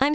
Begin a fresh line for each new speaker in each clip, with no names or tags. I'm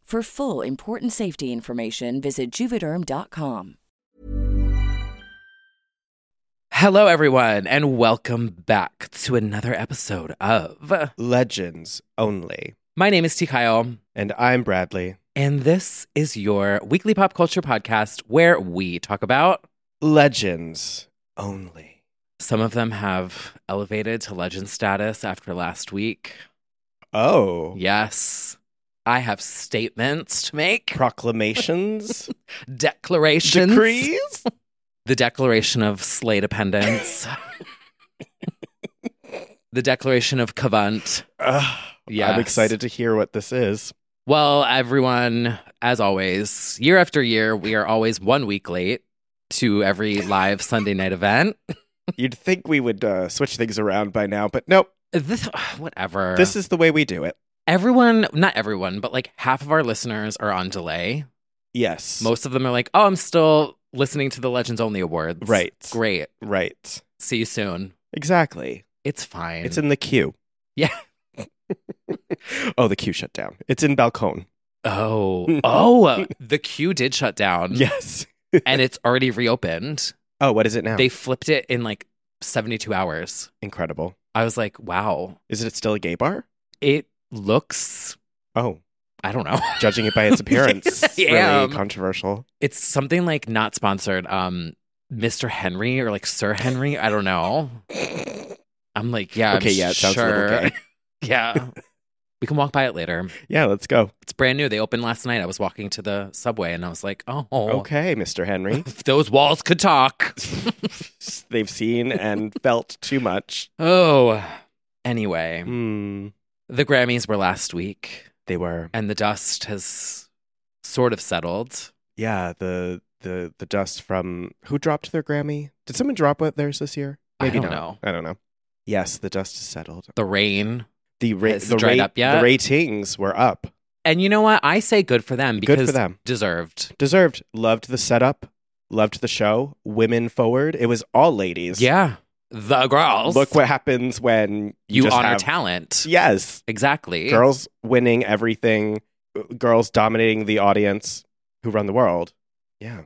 For full important safety information, visit juvederm.com.
Hello, everyone, and welcome back to another episode of.
Legends only.
uh, My name is T. Kyle,
And I'm Bradley.
and this is your weekly pop culture podcast where we talk about
Legends only.
some of them have elevated to legend status after last week.
Oh.
Yes, I have statements to make,
Proclamations?
declarations,
decrees?
the Declaration of Slay Dependence, the Declaration of Cavant.
Ugh,
Yes.
I'm excited to hear what this is.
Well, everyone, as always, year after year, we are always one week late to every live Sunday night event.
You'd think we would uh, switch things around by now, but nope.
This, whatever.
This is the way we do it.
everyone, not everyone, but like half of our listeners are on delay.
Yes.
Most of them are like, oh, I'm still listening to the Legends Only Awards.
Right.
Great.
Right.
See you soon.
Exactly.
It's fine.
It's in the queue.
Yeah.
oh, the queue shut down. It's in Balcone.
Oh, oh, the queue did shut down.
Yes.
And it's already reopened.
Oh, what is it now?
They flipped it in like 72 hours.
Incredible.
I was like, wow,
Is it still a gay bar?
it looks
Oh,
I don't know.
judging it by its appearance,
Yes, I am.
really controversial.
It's something like not sponsored, um, Mr. Henry or like Sir Henry. I don't know. I'm like, yeah, I'm
Okay, yeah, it sounds a
sure.
little gay.
yeah, we can walk by it later.
Yeah, let's go.
It's brand new. They opened last night. I was walking to the subway and I was like, oh,
Okay, Mr. Henry.
if those walls could talk.
They've seen and felt too much.
oh, anyway,
Hmm.
the Grammys were last week,
They were.
and the dust has sort of settled.
Yeah, the the the dust from who dropped their Grammy? Did someone drop what theirs this year?
I
Maybe
don't
not.
know.
I don't know. Yes, the dust is settled.
The rain
The ra-
Has it
the,
dried
ra-
up yet?
the ratings were up.
And you know what? I say good for them because
Good for them.
deserved.
Deserved. Loved the setup. Loved the show. Women forward. It was all ladies.
Yeah. The girls.
Look what happens when
you,
just
honor
have-
talent.
Yes.
Exactly.
girls winning everything, girls dominating the audience who run the world. Yeah,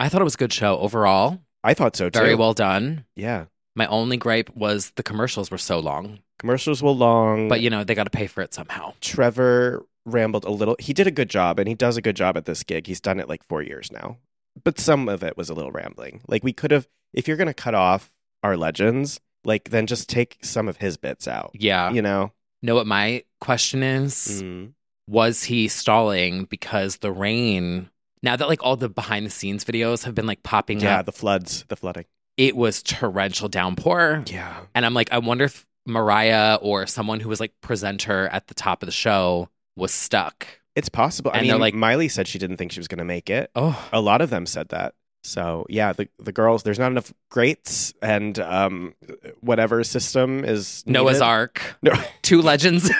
I thought it was a good show overall.
I thought so too.
Very well done.
Yeah,
My only gripe was the commercials were so long.
commercials were long,
But you know, they gotta pay for it somehow.
Trevor rambled a little. He did a good job, and he does a good job at this gig. He's done it like four years now, but some of it was a little rambling. Like we could have, if you're gonna cut off our legends, like then just take some of his bits out.
Yeah.
You know?
Know what my question is?
Mm.
Was he stalling because the rain? Now that like all the behind the scenes videos have been like popping
Yeah,
up,
the floods, the flooding.
it was torrential downpour.
Yeah.
And I'm like, I wonder if Mariah or someone who was like presenter at the top of the show was stuck.
It's possible. I
And they're
mean,
like-
like Miley said she didn't think she was going to make it.
Oh,
A lot of them said that. So yeah, the the girls. There's not enough greats, and um, whatever system is
Noah's
needed.
Ark.
No,
Two legends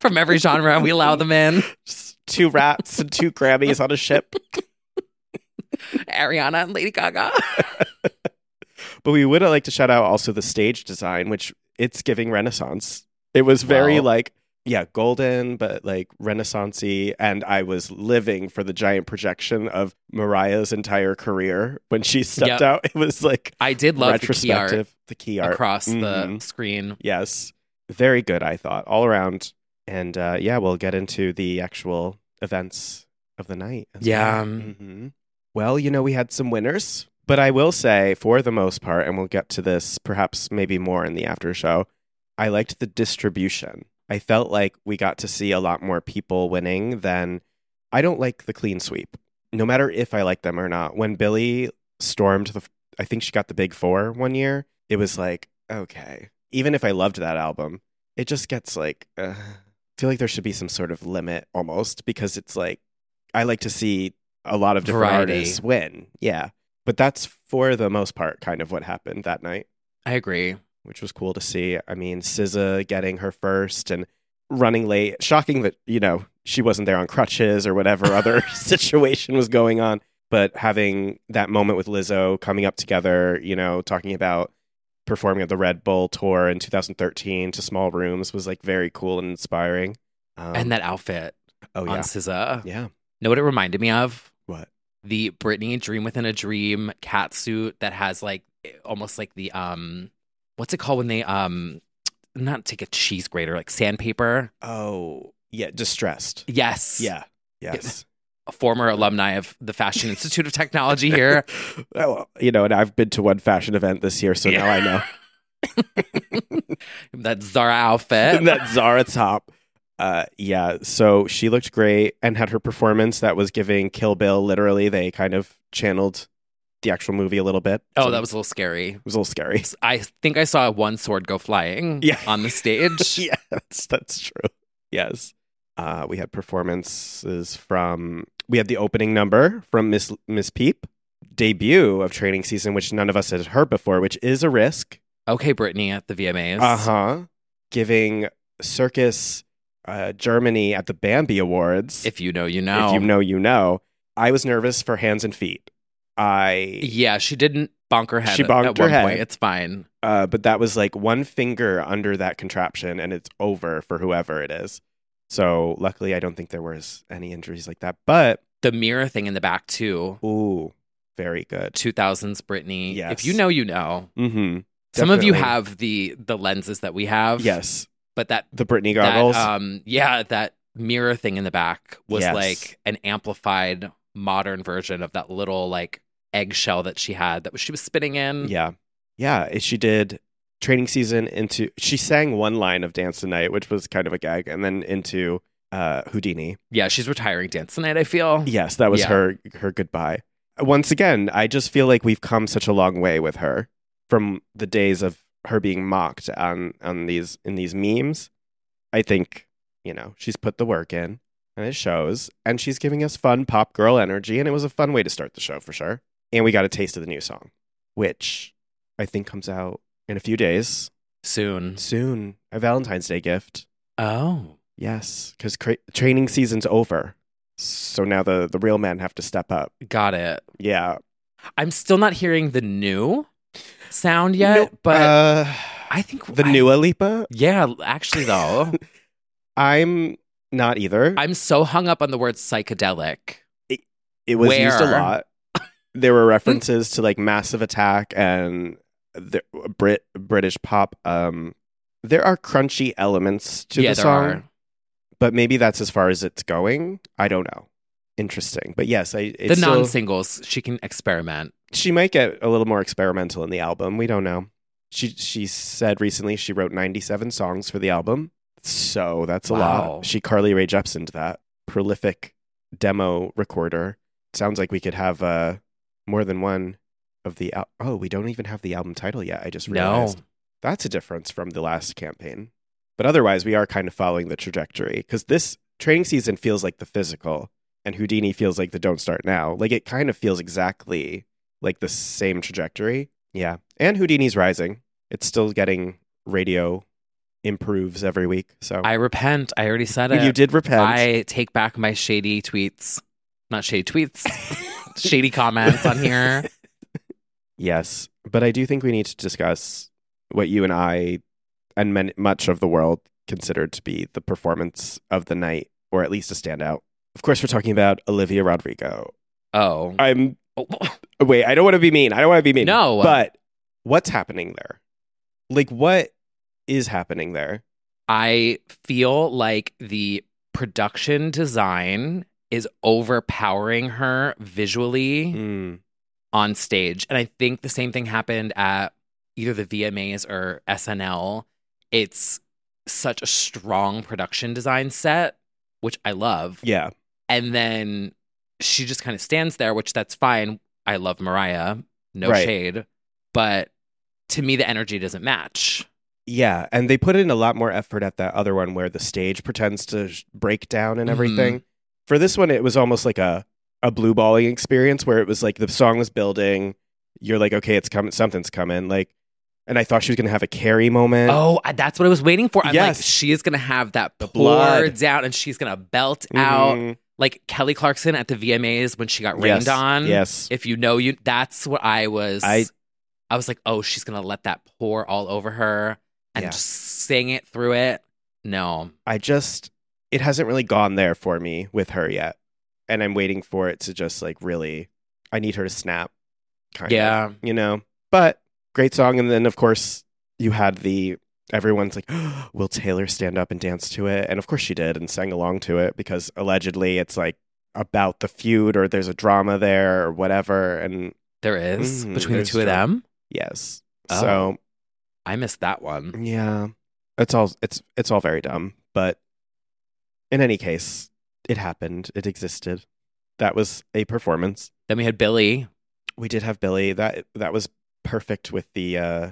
from every genre. We allow them in.
just two rats and two Grammys on a ship.
Ariana and Lady Gaga.
But we would like to shout out also the stage design, which it's giving Renaissance. It was very
Wow.
like yeah, golden, but like Renaissancey. And I was living for the giant projection of Mariah's entire career when she
Yep.
stepped out. It was like
I did love the key art
retrospective. The key art
across the
Mhm.
screen.
Yes. Very good, I thought, all around. And uh, yeah, we'll get into the actual events of the night. as
Yeah.
Well. hmm well, you know, we had some winners, but I will say, for the most part, and we'll get to this perhaps maybe more in the after show, I liked the distribution. I felt like we got to see a lot more people winning than I don't like the clean sweep, no matter if I like them or not. When Billy stormed the, I think she got the big four one year, it was like, okay, even if I loved that album, it just gets like, uh, I feel like there should be some sort of limit almost because it's like, I like to see a lot of different
Variety.
artists win. Yeah. But that's for the most part kind of what happened that night
I agree.
which was cool to see. I mean, SZA getting her first and running late. Shocking that, you know, she wasn't there on crutches or whatever other situation was going on. But having that moment with Lizzo coming up together, you know, talking about performing at the Red Bull tour in 2013 to small rooms was like very cool and inspiring. Um,
and that outfit
oh
on
yeah,
SZA.
yeah,
Know what it reminded me of?
What?
The Britney Dream Within a Dream cat suit that has like almost like the um what's it called when they um not take a cheese grater, like sandpaper.
oh yeah, distressed.
Yes.
Yeah, yes.
A former alumni of the Fashion Institute of Technology here.
Oh, well, you know, and I've been to one fashion event this year, so
Yeah.
now I know.
that Zara outfit.
And that Zara top. Uh, yeah, so she looked great and had her performance that was giving Kill Bill. Literally, they kind of channeled the actual movie a little bit.
oh,
So
that was a little scary.
it was a little scary.
I think I saw one sword go flying
Yeah.
on the stage.
yes, that's true. Yes, uh, we had performances from we had the opening number from Miss Miss Peep debut of training season, which none of us had heard before, which is a risk.
Okay, Britney at the VMAs.
Uh huh. Giving circus uh, Germany at the Bambi Awards.
If you know, you know.
If you know, you know. I was nervous for hands and feet. I,
Yeah, she didn't bonk her head.
She
at-
bonked
at
her
one
head.
point. It's fine.
uh, but that was like one finger under that contraption, and it's over for whoever it is. So luckily, I don't think there was any injuries like that. But
The mirror thing in the back too.
ooh, very good.
Two thousands Britney.
Yes.
If you know, you know.
Mm-hmm.
Some of you
Definitely.
have the the lenses that we have.
Yes,
but that
the Britney
that
goggles.
um yeah that mirror thing in the back was
Yes.
like an amplified modern version of that little like eggshell that she had that she was spinning in.
yeah, yeah. it- She did training season into. She sang one line of Dance Tonight, which was kind of a gag, and then into uh, Houdini.
yeah. She's retiring dance tonight. I feel.
Yes, that was
Yeah.
her her goodbye. Once again, I just feel like we've come such a long way with her from the days of her being mocked on on these in these memes. I think, you know, she's put the work in and it shows and she's giving us fun pop girl energy and it was a fun way to start the show for sure. And we got a taste of the new song, which I think comes out in a few days
soon.
soon. A Valentine's Day gift.
Oh.
Yes, cuz cra- training season's over. So now the the real men have to step up.
Got it.
Yeah.
I'm still not hearing the new sound yet, but
uh,
I think
the
I-
new Alipa,
Yeah, l- actually, though,
I'm not either.
I'm so hung up on the word psychedelic.
it was
Where?
used a lot. There were references to like Massive Attack and the Brit British pop. Um, there are crunchy elements to
yeah,
the
there
song,
are.
but maybe that's as far as it's going. I don't know. Interesting, but yes, I it's
the
still-
non singles. She can experiment.
She might get a little more experimental in the album. We don't know. She she said recently she wrote 97 songs for the album. So that's a
Wow.
lot. She Carly Rae Jepsen'd that prolific demo recorder. Sounds like we could have uh, more than one of the al- Oh, we don't even have the album title yet. I just
No.
realized. That's a difference from the last campaign. But otherwise, we are kind of following the trajectory because this training season feels like the physical, and Houdini feels like the don't start now. Like it kind of feels exactly like the same trajectory. Yeah. And Houdini's rising. It's still getting radio improves every week. So
I repent. I already said it.
Oh. you did repent.
I take back my shady tweets. Not shady tweets. shady comments on here.
Yes, but I do think we need to discuss what you and I and men- much of the world considered to be the performance of the night, or at least a standout. Of course, we're talking about Olivia Rodrigo.
Oh.
I'm
Oh,
wait. I don't want to be mean. I don't want to be mean.
No.
but what's happening there? Like, what is happening there?
I feel like the production design is overpowering her visually
Mm,
on stage. And I think the same thing happened at either the VMAs or SNL. It's such a strong production design set, which I love.
yeah,
And then she just kind of stands there, which that's fine. I love Mariah, no
Right.
shade. But to me, the energy doesn't match.
yeah. And they put in a lot more effort at that other one where the stage pretends to sh- break down and
Mhm.
everything. for this one it was almost like a a blue balling experience where it was like the song was building you're like okay it's coming something's coming like and i thought she was going to have a carry moment
Oh, I- that's what I was waiting for. I'm
Yes.
like, she is going to have that
The
pour
blood.
down and she's going to belt
Mhm.
out like Kelly Clarkson at the VMAs when she got rained
Yes,
on.
yes
If you know you, that's what I was.
I-
I, was like, oh, she's gonna let that pour all over her and
Yeah.
just sing it through it. No,
i just it hasn't really gone there for me with her yet and i'm waiting for it to just like really i need her to snap kind
yeah,
of you know but great song and then of course you had the everyone's like will taylor stand up and dance to it and of course she did and sang along to it because allegedly it's like about the feud or there's a drama there or whatever and
there is
Mm,
between the
there's
two of
drama.
them.
yes
Oh.
so
I missed that one.
yeah it's all it's it's all very dumb but in any case it happened it existed that was a performance
Then we had Billy.
we did have billy that that was perfect with the uh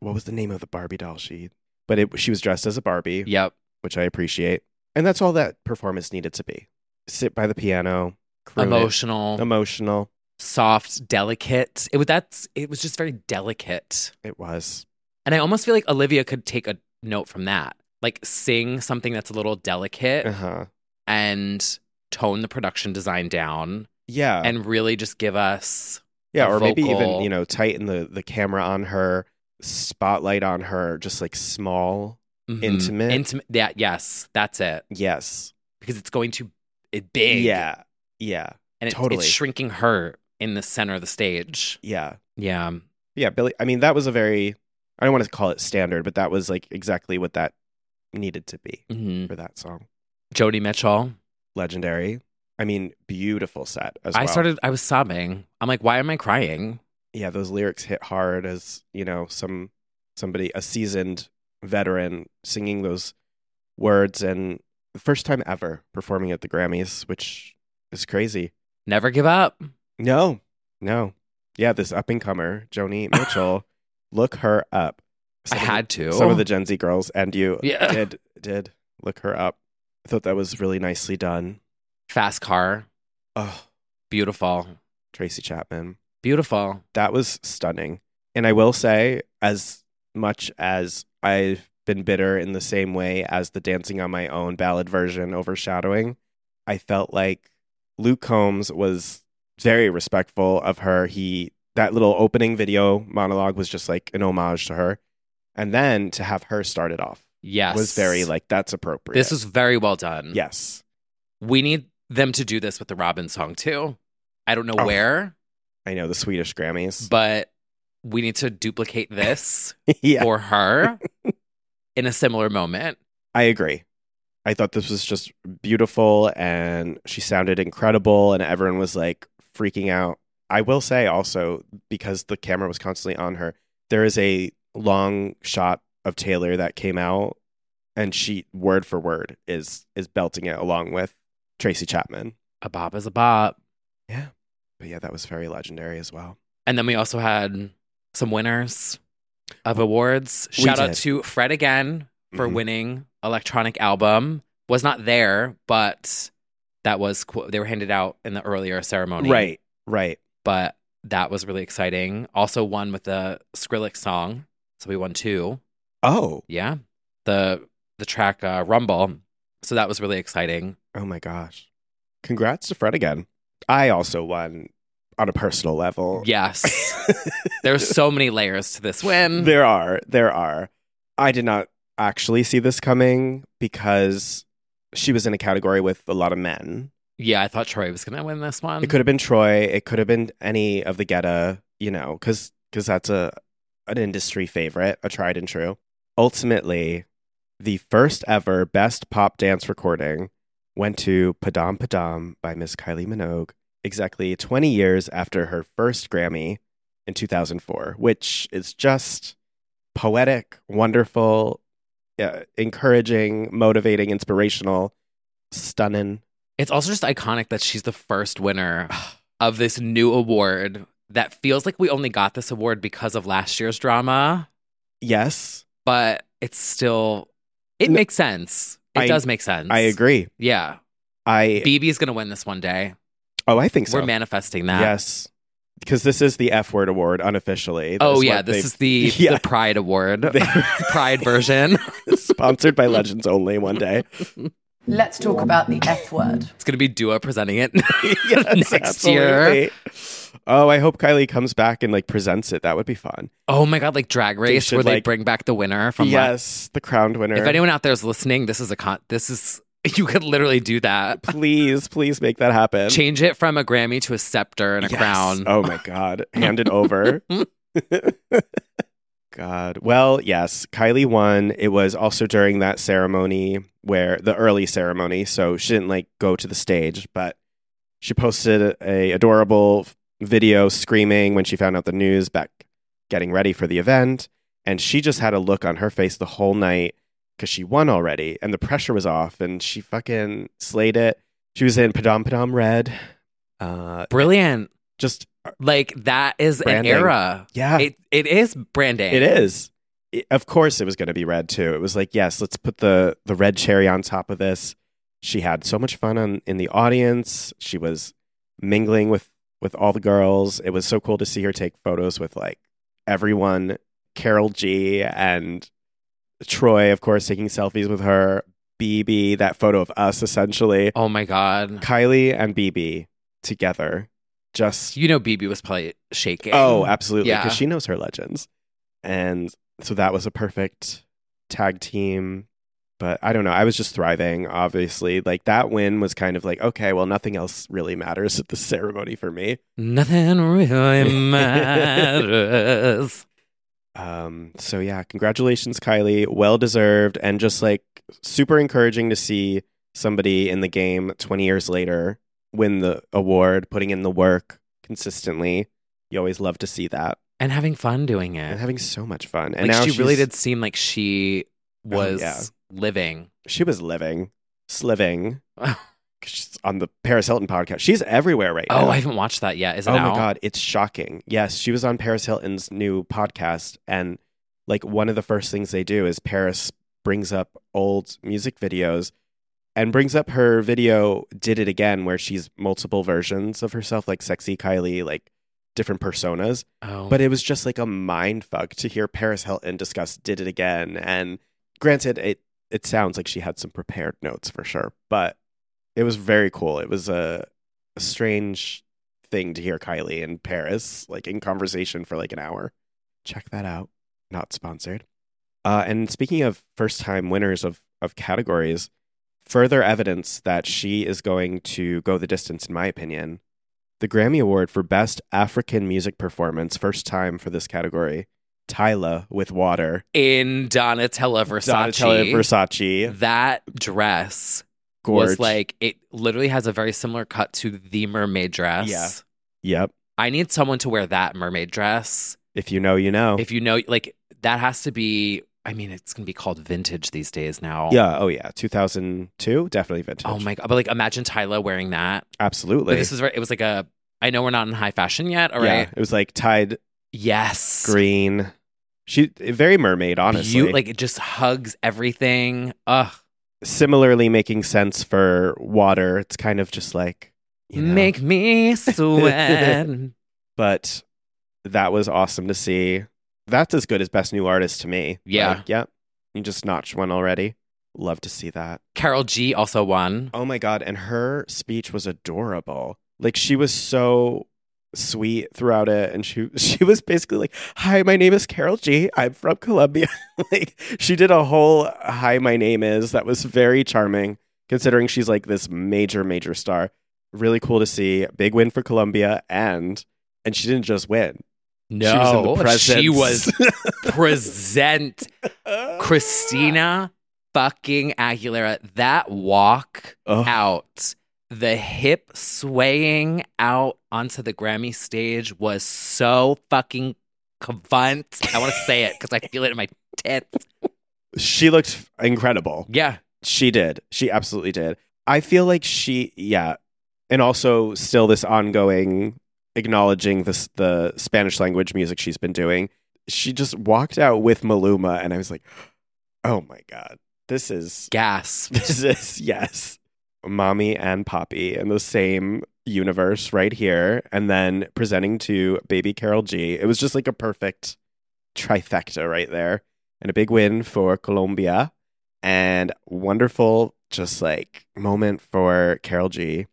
what was the name of the barbie doll she but it, she was dressed as a barbie
Yep,
which I appreciate. And that's all that performance needed to be. Sit by the piano, croon it.
emotional,
emotional.
soft, delicate. It was that's. It was just very delicate,
It was.
and I almost feel like Olivia could take a note from that, like sing something that's a little delicate
Uh huh.
and tone the production design down.
Yeah.
and really just give us
yeah,
a
or maybe even,
vocal-
you know, tighten the the camera on her, spotlight on her, just like small. Intimate?
intimate. Yeah, yes, that's it.
Yes.
Because it's going to it big,
Yeah. Yeah.
and it,
totally.
it's shrinking her in the center of the stage.
Yeah.
Yeah,
Yeah, Billy. I mean, that was a very I don't want to call it standard, but that was like exactly what that needed to be
hmm
for that song.
Jody Mitchell.
Legendary. I mean, beautiful set as well.
I started. I was sobbing. I'm like, why am I crying?
yeah, those lyrics hit hard as you know some somebody a seasoned veteran singing those words and the first time ever performing at the Grammys, which is crazy.
Never give up.
No, no, yeah, this up and comer Joni Mitchell, look her up.
I
of
had to.
the, some of the Gen Z girls and you
Yeah.
did did look her up. I thought that was really nicely done.
fast car.
Oh,
Beautiful,
Tracy Chapman.
beautiful.
that was stunning. And I will say, as much as I've been bitter in the same way as the Dancing on My Own ballad version overshadowing, I felt like Luke Combs was very respectful of her. He that little opening video monologue was just like an homage to her. And then to have her start it off
Yes,
was very like that's appropriate.
This was very well done.
yes.
we need them to do this with the Robin song too. I don't know
Oh.
where,
I know the Swedish Grammys.
but we need to duplicate this
yeah.
for her in a similar moment.
I agree. I thought this was just beautiful and she sounded incredible and everyone was like freaking out. I will say also because the camera was constantly on her, there is a long shot of Taylor that came out, and she word for word is is belting it along with Tracy Chapman.
A bop is a bop.
Yeah, but yeah, that was very legendary as well.
And then we also had some winners of awards.
We
Shout out
did.
to Fred again for
Mhm.
winning electronic album. Was not there, but that was qu- they were handed out in the earlier ceremony.
Right, right.
But that was really exciting. Also won with the Skrillex song. So we won two.
Oh,
Yeah. The the track uh, Rumble. So that was really exciting.
oh my gosh! Congrats to Fred again. I also won on a personal level.
Yes. There's so many layers to this win.
There are. There are. I did not actually see this coming because she was in a category with a lot of men.
yeah, I thought Troy was going to win this one.
It could have been Troy. It could have been any of the Getta, you know, because that's a an industry favorite, a tried and true. Ultimately, the first ever best pop dance recording went to Padam Padam by Miss Kylie Minogue, exactly 20 years after her first Grammy in 2004, which is just poetic, wonderful, uh, encouraging, motivating, inspirational, stunning.
It's also just iconic that she's the first winner of this new award that feels like we only got this award because of last year's drama,
Yes,
but it's still, it
No.
makes sense. It
I-
does make sense.
I agree.
Yeah.
I
BB's going to win this one day.
oh, I think so.
We're manifesting that.
Yes, because this is the F word award unofficially. That
Oh,
is
yeah.
what
This
they've-
is the,
Yeah.
the Pride Award,
They-
Pride version.
sponsored by Legends Only. One day,
Let's talk about the F word.
It's going to be Dua presenting it
yes,
next year.
absolutely. Oh, I hope Kylie comes back and like presents it. That would be fun.
Oh my God. Like Drag Race,
should,
where they
like-
bring back the winner from last
yes, the crowned winner.
If anyone out there is listening, this is a con. This is you could literally do that.
please, please make that happen.
Change it from a Grammy to a scepter and a
Yes.
crown.
Oh my God. Hand it over. God. Well, yes, Kylie won. It was also during that ceremony where the early ceremony. So she didn't like go to the stage, but she posted a adorable video screaming when she found out the news back getting ready for the event. And she just had a look on her face the whole night because she won already and the pressure was off and she fucking slayed it. She was in Padam Padam Red. Uh,
Brilliant!
just
Like that is
Branding.
an era.
yeah,
It it is branding.
it is. It- of course, it was going to be red too. It was like, yes, let's put the the red cherry on top of this. She had so much fun on, in the audience. She was mingling with with all the girls. It was so cool to see her take photos with like everyone, Carol G and Troy, of course, taking selfies with her. BB, that photo of us essentially,
Oh my god!
Kylie and BB together, just
You know, BB was probably shaking.
Oh, absolutely. Because
Yeah.
she knows her legends. And so that was a perfect tag team. But I don't know. I was just thriving, obviously. Like that win was kind of like, okay, well, nothing else really matters at the ceremony for me.
nothing really matters.
Um, so yeah, congratulations, Kylie. Well deserved. And just like super encouraging to see somebody in the game 20 years later win the award, putting in the work consistently. You always love to see that.
and having fun doing it.
And having so much fun. And
like
now
she really
she's- Oh,
did seem like she was
yeah.
living.
she was living, sliving. 'Cause She's on the Paris Hilton podcast. She's everywhere right now.
Oh, I haven't watched that yet. Is it
oh
out?
my god, it's shocking. Yes, she was on Paris Hilton's new podcast, and like one of the first things they do is Paris brings up old music videos and brings up her video "Did It Again," where she's multiple versions of herself, like sexy Kylie, like different personas.
Oh,
But it was just like a mind fuck to hear Paris Hilton discuss "Did It Again." And granted, it it sounds like she had some prepared notes for sure, but it was very cool. It was a, a strange thing to hear Kylie in Paris, like in conversation for like an hour. Check that out. Not sponsored. Uh, and speaking of first time winners of of categories, further evidence that she is going to go the distance, in my opinion the Grammy Award for Best African Music Performance, first time for this category. Tyla with Water.
in Donatella Versace.
Donatella Versace.
That dress
Gorge.
was like it literally has a very similar cut to the mermaid dress.
Yeah. yep.
I need someone to wear that mermaid dress.
If you know, you know.
If you know like that has to be. I mean, it's gonna be called vintage these days now.
Yeah. Oh, yeah. 2002. Definitely vintage.
Oh my god! But like, imagine Tyla wearing that.
Absolutely.
But this was it was like a. I know we're not in high fashion yet. All
Yeah.
right.
It was like tied
Yes.
green. She very mermaid, honestly.
You, like it just hugs everything. Ugh.
similarly making sense for water. It's kind of just like you know,
Make me sweat.
but that was awesome to see. That's as good as best new artist to me.
Yeah.
Like, yep. You just notched one already. Love to see that.
Carol G also won.
Oh my god, and her speech was adorable. Like she was so sweet throughout it and she she was basically like, "Hi, my name is Carol G. I'm from Colombia." like she did a whole "Hi, my name is" that was very charming considering she's like this major major star. Really cool to see. Big win for Colombia and and she didn't just win.
No,
she was in the presence.
she was present Christina fucking Aguilera. That walk
Ugh.
out, the hip swaying out onto the Grammy stage was so fucking cavant. I want to say it because I feel it in my tits.
She looked incredible.
Yeah,
She did. She absolutely did. I feel like she, yeah, and also still this ongoing acknowledging this the Spanish language music she's been doing. She just walked out with Maluma, and I was like, oh my god, this is
gasp.
this is yes, mommy and poppy in the same universe right here, and then presenting to baby Carol G. It was just like a perfect trifecta right there, and a big win for Colombia, and wonderful just like moment for Carol G.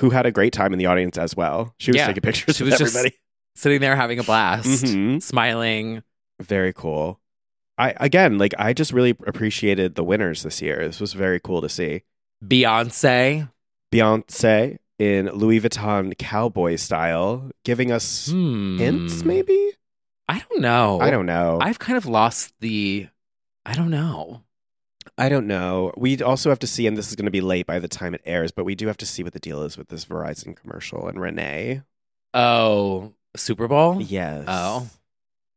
Who had a great time in the audience as well. She was
Yeah.
taking pictures
She
with
was just-
everybody.
Sitting there having a blast,
Mhm.
smiling.
Very cool. I again, like I just really appreciated the winners this year. This was very cool to see.
Beyonce.
Beyonce in Louis Vuitton cowboy style, giving us
Hmm.
hints, maybe?
I don't know.
I don't know.
I've kind of lost the. I don't know.
I don't know. We also have to see, and this is going to be late by the time it airs, but we do have to see what the deal is with this Verizon commercial and Renee.
Oh, Super Bowl.
Yes.
Oh.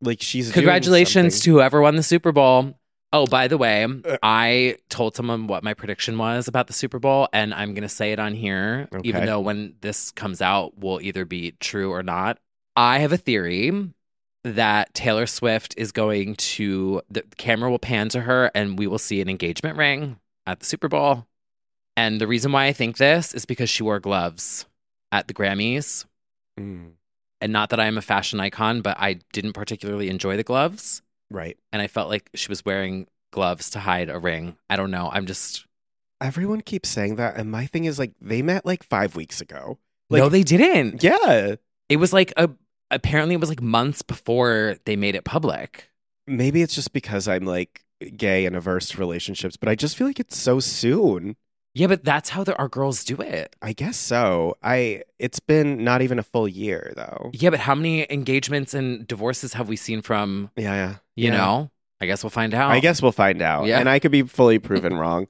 Like she's. doing
Congratulations to
something- Uh.
whoever won the Super Bowl. Oh, by the way, I told someone what my prediction was about the Super Bowl, and I'm going to say it on here, even
Okay.
though when this comes out will either be true or not. I have a theory that Taylor Swift is going to, the camera will pan to her, and we will see an engagement ring at the Super Bowl. And the reason why I think this is because she wore gloves at the Grammys
Mm,
and not that I am a fashion icon, but I didn't particularly enjoy the gloves,
right.
and I felt like she was wearing gloves to hide a ring. I don't know. I'm just
Everyone keeps saying that, and my thing is like they met like five weeks ago. Like,
no, they didn't.
Yeah,
It was like a apparently it was like months before they made it public.
maybe it's just because I'm like gay and averse to relationships, but I just feel like it's so soon.
Yeah, but that's how the, our girls do it.
I guess so. I it's been not even a full year though.
Yeah, but how many engagements and divorces have we seen from
Yeah, yeah.
you
Yeah.
know? I guess we'll find out.
I guess we'll find out.
Yeah.
And I could be fully proven wrong.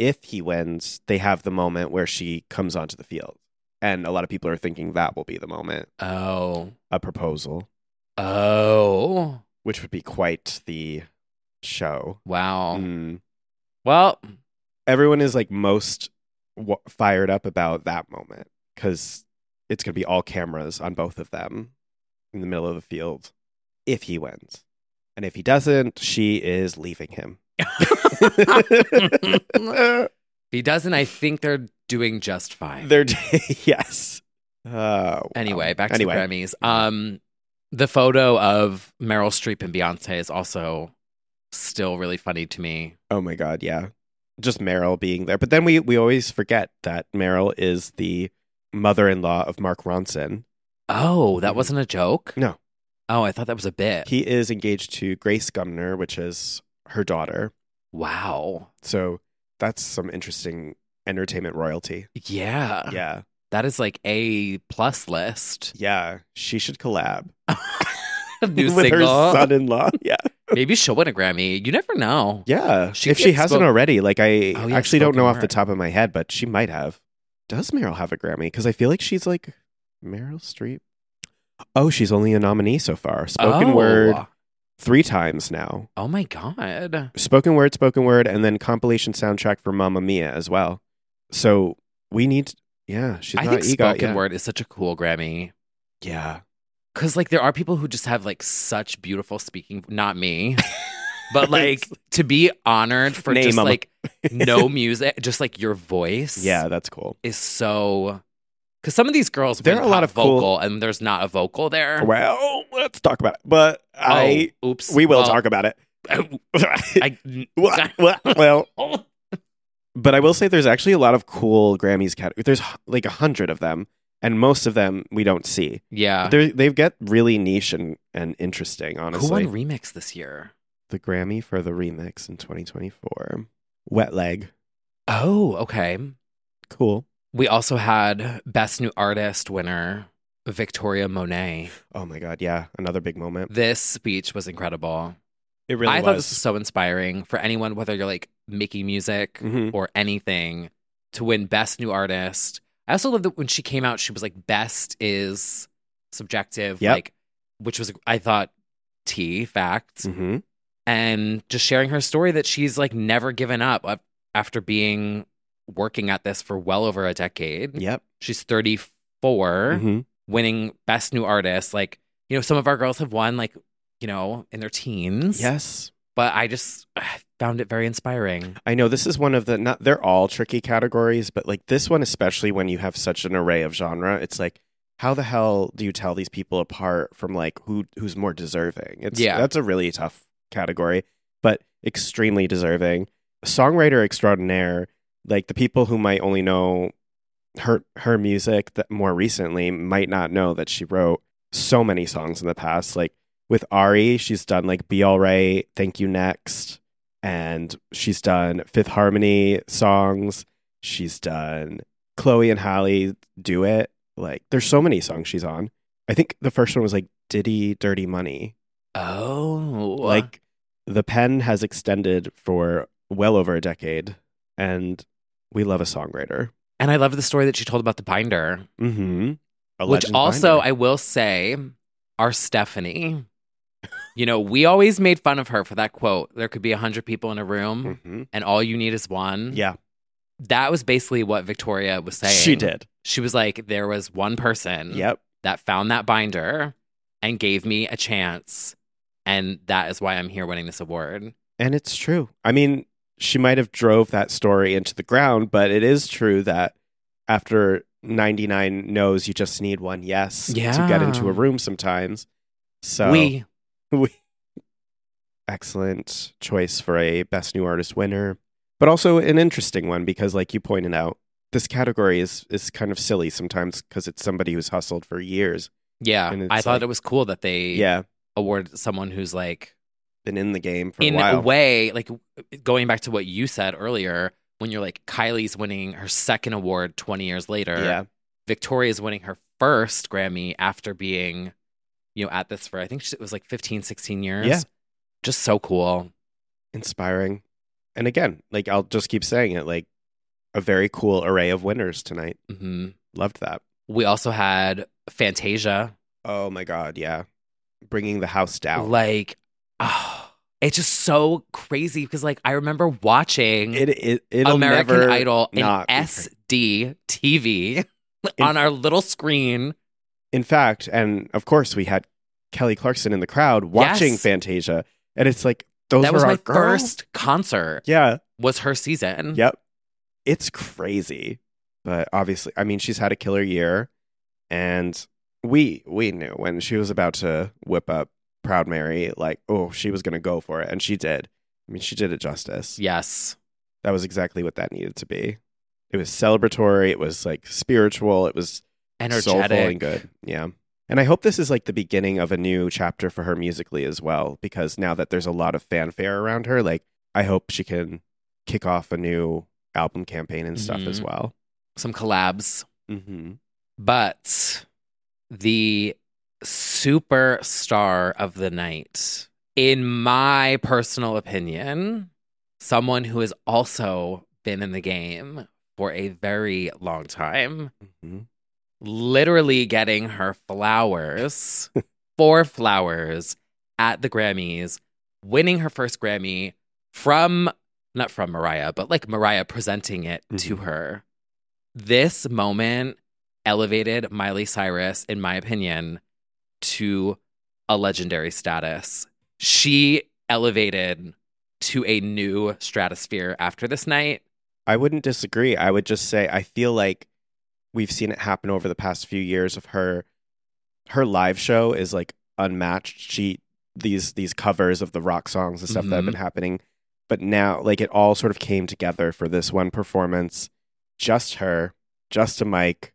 If he wins, they have the moment where she comes onto the field. And a lot of people are thinking that will be the moment,
Oh,
a proposal,
oh,
which would be quite the show.
wow.
Mm.
Well,
Everyone is like most w- fired up about that moment because it's going to be all cameras on both of them in the middle of the field if he wins. And if he doesn't, she is leaving him.
if he doesn't, I think they're doing just fine.
They're yes. Uh,
Anyway, back to
anyway.
the Grammys. Um, the photo of Meryl Streep and Beyonce is also still really funny to me.
Oh my god, yeah. Just Meryl being there, but then we we always forget that Meryl is the mother-in-law of Mark Ronson.
Oh, that
Mhm.
wasn't a joke.
No.
Oh, I thought that was a bit.
He is engaged to Grace Gumner, which is her daughter.
wow.
So that's some interesting entertainment royalty.
Yeah.
Yeah,
That is like a plus list.
yeah. She should collab
New
with her
single.
son-in-law. Yeah,
Maybe she'll win a Grammy. You never know.
yeah.
She
if
could
she hasn't
spoke-
already, like I
Oh, yeah,
actually don't
spoken
know off the
word.
top of my head, but she might have. Does Meryl have a Grammy? Because I feel like she's like Meryl Streep. Oh, she's only a nominee so far. Spoken
Oh.
word, three times now.
Oh my God.
Spoken word, spoken word, and then compilation soundtrack for Mamma Mia as well. So we need, yeah, she's
I
not
think
EGOT
spoken
yet.
word is such a cool Grammy.
Yeah.
Cause like there are people who just have like such beautiful speaking, not me, but like to be honored for
Name
just
'em.
like no music, just like your voice.
Yeah, that's cool.
Is so. Cause some of these girls,
There
win
are a lot
pop
of cool-
vocal and there's not a vocal there.
Well, let's talk about it. But I,
oh, oops.
we will
Well,
talk about it.
I,
Well, well, well, but I will say there's actually a lot of cool Grammys categories. There's h- like a hundred of them, and most of them we don't see.
yeah.
They're, they get really niche and, and interesting,
Ah. Who
honestly.
won remix this year?
the Grammy for the remix in 2024. Wet Leg.
Oh, okay.
Cool.
We also had Best New Artist winner Victoria Monet.
Oh my God. Yeah. Another big moment.
This speech was incredible.
It really
I
was.
thought this was so inspiring for anyone, whether you're like making music
Mhm.
or anything, to win Best New Artist. I also love that when she came out, she was like, "Best is subjective,"
Yep.
like, which was I thought T fact,
Mhm.
and just sharing her story that she's like never given up af- after being working at this for well over a decade.
Yep.
She's 34,
Mhm.
winning Best New Artist. Like, you know, some of our girls have won, like, you know, in their teens.
Yes.
But I just ah, found it very inspiring.
I know this is one of the not they're all tricky categories, but like this one especially when you have such an array of genre, it's like how the hell do you tell these people apart from like who who's more deserving? It's
Yeah.
that's a really tough category, but extremely deserving. Songwriter extraordinaire, like the people who might only know her her music that more recently might not know that she wrote so many songs in the past. Like with Ari, she's done like Be Alright, Thank You Next, and she's done Fifth Harmony songs. She's done Chloe and Holly Do It. Like there's so many songs she's on. I think the first one was like Diddy Dirty Money.
Oh.
Like the pen has extended for well over a decade and we love a songwriter.
and I love the story that she told about the binder,
Mm-hmm.
which also I will say, our Stephanie. You know, we always made fun of her for that quote. There could be a hundred people in a room,
hmm
and all you need is one.
Yeah,
that was basically what Victoria was saying.
she did.
She was like, there was one person
Yep.
that found that binder and gave me a chance. And that is why I'm here winning this award.
And it's true. I mean, she might have drove that story into the ground, but it is true that after 99 no's, you just need one yes to get
Yeah.
into a room sometimes. So
we,
excellent choice for a best new artist winner, but also an interesting one because like you pointed out, this category is is kind of silly sometimes because it's somebody who's hustled for years.
yeah,
And it's
I thought
like-
it was cool that they
Yeah,
awarded someone who's like,
been in the game for
in
a
a,
while.
way, like going back to what you said earlier, when you're like, Kylie's winning her second award 20 years later.
yeah.
Victoria's winning her first Grammy after being, you know, at this for, I think she- it was like 15, 16 years.
Yeah.
Just so cool.
inspiring. And again, like I'll just keep saying it, like a very cool array of winners tonight.
hmm
Loved that.
We also had Fantasia.
Oh my god, yeah. Bringing the house down.
Like, oh, it's just so crazy because, like, I remember watching
it it it'll
American
never
Idol in
not be
SD
great.
TV on our little screen.
In fact, and of course we had Kelly Clarkson in the crowd watching
Yes.
Fantasia and it's like those
that
were
was
our
my
girls.
first concert.
Yeah.
Was her season?
Yep. It's crazy. But obviously, I mean, she's had a killer year and we we knew when she was about to whip up Proud Mary like, oh, she was going to go for it and she did. I mean, she did it justice.
Yes.
That was exactly what that needed to be. It was celebratory, it was like spiritual, it was
Energetic.
soulful and good. Yeah. And I hope this is like the beginning of a new chapter for her musically as well, because now that there's a lot of fanfare around her, like I hope she can kick off a new album campaign and stuff as
Mhm.
well.
Some collabs.
Mm-hmm.
But the superstar of the night, in my personal opinion, someone who has also been in the game for a very long time,
hmm
literally getting her flowers, four flowers at the Grammys, winning her first Grammy from, not from Mariah, but like Mariah presenting it to
Mm-hmm.
her. This moment elevated Miley Cyrus, in my opinion, to a legendary status. She elevated to a new stratosphere after this night.
I wouldn't disagree. I would just say I feel like we've seen it happen over the past few years of her her live show is like unmatched. She these these covers of the rock songs and stuff that have been happening. But now like it all sort of came together for this one performance. Just her, just a mic.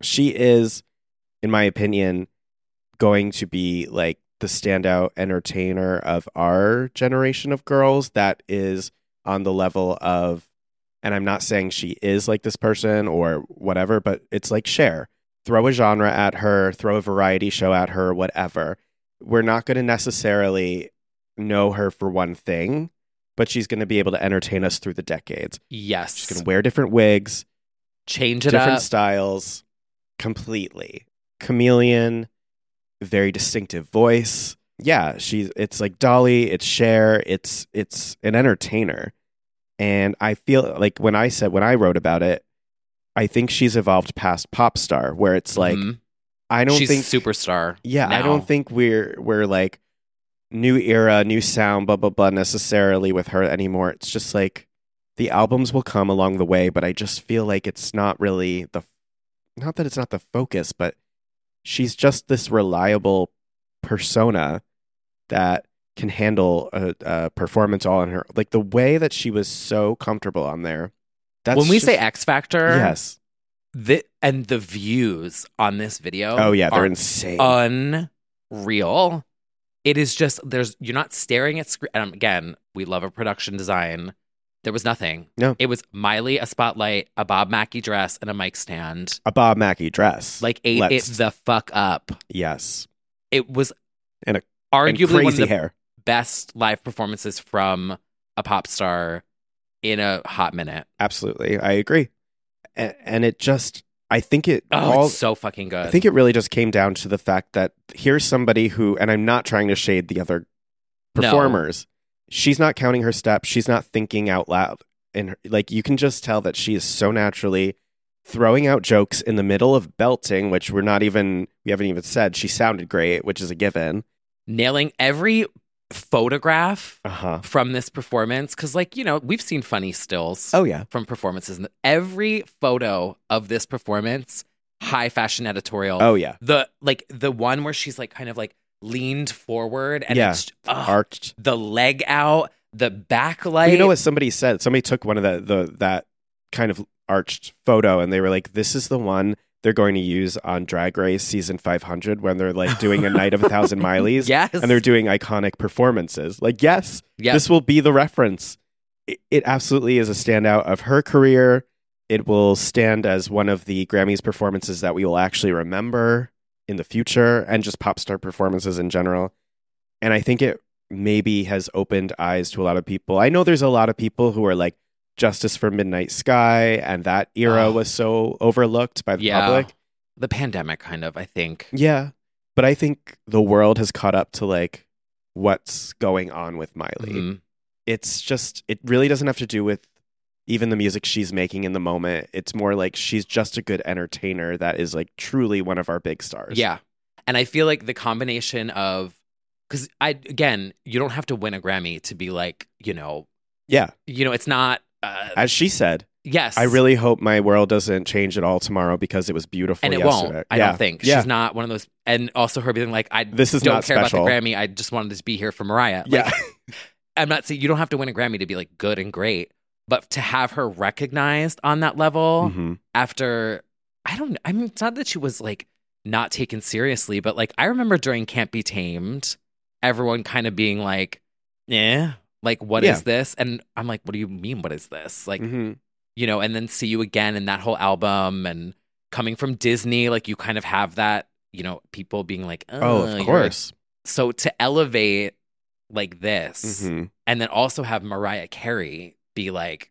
She is, in my opinion, going to be like the standout entertainer of our generation of girls that is on the level of and I'm not saying she is like this person or whatever, but it's like share. Throw a genre at her, throw a variety show at her, whatever. We're not going to necessarily know her for one thing, but she's going to be able to entertain us through the decades.
Yes.
She's going to wear different wigs,
Change it
different
up.
styles completely. Chameleon, very distinctive voice. Yeah, she's it's like Dolly, it's Cher, it's it's an entertainer. And I feel like when I said when I wrote about it, I think she's evolved past pop star where it's like
Mhm.
I don't
She's
think
superstar.
yeah, I
now.
don't think we're we're like new era, new sound, blah blah blah necessarily with her anymore. It's just like the albums will come along the way, but I just feel like it's not really the not that it's not the focus, but she's just this reliable persona that can handle a, a performance all in her like the way that she was so comfortable on there. That's
when we
just-
say X Factor,
yes,
thi- and the views on this video.
oh yeah, they're
are uh,
insane.
unreal. It is just there's you're not staring at screen. And again, we love a production design. There was nothing.
No.
it was Miley, a spotlight, a Bob Mackie dress, and a mic stand.
a Bob Mackie dress,
Like ate
Let's-
it the fuck up.
yes.
It was
And a-
arguably
and crazy
one of the
hair.
best live performances from a pop star in a hot minute.
Absolutely, I agree. And, and it just, I think it
Oh,
all.
it's so fucking good.
I think it really just came down to the fact that here's somebody who, and I'm not trying to shade the other
No.
performers. She's not counting her steps. She's not thinking out loud, and her, like you can just tell that she is so naturally throwing out jokes in the middle of belting, which we're not even we haven't even said. She sounded great, which is a given.
nailing every photograph
Uh huh.
from this performance because, like, you know, we've seen funny stills
Oh yeah.
from performances, and every photo of this performance, high fashion editorial.
Oh yeah.
the like the one where she's like kind of like leaned forward and
Yeah.
it's, ugh,
Arched.
the leg out, the
Well,
backlight.
you know what somebody said? Somebody took one of the, the that kind of arched photo and they were like, "This is the one they're going to use on Drag Race season 500 when they're like doing a night of a thousand mileys
Yes,
and they're doing iconic performances." Like, yes,
yes.
this will be the reference. It, it absolutely is a standout of her career. It will stand as one of the Grammys performances that we will actually remember in the future and just pop star performances in general. And I think it maybe has opened eyes to a lot of people. I know there's a lot of people who are like, Justice for Midnight Sky and that era
Oh.
was so overlooked by the
Yeah.
public.
the pandemic, kind of. I think.
Yeah. But I think the world has caught up to like what's going on with Miley
Mhm.
it's just it really doesn't have to do with even the music she's making in the moment. It's more like she's just a good entertainer that is like truly one of our big stars.
Yeah. And I feel like the combination of cuz I again, you don't have to win a Grammy to be like, you know,
Yeah.
you know, it's not uh,
As she said,
yes.
I really hope my world doesn't change at all tomorrow because it was beautiful
and it
yesterday.
won't. I
yeah.
don't think.
Yeah.
She's not one of those and also her being like I
This is
don't
not
care
special.
about the Grammy. I just wanted to be here for Mariah. Like,
yeah.
I'm not saying you don't have to win a Grammy to be like good and great, but to have her recognized on that level
Mhm.
after I don't I mean it's not that she was like not taken seriously, but like I remember during Can't Be Tamed, everyone kind of being like, eh, like what is
Yeah.
this? And I'm like, what do you mean what is this? Like,
Mhm.
you know, and then see you again in that whole album and coming from Disney, like you kind of have that, you know, people being like,
Oh,
"Uh,
of
you're-"
course.
So to elevate like this
Mhm.
and then also have Mariah Carey be like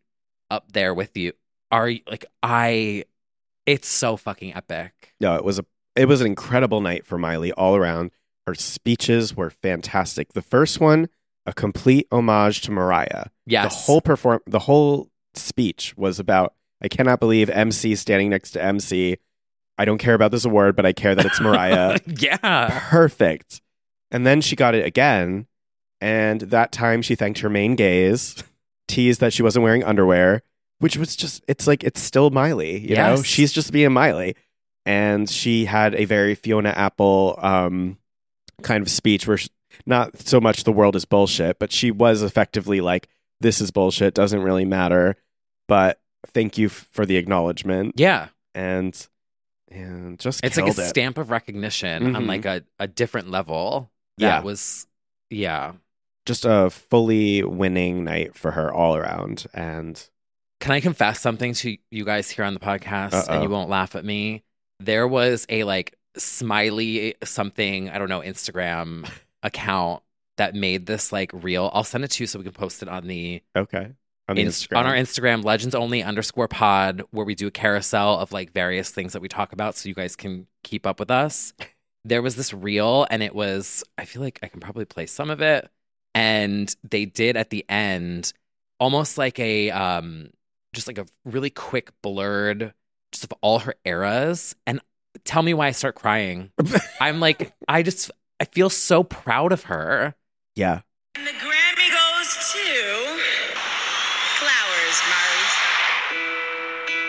up there with you. Are you like I? It's so fucking epic.
No, it was a it was an incredible night for Miley all around. Her speeches were fantastic. The first one, a complete homage to Mariah.
Yes.
The whole perform the whole speech was about I cannot believe MC standing next to MC. I don't care about this award, but I care that it's Mariah.
yeah.
Perfect. And then she got it again, and that time she thanked her main gays, teased that she wasn't wearing underwear, which was just it's like it's still Miley, you know?
Yes.
She's just being Miley. And she had a very Fiona Apple um kind of speech where she, not so much the world is bullshit, but she was effectively like this is bullshit, doesn't really matter, but thank you f- for the acknowledgement
Yeah.
and and just
It's like
killed
a
it.
stamp of recognition on
Mhm.
like a, a different level. That
Yeah.
was yeah.
just a fully winning night for her all around. And
Can I confess something to you guys here on the podcast and
Uh-oh.
you won't laugh at me? There was a like smiley something, I don't know, Instagram account that made this like real. I'll send it to you so we can post it on the
okay, on the
Inst-
Instagram,
on our Instagram, legends only underscore pod, where we do a carousel of like various things that we talk about so you guys can keep up with us. There was this reel, and it was, I feel like I can probably play some of it. And they did at the end almost like a, um, just like a really quick blurred just of all her eras. And tell me why I start crying. I'm like, I just, I feel so proud of her.
yeah,
And the Grammy goes to Flowers, Mari.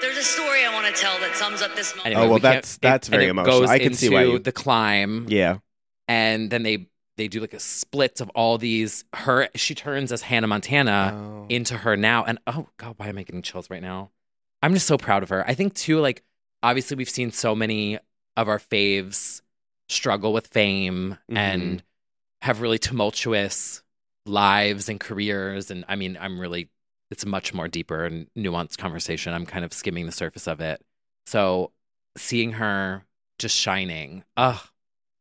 There's a story I want to tell that sums up this moment.
Anyway,
Oh, well,
we can't-
that's- that's
and,
very
and it
emotional.
Goes
I can
into
see why you-
the climb,
yeah,
and then they they do like a split of all these. Her she turns as Hannah Montana
Oh.
into her now, and oh god, why am I getting chills right now? I'm just so proud of her. I think too, like obviously we've seen so many of our faves struggle with fame
Mhm.
and have really tumultuous lives and careers, and I mean, I'm really it's a much more deeper and nuanced conversation. I'm kind of skimming the surface of it. So seeing her just shining, ugh,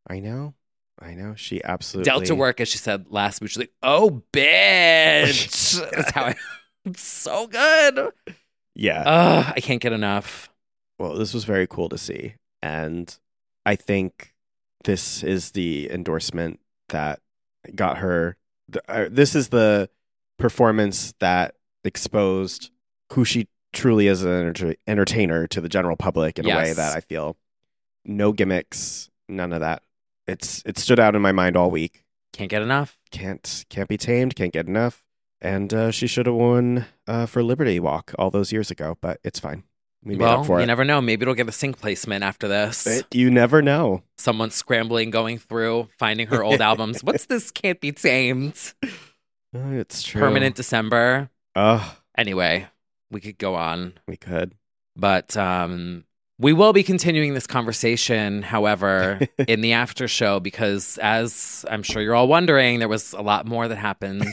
I know, I know. She absolutely
Delta work, as she said last week. She's like, "Oh, bitch!" That's how I. It's so good.
Yeah.
Ugh, I can't get enough.
well, this was very cool to see, and I think this is the endorsement that got her. The, uh, this is the performance that exposed who she truly is as an enter- entertainer to the general public in a way
Yes.
that I feel no gimmicks, none of that. It's it stood out in my mind all week.
Can't get enough.
Can't can't be tamed. Can't get enough. And uh, she should have won uh, for Liberty Walk all those years ago, but it's fine. We made
well,
up for
you
it.
never know. Maybe it'll get a sync placement after this.
It- You never know.
Someone scrambling, going through, finding her old albums. What's this? Can't be tamed.
Uh, It's true.
Permanent December.
Oh,
Anyway, we could go on,
we could.
but um, we will be continuing this conversation, however, in the after show because, as I'm sure you're all wondering, there was a lot more that happened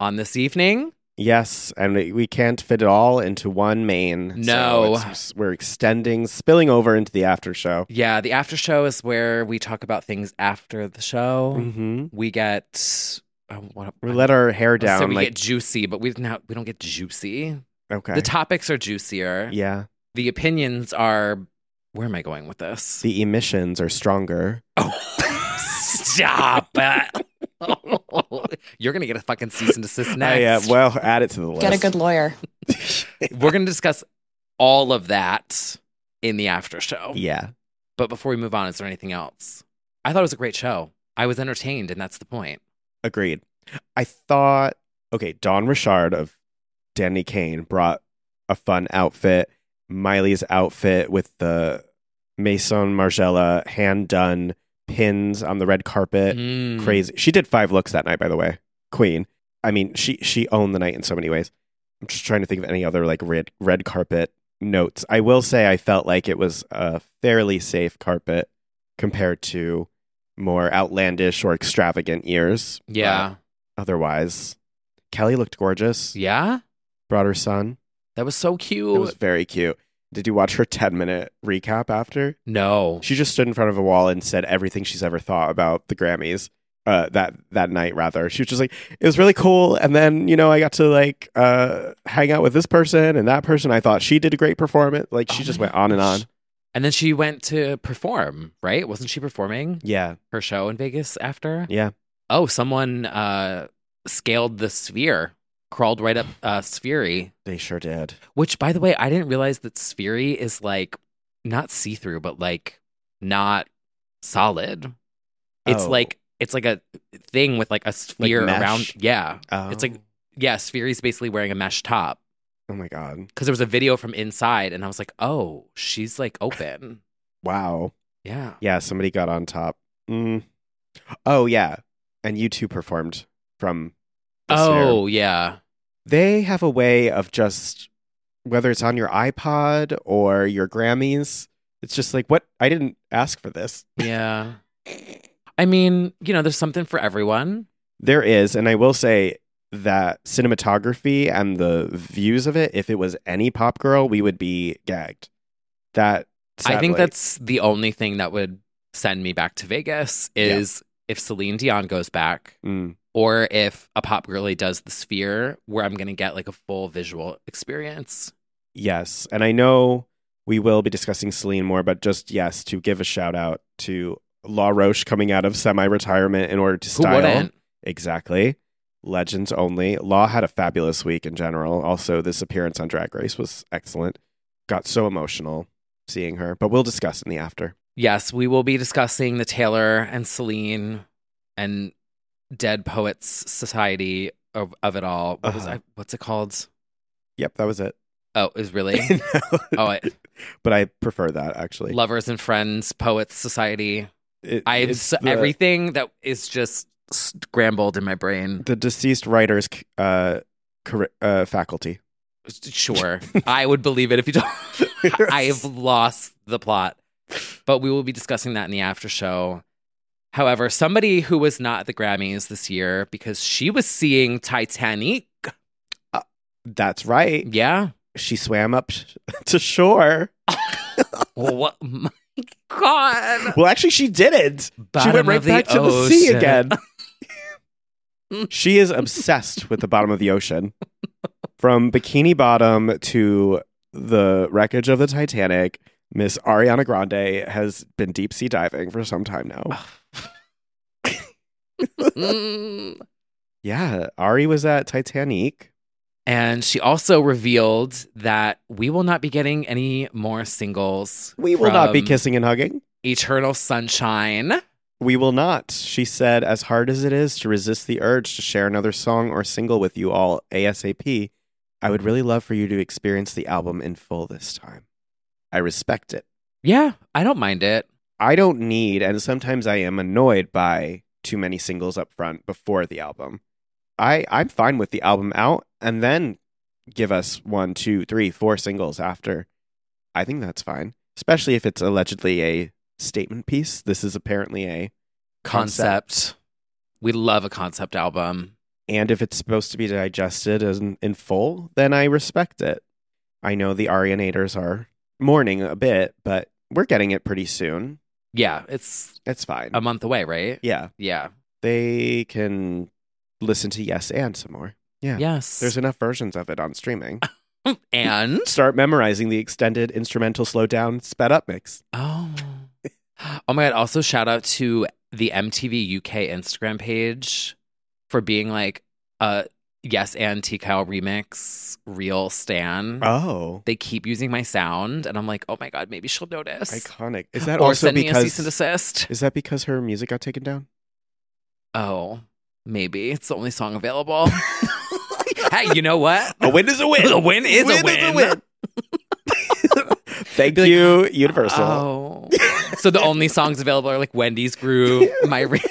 on this evening.
Yes, and we- we can't fit it all into one main. so
No.
it's- we're extending, spilling over into the after show.
Yeah, the after show is where we talk about things after the show.
hmm
We get uh, what,
We let our
I
hair
said
down.
we
like
get juicy, but we not we don't get juicy.
okay,
The topics are juicier.
yeah,
The opinions are. Where am I going with this?
the emissions are stronger.
Oh, stop it. You're going to get a fucking cease and desist next.
I, uh, well, add it to the
Oh,
list.
Get a good lawyer.
We're going to discuss all of that in the after show.
Yeah,
But before we move on, is there anything else? I thought it was a great show. I was entertained, and that's the point.
agreed. I thought okay, Don Richard of Danny Kane brought a fun outfit. Miley's outfit with the Maison Margiela hand done pins on the red carpet.
Mm.
crazy. She did five looks that night, by the way. Queen. I mean, she she owned the night in so many ways. I'm just trying to think of any other like red red carpet notes. I will say I felt like it was a fairly safe carpet compared to more outlandish or extravagant years.
Yeah.
But otherwise, Kelly looked gorgeous.
Yeah.
Brought her son.
That was so cute.
It was very cute. Did you watch her 10 minute recap after?
no.
She just stood in front of a wall and said everything she's ever thought about the Grammys. Uh, that that night, rather, she was just like, "It was really cool." And then, you know, I got to like uh, hang out with this person and that person. I thought she did a great performance. Like, she
Oh
just
my
went on and
gosh.
on.
And then she went to perform, right? Wasn't she performing
Yeah.
her show in Vegas after?
Yeah.
Oh, someone uh, scaled the sphere, crawled right up uh, Sphery,
They sure did.
which, by the way, I didn't realize that Sphery is like not see through, but like not solid. It's
Oh.
like it's like a thing with like a sphere
mesh?
around. Yeah,
Oh.
it's like yeah, Sphery's basically wearing a mesh top
Oh my God.
because there was a video from inside, and I was like, oh, she's like open.
Wow.
Yeah.
Yeah, somebody got on top. Mm. Oh, yeah. And you two performed from. the sphere.
Oh yeah.
They have a way of just whether it's on your iPod or your Grammys, it's just like what I didn't ask for this.
Yeah. I mean, you know, there's something for everyone.
There is, and I will say that cinematography and the views of it, if it was any pop girl, we would be gagged. That
I think
sadly-
that's the only thing that would send me back to Vegas is if Celine Dion goes back
Mm.
or if a pop girlie does the sphere where I'm going to get like a full visual experience.
yes. And I know we will be discussing Celine more, but just yes, to give a shout out to La Roche coming out of semi retirement in order to
Who
style.
wouldn't?
Exactly. Legends only. Law had a fabulous week in general. Also, this appearance on Drag Race was excellent. Got so emotional seeing her, but we'll discuss in the after.
Yes, we will be discussing the Taylor and Celine and Dead Poets Society of, of it all. What was
Uh-huh.
I, what's it called?
Yep, that was it.
Oh, is really Oh, I-
but I prefer that actually.
Lovers and Friends Poets Society.
It-
I have
it's
s
the-
everything that is just scrambled in my brain.
The deceased writer's uh, curri- uh, faculty.
Sure, I would believe it if you don't. I have lost the plot, but we will be discussing that in the after show. However, somebody who was not at the Grammys this year because she was seeing Titanic.
That's right.
Yeah.
She swam up to shore.
What? My God.
Well, actually, she didn't. she
Bottom
went right
of the
back to the sea
ocean.
again. she is obsessed with the bottom of the ocean. From Bikini Bottom to the wreckage of the Titanic, Miss Ariana Grande has been deep sea diving for some time now.
Mm.
yeah, Ari was at Titanic.
And she also revealed that we will not be getting any more singles.
We will not be
from
kissing and hugging.
Eternal Sunshine.
We will not, she said, as hard as it is to resist the urge to share another song or single with you all ASAP, I would really love for you to experience the album in full this time. I respect it.
Yeah, I don't mind it.
I don't need, and sometimes I am annoyed by too many singles up front before the album. I, I'm fine with the album out and then give us one, two, three, four singles after. I think that's fine, especially if it's allegedly a statement piece. This is apparently a
Concept. We love a concept album.
And if it's supposed to be digested in, in full, then I respect it. I know the Arianators are mourning a bit, but we're getting it pretty soon.
Yeah, it's
It's fine.
a month away, right?
yeah.
Yeah.
They can listen to Yes and some more. Yeah.
Yes. Mm,
There's enough versions of it on streaming.
and
Start memorizing the extended instrumental slowdown sped up mix.
oh. Oh my god, also shout out to the MTV UK Instagram page for being like a yes and T Kyle remix real stan.
Oh.
They keep using my sound and I'm like, "Oh my god, maybe she'll notice."
Iconic. Is that
or
also
send me a
because
cease and desist.
Is that because her music got taken down?
Oh, maybe. It's the only song available. hey, you know what?
A win is a win.
A win is a win.
Thank you, Universal.
Oh. so the only songs available are like Wendy's Groove, My Re-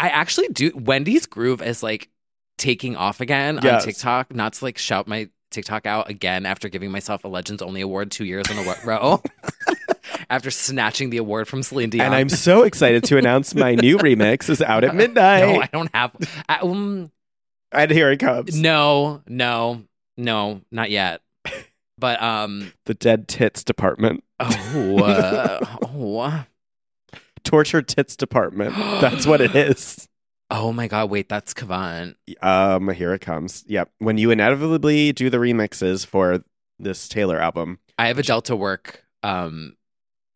I actually do Wendy's Groove is like taking off again
Yes.
on TikTok, not to like shout my TikTok out again after giving myself a Legends Only award 2 years in a row. after snatching the award from Celine Dion.
And I'm so excited to announce my new remix is out at
No, I
midnight.
don't have I, um,
and here it comes.
no, no, no, not yet. But um
The dead tits department.
oh, uh, oh.
Torture tits department. That's what it is.
Oh my god, wait, that's Kavan.
Um, here it comes. Yep. When you inevitably do the remixes for this Taylor album,
I have a Delta work um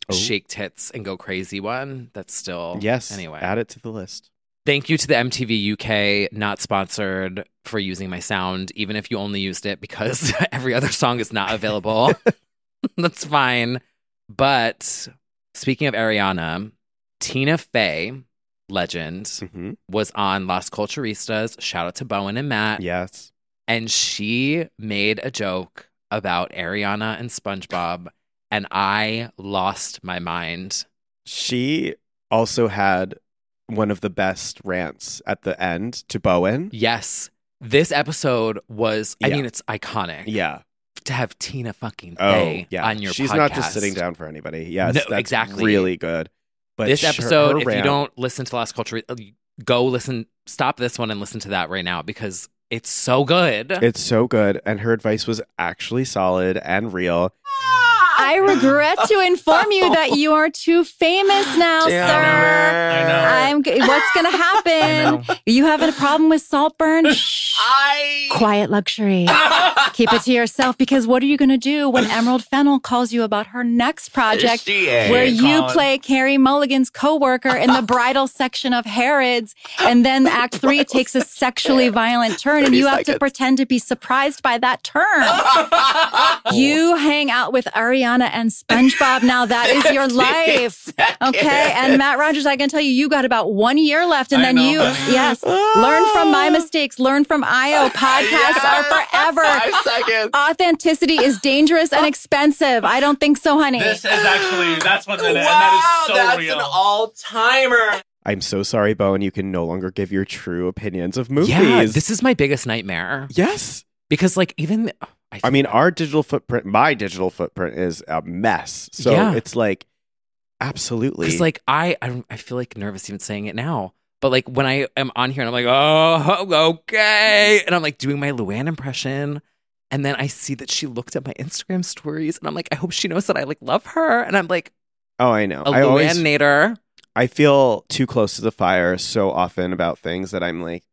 Oh.
shake tits and go crazy one that's still
Yes.
Anyway.
Add it to the list.
Thank you to the MTV UK, not sponsored, for using my sound, even if you only used it because every other song is not available. That's fine. But speaking of Ariana, Tina Fey, legend,
hmm
was on Las Culturistas. Shout out to Bowen and Matt.
Yes.
And she made a joke about Ariana and SpongeBob. And I lost my mind.
She also had one of the best rants at the end to Bowen.
Yes, this episode was, I
Yeah.
mean, it's iconic.
Yeah.
to have Tina fucking
Oh,
Fey
yeah.
on your
She's
podcast.
not just sitting down for anybody. Yes,
No,
that's
exactly.
Really good. But
this
her- her
episode, if you
rant-
don't listen to Last Culture, uh, go listen, stop this one and listen to that right now because it's so good.
it's so good, and her advice was actually solid and real.
I regret to inform you that you are too famous now, sir.
I
I'm. g- What's gonna happen? You have a problem with Saltburn? Shh. Quiet luxury. Keep it to yourself because what are you gonna do when Emerald Fennel calls you about her next project, where you play Carrie Mulligan's coworker in the bridal section of Harrods, and then Act Three takes a sexually violent turn, and you have to pretend to be surprised by that turn. You hang out with Ariana and SpongeBob now. That is your life. Okay. And Matt Rogers, I can tell you, you got about one year left. And then you, yes, learn from my mistakes, learn from IO. Podcasts are forever. Authenticity is dangerous and expensive. I don't think so, honey.
This is actually that's what that is. And that is so real.
I'm so sorry, Bowen. You can no longer give your true opinions of movies.
Yeah, this is my biggest nightmare
yes.
because, like, even I,
I mean, our digital footprint, my digital footprint is a mess. So
Yeah.
it's like, absolutely.
because, like, I, I, don't- I feel like nervous even saying it now. But like when I am on here and I'm like, oh, okay, and I'm like doing my Luann impression, and then I see that she looked at my Instagram stories, and I'm like, I hope she knows that I like love her, and I'm like
oh, I know.
a
I always
Luannator.
I feel too close to the fire so often about things that I'm like,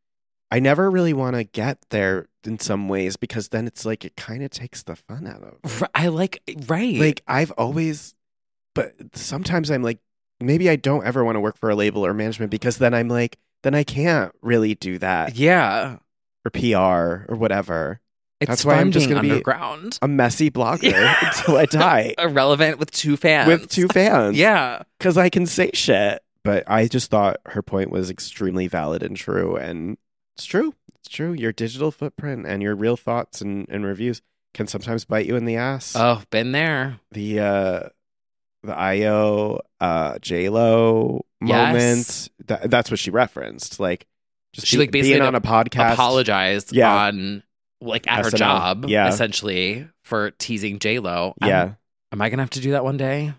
I never really want to get there in some ways because then it's like it kind of takes the fun out of it.
R- I like right.
Like I've always, but sometimes I'm like, maybe I don't ever want to work for a label or management because then I'm like, then I can't really do that
yeah,
or PR or whatever.
it's
That's
fun
why I'm just
being
gonna be-
underground,
A messy blogger
Yeah.
until I die
irrelevant with two fans.
with two fans.
yeah,
because I can say shit. But I just thought her point was extremely valid and true. And it's true. It's true. Your digital footprint and your real thoughts and, and reviews can sometimes bite you in the ass.
oh, been there.
the uh the IO uh J Lo moment.
Yes.
Tha- that's what she referenced. Like just
She,
be-
like, basically
being on a podcast.
Apologized
Yeah.
on like at her
SNL.
job,
Yeah.
essentially for teasing J Lo.
Yeah.
am I gonna have to do that one day?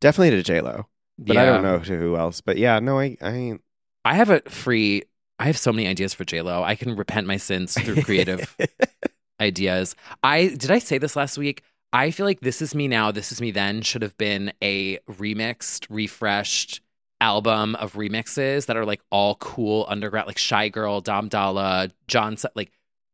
Definitely to J Lo. But I
Yeah.
don't know to who else. But yeah, no, I, I ain't
I have a free. I have so many ideas for J Lo. I can repent my sins through creative ideas. I did I say this last week? I feel like this is me now, this is me then should have been a remixed, refreshed album of remixes that are like all cool underground, like Shy Girl, Dom Dalla, John, Se- like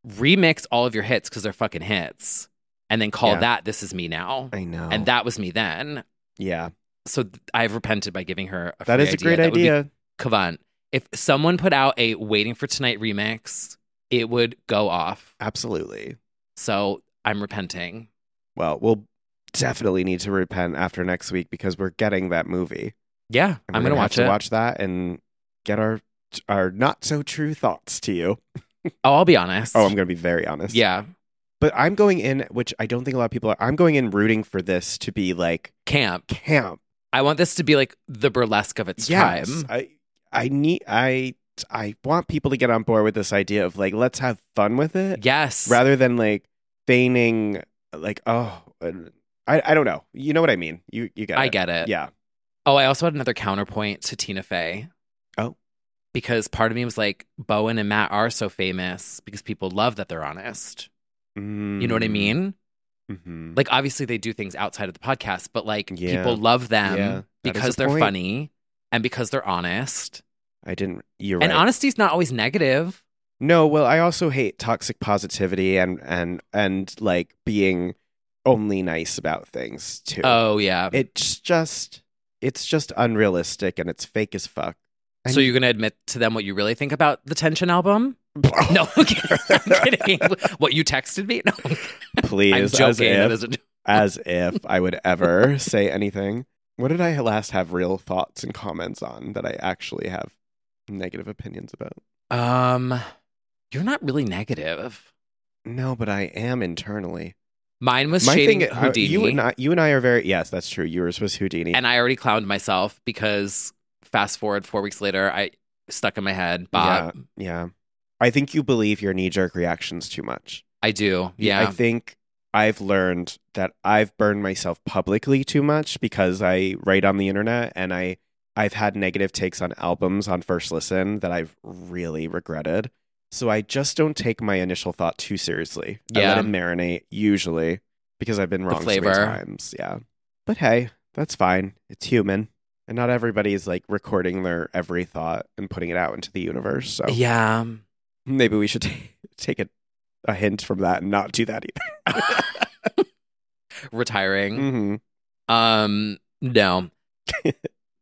remix all of your hits because they're fucking hits, and then call
Yeah. Oh.
that "This Is Me Now,"
I know.
and that was me then.
Yeah.
So th- I've repented by giving her a
That
free
is a great
That would be
idea.
Kavan, if someone put out a Waiting for Tonight remix, it would go off.
Absolutely.
So I'm repenting.
Well, we'll definitely need to repent after next week because we're getting that movie.
Yeah,
And
I'm
we're
gonna
have
watch
to
it.
watch that and get our our not so true thoughts to you.
Oh, I'll be honest.
Oh, I'm going to be very honest.
yeah,
But I'm going in, which I don't think a lot of people are. I'm going in rooting for this to be like
camp.
camp.
I want this to be like the burlesque of its
Yes.
time.
I I need I I want people to get on board with this idea of like let's have fun with it
Yes.
rather than like feigning like oh I I don't know. You know what I mean? You you get
I
it.
get it.
Yeah.
Oh, I also had another counterpoint to Tina Fey.
Oh.
Because part of me was like, Bowen and Matt are so famous because people love that they're honest. You know what I
Mm.
mean?
Mm-hmm.
Like, obviously, they do things outside of the podcast, but like,
Yeah.
people love them
Yeah, that is
because
the
they're
point.
funny and because they're honest.
I didn't. You're
And
right.
honesty is not always negative.
no, well, I also hate toxic positivity and and and like being only nice about things too.
Oh, yeah.
It's just it's just unrealistic and it's fake as fuck. I
so you're gonna admit to them what you really think about the Tension album? no, I'm kidding. I'm kidding. What you texted me? No,
Please,
I'm
as
joking. That
if,
isn't-
as if I would ever say anything. What did I last have real thoughts and comments on that I actually have negative opinions about?
um, you're not really negative.
No, but I am internally.
Mine was
My
shading
thing, uh,
Houdini,
you and
and, I-
I, you and I are very yes, that's true. Yours was Houdini.
already clowned myself because fast forward four weeks later, I stuck in my head. Bob,
Yeah, yeah. I think you believe your knee jerk reactions too much.
I do. Yeah,
I think I've learned that I've burned myself publicly too much because I write on the internet and I I've had negative takes on albums on first listen that I've really regretted. So I just don't take my initial thought too seriously. I let
Yeah.
it marinate usually because I've been wrong so many
flavor.
times. Yeah. But hey, that's fine. It's human. And not everybody is like recording their every thought and putting it out into the universe. So
yeah.
maybe we should t- take a, a hint from that and not do that either. oh.
Retiring.
Mm-hmm.
Um, no.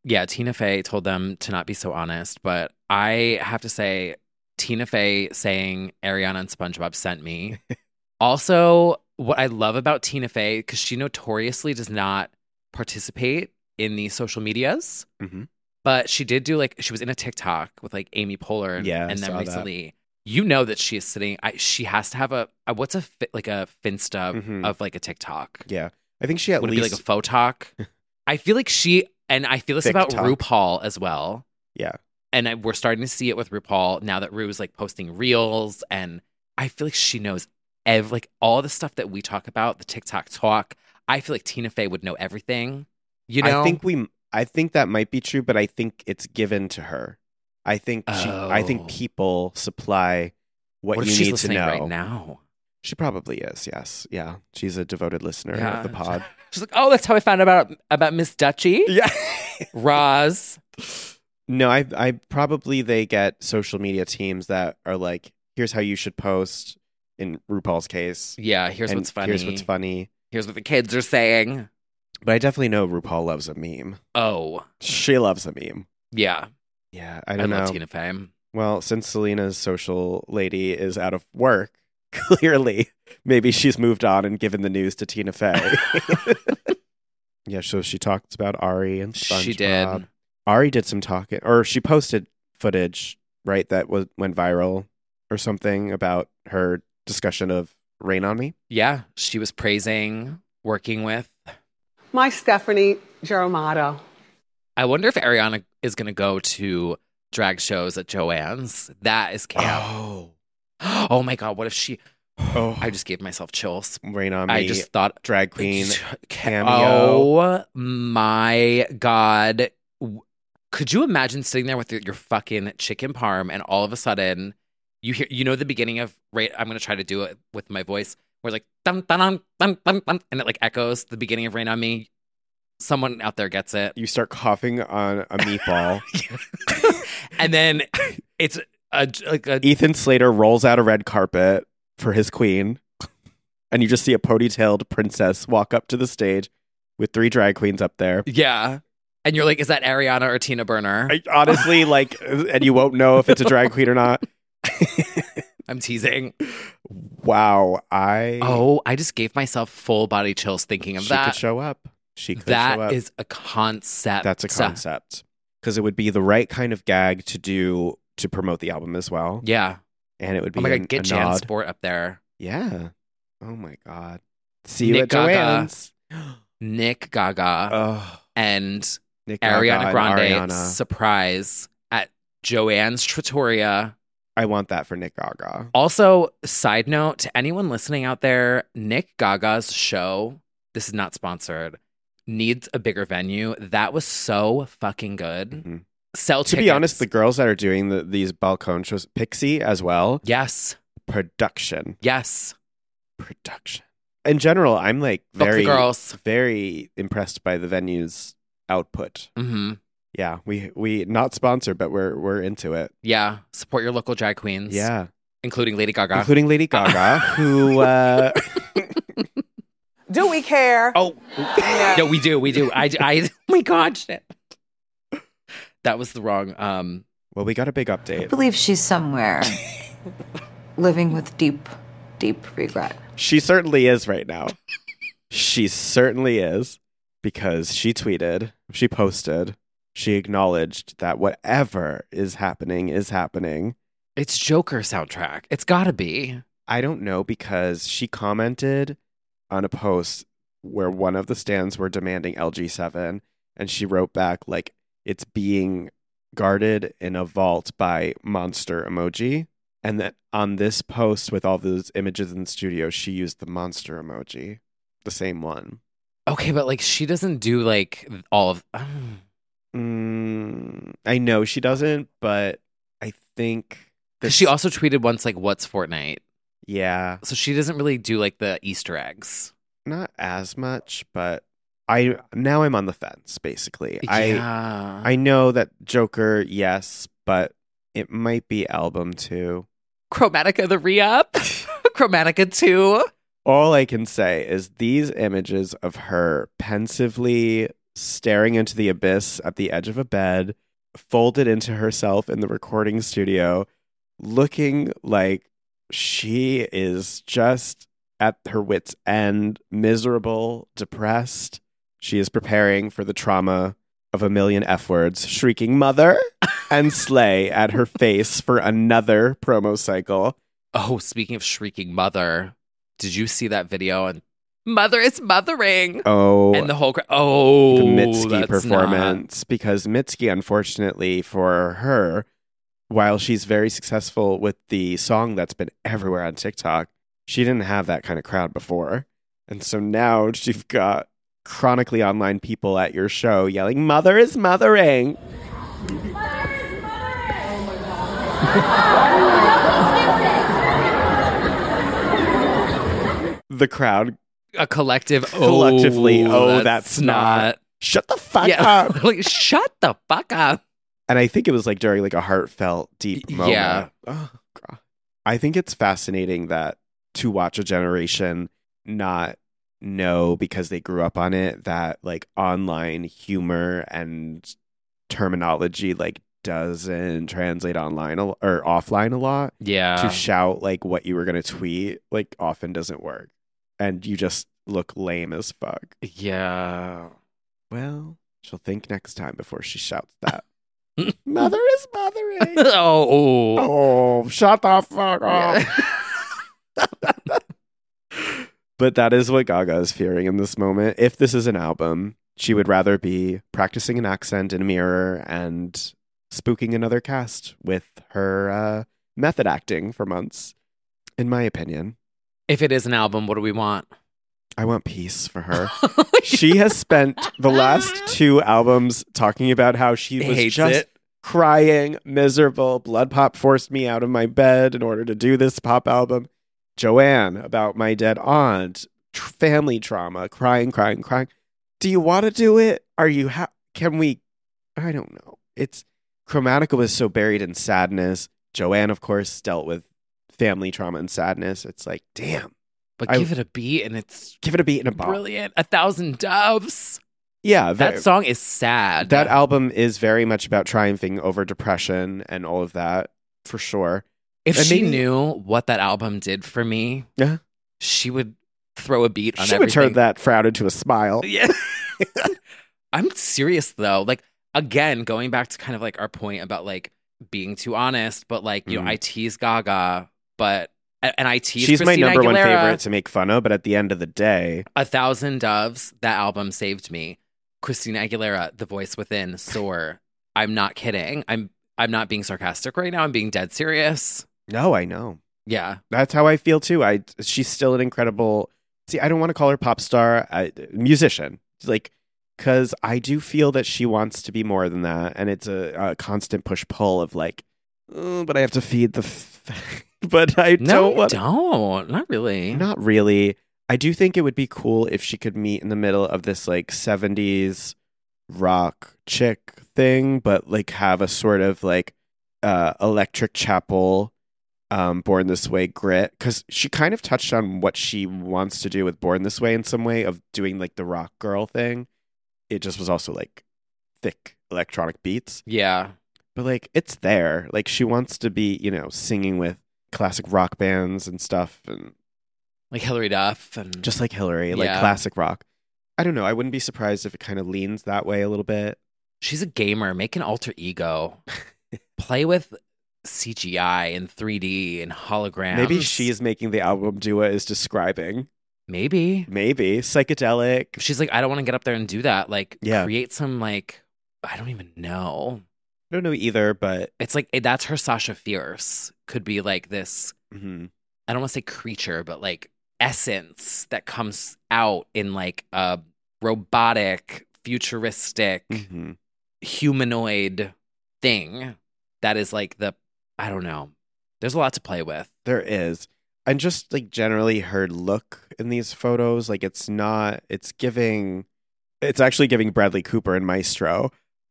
yeah, Tina Fey told them to not be so honest, but I have to say, Tina Fey saying Ariana and SpongeBob sent me. also, what I love about Tina Fey, because she notoriously does not participate in the social medias,
Mhm.
but she did do like, she was in a TikTok with like Amy Poehler and,
Yeah, I
and
saw
then
that.
recently. You know that she is sitting. I, she has to have a, a what's a fi- like a finsta
Mhm.
of like a TikTok.
Yeah. I think she at
Would it be
least
like a faux talk? I feel like she and I feel this
Thick
about
talk.
RuPaul as well.
Yeah.
And I, we're starting to see it with RuPaul now that Ru's like posting reels and I feel like she knows ev like all the stuff that we talk about, the TikTok talk. I feel like Tina Fey would know everything. You know?
I think we I think that might be true, but I think it's given to her. I think she, I
Oh.
think people supply what,
if
you
she's
need to
listening
know.
right now.
She probably is, yes. Yeah. She's a devoted listener of
Yeah.
the pod.
She's like, oh, that's how I found out about about Miss Duchy.
yeah.
Roz.
No, I I probably they get social media teams that are like, here's how you should post in RuPaul's case.
Yeah, here's
and
what's funny.
Here's what's funny.
Here's what the kids are saying.
But I definitely know RuPaul loves a meme.
Oh.
She loves a meme.
Yeah.
Yeah, I don't know.
love Tina Fey.
Well, since Selena's social lady is out of work, clearly, maybe she's moved on and given the news to Tina Fey. yeah, so she talked about Ari and SpongeBob.
She did.
Ari did some talking, or she posted footage, right, that was went viral or something about her discussion of "Rain on Me."
Yeah, she was praising working with.
My Stephanie Geromato.
I wonder if Ariana is going to go to drag shows at Joanne's. That is camp.
Oh,
Oh, my god, what if she?
oh,
I just gave myself chills.
"Rain on Me."
I just thought
drag queen cameo.
Oh my god, W- could you imagine sitting there with your, your fucking chicken parm and all of a sudden you hear you know the beginning of right? I'm going to try to do it with my voice. Where it's like dun dun dun dun dun dun, and it like echoes the beginning of Rain on Me. Someone out there gets it.
You start coughing on a meatball.
and then it's a like a
Ethan Slater rolls out a red carpet for his queen, and you just see a ponytailed princess walk up to the stage with three drag queens up there.
yeah, and you're like, is that Ariana or Tina Burner?
I, honestly, like, and you won't know if it's a drag queen or not.
I'm teasing.
Wow, I
Oh, I just gave myself full body chills thinking of
she
that.
could show up. She could show
that
up.
is a concept.
That's a concept because it would be the right kind of gag to do to promote the album as well,
Yeah.
and it would be
Oh my
an-
god,
a
get Jan
nod.
Sport up there.
Yeah. Oh my god. See you
Nick
at
Gaga.
Joanne's.
Nick Gaga
Oh,
and
Nick Gaga
Ariana
and
Grande
Ariana.
surprise at Joanne's Trattoria.
I want that for Nick Gaga.
Also, side note to anyone listening out there, Nick Gaga's show, this is not sponsored, needs a bigger venue. That was so fucking good.
Mhm.
Sell
To be
tickets.
honest, the girls that are doing the, these balcone shows, Pixie as well,
yes,
production,
yes,
production. In general, I'm like
Book the
very,
girls.
very impressed by the venue's output.
hmm
Yeah, we we not sponsored, but we're we're into it.
yeah. Support your local drag queens,
Yeah,
including Lady Gaga.
including Lady Gaga, who uh,
Do do we care?
Oh, no, we do, we do. I, I, oh my God, shit. That was the wrong. Um,
well, we got a big update.
I believe she's somewhere living with deep, deep regret.
She certainly is right now. she certainly is because she tweeted, she posted, she acknowledged that whatever is happening is happening.
It's Joker soundtrack. It's gotta be.
I don't know because she commented on a post where one of the stands were demanding LG7 and she wrote back like it's being guarded in a vault by monster emoji and that on this post with all those images in the studio she used the monster emoji the same one
Okay, but like she doesn't do like all of. Um,
mm, I know she doesn't, but I think
'cause she also tweeted once like, "What's Fortnite?"
yeah,
So she doesn't really do like the Easter eggs.
not as much, but I now I'm on the fence basically.
Yeah.
I I know that Joker, yes, but it might be album 2.
Chromatica the re-up. Chromatica two.
All I can say is these images of her pensively staring into the abyss at the edge of a bed, folded into herself in the recording studio, looking like she is just at her wits' end, miserable, depressed. She is preparing for the trauma of a million F words, shrieking mother and slay at her face for another promo cycle.
Oh, speaking of shrieking mother, did you see that video and mother is mothering?
Oh,
and the whole cra- oh
the Mitski
that's not-
performance because Mitski, unfortunately for her, while she's very successful with the song that's been everywhere on TikTok, she didn't have that kind of crowd before. And so now she've got chronically online people at your show yelling, Mother is mothering. The crowd
a collective oh,
Collectively, oh, that's
not,
not- shut the fuck
yeah,
up.
like shut the fuck up.
And I think it was like during like a heartfelt, deep
Y-
moment.
yeah.
Oh, God. I think it's fascinating that to watch a generation not know because they grew up on it that like online humor and terminology like doesn't translate online a- or offline a lot.
Yeah,
to shout like what you were going to tweet like often doesn't work. And you just look lame as fuck.
yeah.
Well, she'll think next time before she shouts that. Mother is mothering.
oh, oh.
Oh, shut the fuck up. but that is what Gaga is fearing in this moment. If this is an album, she would rather be practicing an accent in a mirror and spooking another cast with her uh, method acting for months, in my opinion.
If it is an album, what do we want?
I want peace for her.
Oh,
she has spent the last two albums talking about how she was
Hates
just
it.
crying, miserable. Blood Pop forced me out of my bed in order to do this pop album. Joanne about my dead aunt, tr- family trauma, crying, crying, crying. Do you want to do it? Are you ha- can we I don't know. It's Chromatica was so buried in sadness. Joanne of course dealt with family trauma and sadness. It's like, damn.
But
I-
give it a beat, and it's
Give it a beat and a bop.
brilliant. A thousand doves.
Yeah, very-
That song is sad.
That album is very much about triumphing over depression and all of that, for sure.
if
and
she
maybe-
knew what that album did for me,
Yeah.
she would throw a beat on
she would
everything.
turn that frown into a smile.
Yeah. I'm serious though. Like again, going back to kind of like our point about like being too honest, but like you know,
Mhm.
I tease Gaga, but and and I tease
She's my
Christina
number one
Aguilera.
favorite to make fun of, but at the end of the day,
A Thousand Doves, that album saved me. Christina Aguilera, The Voice Within, Soar. I'm not kidding. I'm I'm not being sarcastic right now. I'm being dead serious.
no, I know.
Yeah.
That's how I feel too. I she's still an incredible. See, I don't want to call her pop star, I, musician, like because I do feel that she wants to be more than that, and it's a, a constant push pull of like, "Oh, but I have to feed the, f- but I
No,
don't want
you don't. Not really.
Not really. I do think it would be cool if she could meet in the middle of this like 70s rock chick thing, but like have a sort of like uh, electric chapel um, Born This Way grit because she kind of touched on what she wants to do with Born This Way in some way of doing like the rock girl thing. It just was also like thick electronic beats.
Yeah.
But like it's there. Like she wants to be, you know, singing with classic rock bands and stuff and
like Hillary Duff and
just like Hillary, like
Yeah.
classic rock. I don't know. I wouldn't be surprised if it kind of leans that way a little bit.
She's a gamer. Make an alter ego. Play with CGI and 3D and holograms.
Maybe she is making the album Dua is describing.
Maybe.
Maybe. Psychedelic.
She's like, I don't want to get up there and do that. Like,
Yeah.
create some like, I don't even know.
I don't know either, but
It's like that's her Sasha Fierce. Could be like this.
Mhm.
I don't want to say creature, but like essence that comes out in like a robotic, futuristic,
Mhm.
humanoid thing that is like the I don't know. There's a lot to play with.
There is. And just like generally her look in these photos, like it's not, it's giving, it's actually giving Bradley Cooper and Maestro,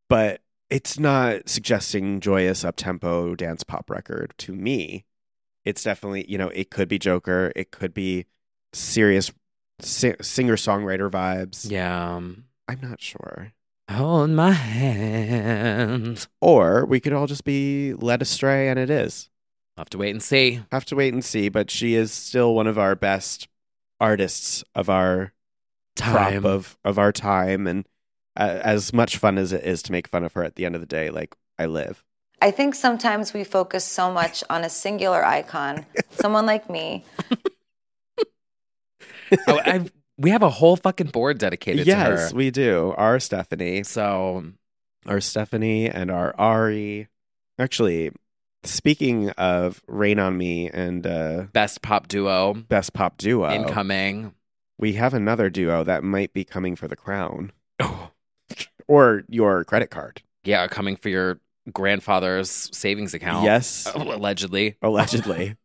but it's not suggesting joyous up tempo dance pop record to me. It's definitely, you know, it could be Joker, it could be serious si- singer songwriter vibes.
Yeah.
I'm not sure.
Hold my hand.
Or we could all just be led astray and it is.
Have to wait and see.
Have to wait and see, but she is still one of our best artists of our
Time.
crop of of our time and uh, as much fun as it is to make fun of her at the end of the day, like I live.
I think sometimes we focus so much on a singular icon, someone like me.
oh, I've, we have a whole fucking board dedicated to her.
yes, we do. Our Stephanie,
so
our Stephanie and our Ari. Actually, speaking of Rain on Me and uh,
Best pop duo
Best Pop Duo,
incoming.
we have another duo that might be coming for the crown.
Oh.
or your credit card.
Yeah, coming for your grandfather's savings account.
Yes.
Allegedly.
Allegedly.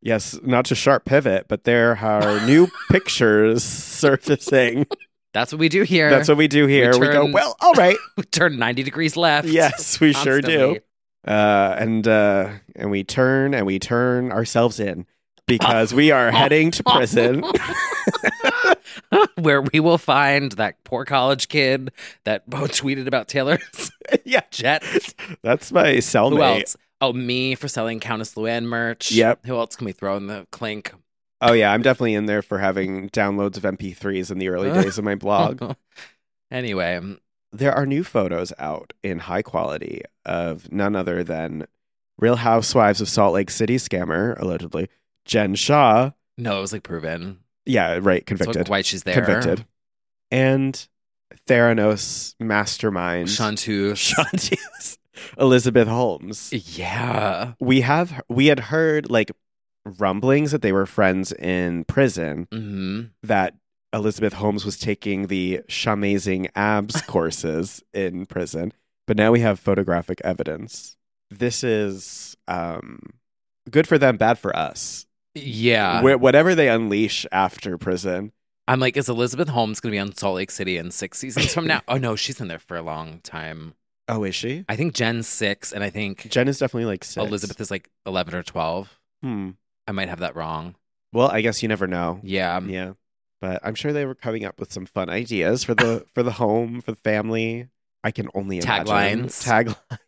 yes, not to sharp pivot, but there are new pictures surfacing.
That's what we do here.
That's what we do here. We, go,
turn-
well, all right.
we turn 90 degrees left.
Yes, we sure do.
Constantly.
Uh, and uh, and we turn and we turn ourselves in because we are heading to prison.
Where we will find that poor college kid that Bo tweeted about Taylor's
yeah.
jet.
That's my
Who
cellmate.
else? Oh, me for selling Countess Luann merch.
Yep.
Who else can we throw in the clink?
Oh yeah, I'm definitely in there for having downloads of MP3s in the early days of my
Oh,
blog.
Anyway,
there are new photos out in high quality of none other than Real Housewives of Salt Lake City scammer, allegedly, Jen Shaw.
no, it was like proven.
Yeah, right,
That's what-
convicted.
why she's there.
Convicted. And Theranos mastermind,
Shantu.
Shantius, Elizabeth Holmes.
Yeah.
We have we had heard like rumblings that they were friends in prison
hmm
that Elizabeth Holmes was taking the shamazing abs courses in prison, but now we have photographic evidence. This is um, good for them, bad for us.
Yeah.
Wh- whatever they unleash after prison,
I'm like, is Elizabeth Holmes going to be on Salt Lake City in six seasons from now? oh, no, she's in there for a long time.
oh, is she?
I think Jen's six, and I think
Jen is definitely like six.
Elizabeth is like 11 or 12.
Hmm.
I might have that wrong.
Well, I guess you never know.
Yeah.
Yeah, but I'm sure they were coming up with some fun ideas for the for the home for the family. I can only imagine.
Taglines.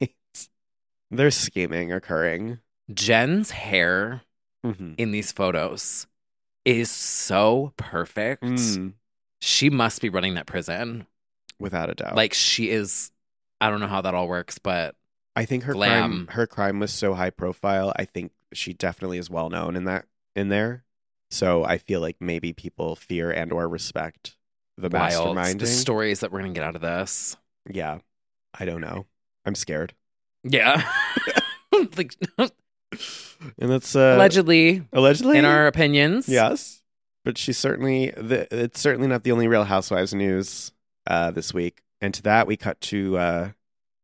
Taglines. There's scheming occurring.
Jen's hair
Mm-hmm.
in these photos is so perfect.
Mm.
She must be running that prison.
without a doubt.
Like, she is, I don't know how that all works, but
I think her
glam.
crime her crime was so high profile. I think she definitely is well known in that in there. So I feel like maybe people fear and or respect the
wild.
mastermind.
The stories that we're going to get out of this.
Yeah, I don't know. I'm scared.
Yeah. like,
Uh, And that's uh,
allegedly,
allegedly
in our opinions.
yes, but she's certainly the, it's certainly not the only Real Housewives news uh, this week. And to that, we cut to uh,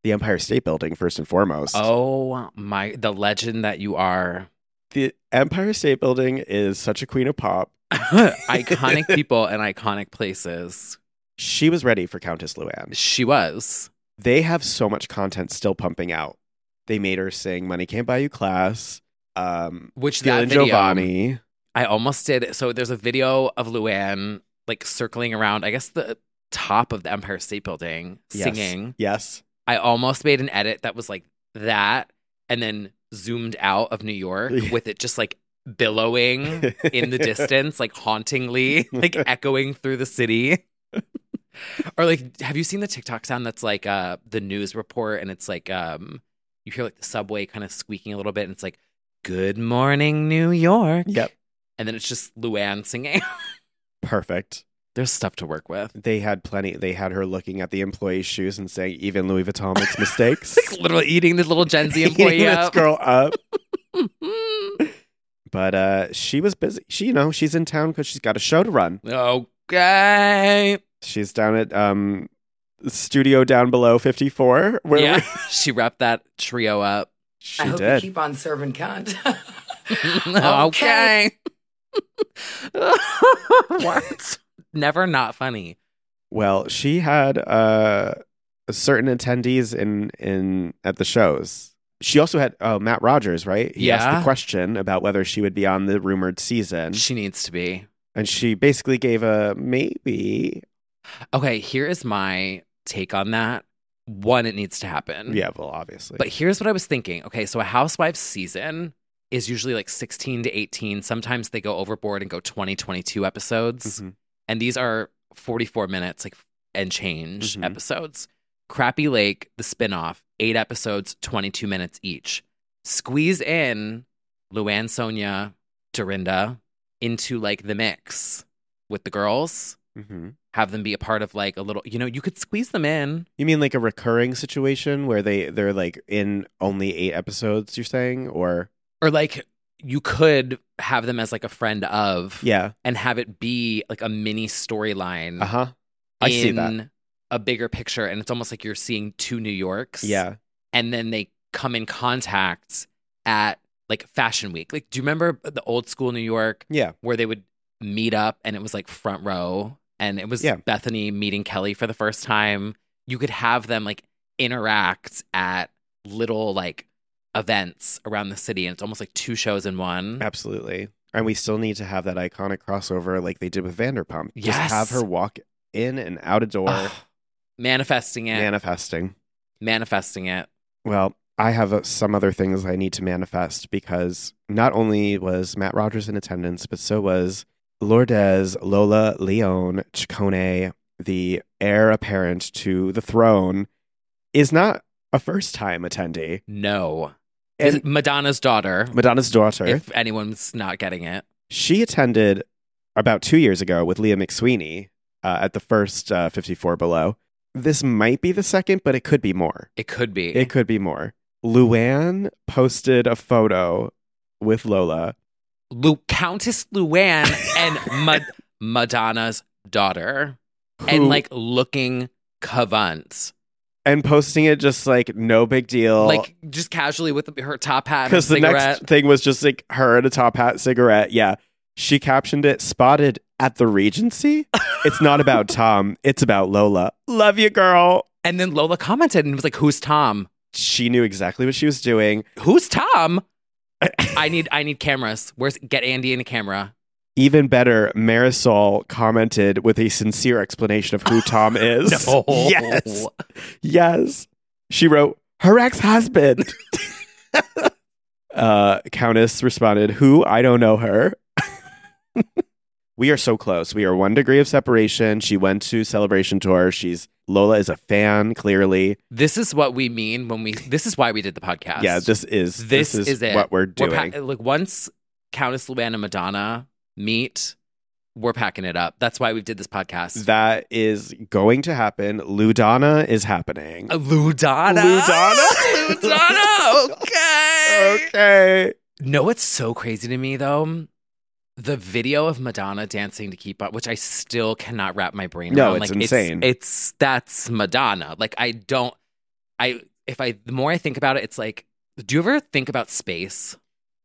the Empire State Building first and foremost.
Oh my, the legend that you are.
The Empire State Building is such a queen of pop.
iconic people and iconic places.
She was ready for Countess Luann.
She was.
They have so much content still pumping out. They made her sing Money Can't Buy You Class. um,
Which
Phil
that
and
video-
Giovanni.
I almost did. So there's a video of Luann like circling around, I guess the top of the Empire State Building
Yes.
singing.
Yes.
I almost made an edit that was like that and then zoomed out of New York with it just like billowing in the distance, like hauntingly, like echoing through the city. or like have you seen the TikTok sound that's like uh the news report and it's like um you hear like the subway kind of squeaking a little bit and it's like good morning New York.
Yep.
And then it's just Luann singing.
Perfect.
There's stuff to work with.
They had plenty. They had her looking at the employee's shoes and saying, "Even Louis Vuitton makes mistakes."
Literally eating the little Gen Z
Eating
employee
this
up.
girl up. but uh, she was busy. She, you know, she's in town because she's got a show to run.
Okay.
She's down at um, studio down below fifty four. Where
yeah.
we-
she wrapped that trio up.
she
I hope
did.
you keep on serving cunt.
okay. what? Never not funny.
Well, she had uh, certain attendees in in at the shows. She also had uh, Matt Rogers, right? He asked
Yeah.
the question about whether she would be on the rumored season,
She needs to be.
and she basically gave a maybe.
Okay, here is my take on that. One, it needs to happen.
Yeah, well, obviously,
Mm-hmm. But here's what I was thinking. Okay, so a housewife season is usually like 16 to 18. Sometimes they go overboard and go 20, 22 episodes.
Mm-hmm.
And these are 44 minutes, like and change
Mhm.
episodes. Crappy Lake, the spinoff, eight episodes, 22 minutes each. Squeeze in Luann, Sonia, Dorinda into like the mix with the girls.
Mhm.
Have them be a part of like a little, you know, you could squeeze them in.
you mean like a recurring situation where they they're like in only eight episodes? You're saying, or
or like you could have them as like a friend of
Yeah.
and have it be like a mini storyline
uh huh? I
Mm-hmm.
see
in
that.
a bigger picture and it's almost like you're seeing two new yorks
Yeah.
and then they come in contact at like fashion week like do you remember the old school new york
Yeah.
where they would meet up and it was like front row and it was
Yeah.
bethany meeting kelly for the first time you could have them like interact at little like events around the city and it's almost like two shows in one
Absolutely. And we still need to have that iconic crossover like they did with Vanderpump. Just have
Yes. Ah,
her walk in and out a door,
Ugh. manifesting it
manifesting.
manifesting it
Well, I have uh, some other things I need to manifest because not only was Matt Rogers in attendance, but so was Lourdes Lola Leon Ciccone, the heir apparent to the throne, is not a first time attendee.
no
And-
madonna's daughter
Madonna's daughter.
if anyone's not getting it
She attended about two years ago with Leah McSweeney uh, at the first uh, 54 Below. This might be the second, but it could be more.
it could be
It could be more. Luann posted a photo with Lola.
Lu- Countess Luann and Ma- Madonna's daughter, and
Who-
like looking cavant,
And posting it just like no big deal.
like just casually with her top hat and a
Oh. because the
cigarette.
next thing was just like her in a top hat, cigarette. Yeah. She captioned it spotted at the Regency. it's not about Tom, it's about Lola. Love you, girl.
And then Lola commented and was like, "Who's Tom?
She knew exactly what she was doing.
Who's Tom? I need, I need cameras. Where's get Andy in a camera?
Even better, Marisol commented with a sincere explanation of who Tom is.
No.
Yes. Yes. She wrote, her ex husband. uh, Countess responded, Who? I don't know her. we are so close. We are one degree of separation. She went to Celebration Tour. She's Lola is a fan, clearly.
This is what we mean when we. This is why we did the podcast.
Yeah, this is
this,
is,
it.
what we're doing.
pa- like once Countess Luann and Madonna meet, we're packing it up. That's why we did this podcast.
that is going to happen. Ludana is happening.
Uh, Ludana.
Ludana?
Ludana. Okay.
Okay.
No, what's so crazy to me though? The video of Madonna dancing to Keep Up, which I still cannot wrap my brain
No,
around.
it's
like,
insane.
It's, that's Madonna. Like I don't. I if I the more I think about it, it's like. Do you ever think about space?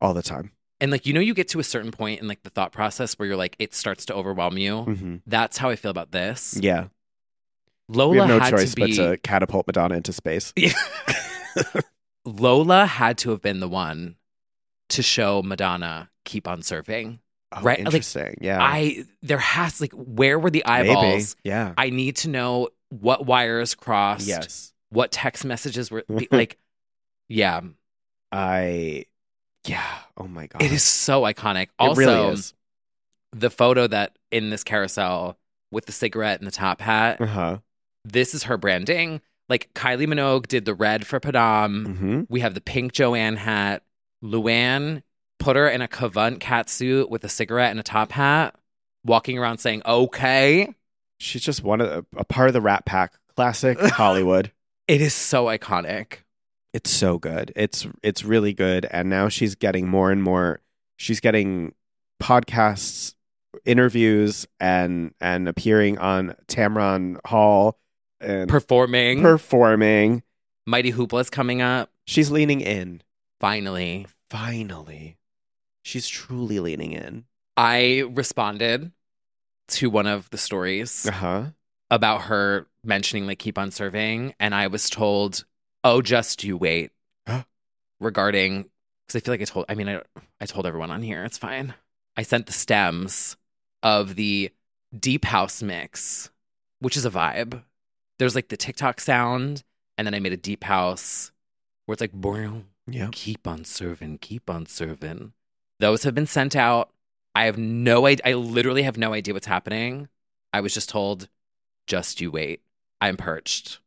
All the time.
And like you know, you get to a certain point in like the thought process where you're like, it starts to overwhelm you.
Mhm.
That's how I feel about this.
Yeah.
Lola
we have no
had
choice
to be.
but to catapult Madonna into space.
Lola had to have been the one to show Madonna keep on surfing. right?
Oh, interesting.
Like,
Yeah.
I there has like where were the eyeballs?
Yeah.
I need to know what wires crossed.
Yes.
What text messages were be- like yeah.
I yeah. Oh my god.
It is so iconic.
It
also
really is.
the photo that in this carousel with the cigarette and the top hat.
Uh-huh.
This is her branding. Like Kylie Minogue did the red for Padam.
Mhm.
We have the pink Joanne hat. Luann put her in a Cavant cat suit with a cigarette and a top hat, walking around saying, okay.
She's just one of the, a part of the Rat Pack, classic Hollywood.
It is so iconic.
It's so good. It's it's really good. And now she's getting more and more. She's getting podcasts, interviews, and and appearing on Tamron Hall and
Performing.
performing.
Mighty Hoopla's coming up.
She's leaning in.
Finally.
Finally, she's truly leaning in.
I responded to one of the stories
huh.
about her mentioning like keep on serving and i was told oh just you wait regarding because i feel like i told i mean I, I told everyone on here it's fine i sent the stems of the deep house mix which is a vibe there's like the tiktok sound and then i made a deep house where it's like boom
Yeah.
keep on serving keep on serving those have been sent out i have no idea i literally have no idea what's happening i was just told just you wait. I'm perched.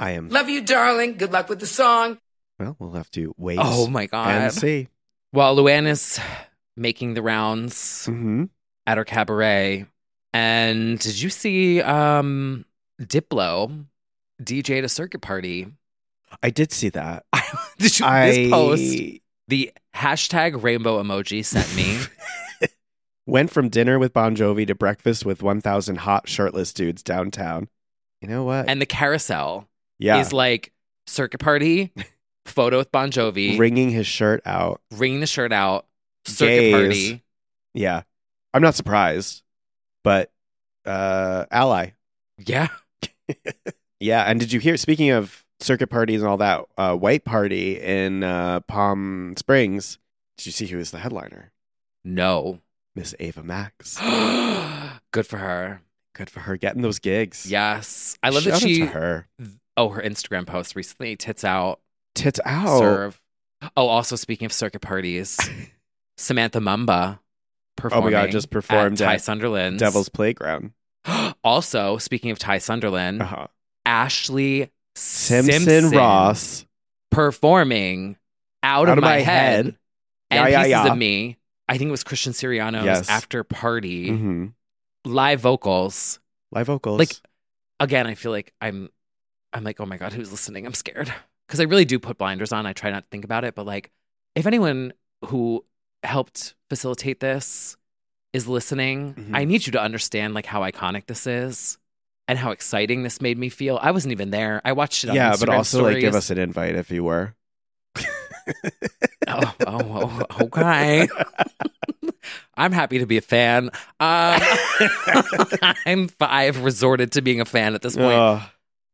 I am.
Love you, darling. Good luck with the song.
Well, we'll have to wait.
Oh my God.
And see.
While Luann is making the rounds
Mhm.
at her cabaret, and did you see um, Diplo DJ at a circuit party?
I did see that.
Did you
I
this post? The hashtag rainbow emoji sent me.
went from dinner with Bon Jovi to breakfast with 1,000 hot shirtless dudes downtown. You know what?
and the carousel
Yeah.
is like circuit party, photo with Bon Jovi,
Wringing his shirt out.
wringing the shirt out, circuit
Gays.
party.
Yeah. I'm not surprised, but uh ally.
Yeah.
Yeah. And did you hear, speaking of circuit parties and all that, uh, White Party in uh, Palm Springs, did you see who was the headliner?
No.
Miss Ava Max.
Good for her.
Good for her getting those gigs.
Yes. I love
Shout
that
out
she
to her.
Oh, her Instagram post recently, tits out,
Tits out.
serve. Oh, also speaking of circuit parties, Samantha Mumba
Oh
performing.
my God, just performed
at Ty
at
Sunderland's.
Devil's Playground.
also, speaking of Ty Sunderland,
Uh-huh.
Ashley
Simpson, Ross.
performing out, of, my, head, and
Yeah, yeah,
pieces
yeah.
of me. I think it was Christian Siriano's
Yes.
after party
Mhm.
live vocals.
Live vocals.
Like again, I feel like I'm I'm like, oh my God, who's listening? I'm scared. Because I really do put blinders on. I try not to think about it. But like if anyone who helped facilitate this is listening,
Mhm.
I need you to understand like how iconic this is and how exciting this made me feel. I wasn't even there. I watched it on
yeah, but
Instagram
also like give
stories.
us an invite if you were.
oh, oh, oh, okay. I'm happy to be a fan. Um, I'm I've resorted to being a fan at this point.
Ugh.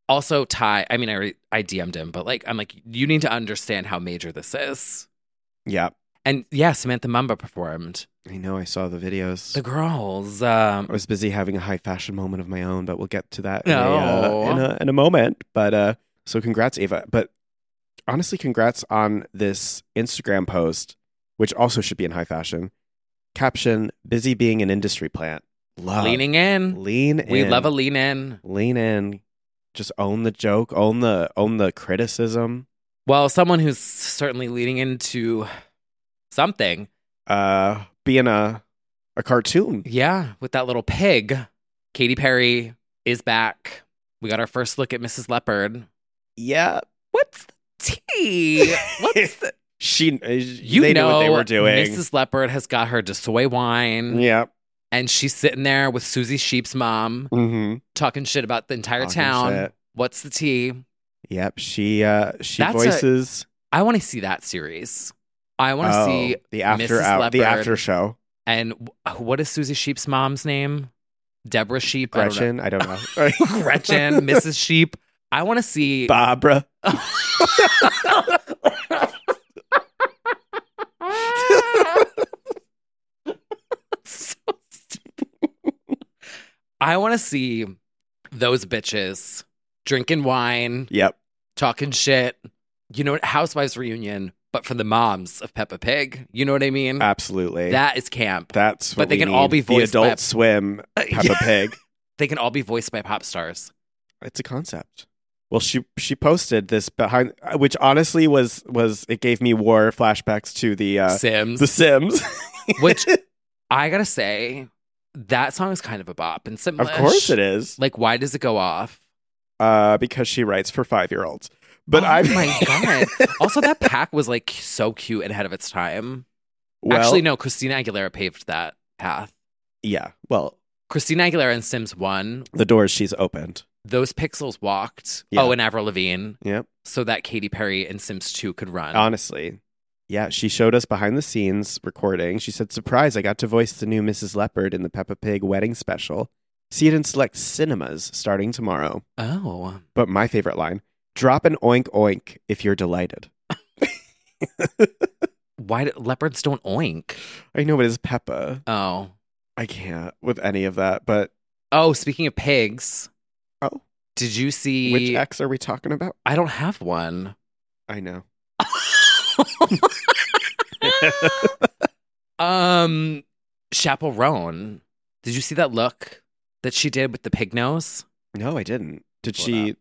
Also, Ty. I mean, I re- I DM'd him, but like, I'm like, you need to understand how major this is.
yeah,
And yeah, Samantha Mumba performed.
I know. I saw the videos.
The girls.
I
Um,
was busy having a high fashion moment of my own, but we'll get to that in, a,
No.
uh, in, a, in a moment. But uh, so congrats, Ava. But honestly, congrats on this Instagram post, which also should be in high fashion. Caption: Busy being an industry plant. Love
leaning in.
Lean.
We
in.
love a lean in.
lean in. Just own the joke. Own the own the criticism.
Well, someone who's certainly leaning into something.
Uh, being a a cartoon.
Yeah, with that little pig. Katy Perry is back. We got our first look at Mrs. Leopard.
Yeah.
What's the tea? What's the
She.
you
You they
know
knew what they were doing.
Mrs. Leopard has got her Dessoy wine,
Yeah.
and she's sitting there with Susie Sheep's mom
Mm-hmm.
talking shit about the entire
Talking
town.
shit.
What's the tea?
Yep. She. Uh. She
That's a-
voices.
I want to see that series. I want to
oh,
see
the after
Mrs.
hour, the
Leopard.
after show.
and wh- what is Susie Sheep's mom's name? Deborah Sheep, I don't know.
Gretchen. I don't know.
Gretchen, Mrs. Sheep. I want to see
Barbara.
I want to see those bitches drinking wine.
Yep.
Talking shit. You know what? Housewives reunion, but for the moms of Peppa Pig. You know what I mean?
Absolutely.
Mm. That is camp.
That's what
But they
we
can
need.
all be
the
voiced
Adult
by-
Swim Peppa
yeah.
Pig.
They can all be voiced by pop stars.
It's a concept. Well, she she posted this behind, which honestly was was it gave me war flashbacks to the uh,
Sims.
The Sims,
Which I gotta say, that song is kind of a bop and simple.
of course it is,
Like, why does it go off?
uh, because she writes for five year olds. But
oh
I
my god! Also, that pack was like so cute and ahead of its time.
Well-
Actually, no. Christina Aguilera paved that path.
yeah, well,
Christina Aguilera and Sims One.
the doors she's opened.
Those pixels walked.
Yeah.
Oh, and Avril Lavigne.
Yep.
So that Katy Perry and Sims Two could run.
Honestly. Yeah, she showed us behind the scenes recording. She said, Surprise, I got to voice the new Mrs. Leopard in the Peppa Pig wedding special. See it in select cinemas starting tomorrow.
oh,
But my favorite line drop an oink oink if you're delighted.
why do, leopards don't oink?
I know it is Peppa.
Oh,
I can't with any of that, but
oh. Speaking of pigs,
oh,
did you see?
which X are we talking about?
I don't have one.
I know.
Um, Chaperone. Did you see that look that she did with the pig nose?
No, I didn't. Did
Pull it
she?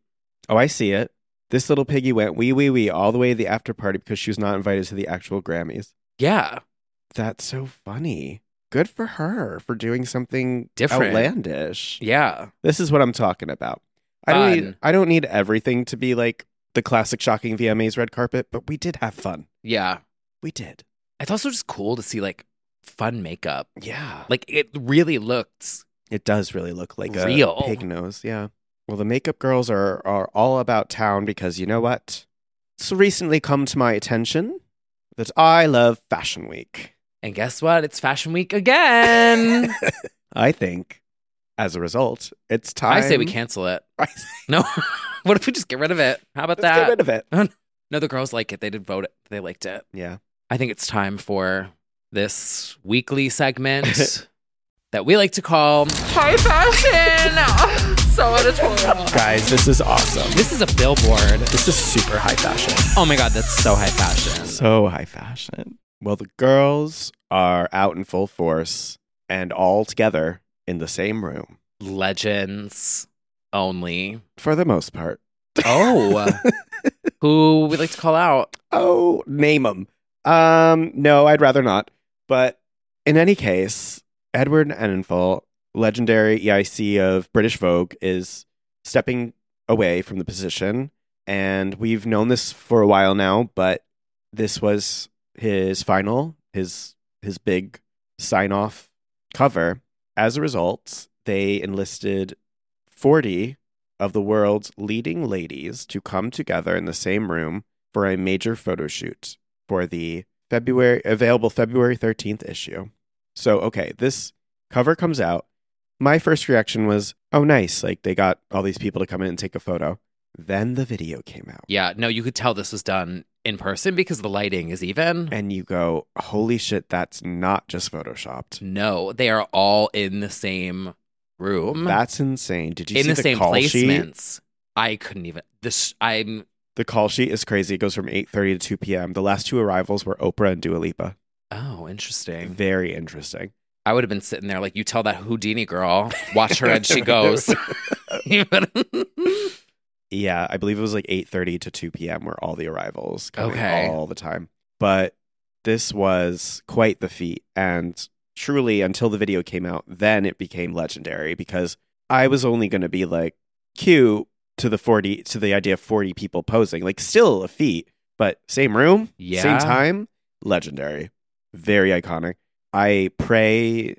Oh, I see it. This little piggy went wee wee wee all the way to the after party because she was not invited to the actual Grammys.
Yeah.
That's so funny. Good for her for doing something
Different.
outlandish.
Yeah.
This is what I'm talking about. I don't need
Fun.
I don't need everything to be like the classic shocking VMAs red carpet, but we did have fun.
Yeah.
We did.
It's also just cool to see like fun makeup.
Yeah.
Like it really looked
It does really look like
Real.
a pig nose. Yeah. Well, the makeup girls are are all about town because you know what? It's recently come to my attention that I love Fashion Week.
And guess what? It's fashion week again.
I think, as a result, it's time.
I say we cancel it.
I
No. what if we just get rid of it? How about
Let's get
that?
rid of it.
no, the girls like it. They did vote it. They liked it.
Yeah.
I think it's time for this weekly segment that we like to call
High fashion. so editorial.
Guys, this is awesome.
This is a billboard.
This is super high fashion.
Oh my god, that's so high fashion.
So high fashion. Well, the girls are out in full force and all together in the same room
Legends only.
for the most part.
Oh. Who we like to call out.
Oh, name them. Um, no, I'd rather not. But in any case, Edward Enninful, legendary EIC of British Vogue, is stepping away from the position. And we've known this for a while now, but this was his final, his his big sign off cover. As a result, they enlisted 40 of the world's leading ladies to come together in the same room for a major photo shoot for the February available February 13th issue. So okay, this cover comes out. My first reaction was, "Oh nice, like they got all these people to come in and take a photo." Then the video came out
Yeah, no, you could tell this was done in person because the lighting is even.
and you go, "Holy shit, that's not just photoshopped."
No, they are all in the same room.
That's insane. Did you
in
see
the,
the,
same
call sheet?
placements. I couldn't even this I'm
The call sheet is crazy. It goes from 8:30 to 2 p.m. The last two arrivals were Oprah and Dua Lipa.
oh, interesting.
Very interesting.
I would have been sitting there like you tell that Houdini girl, watch her and she goes.
Yeah, I believe it was like 8:30 to 2 p.m. were all the arrivals coming
Okay.
all the time. But this was quite the feat and truly until the video came out, then it became legendary because I was only going to be like cute to the 40 to the idea of 40 people posing. Like still a feat, but same room,
Yeah.
same time, legendary. Very iconic. I pray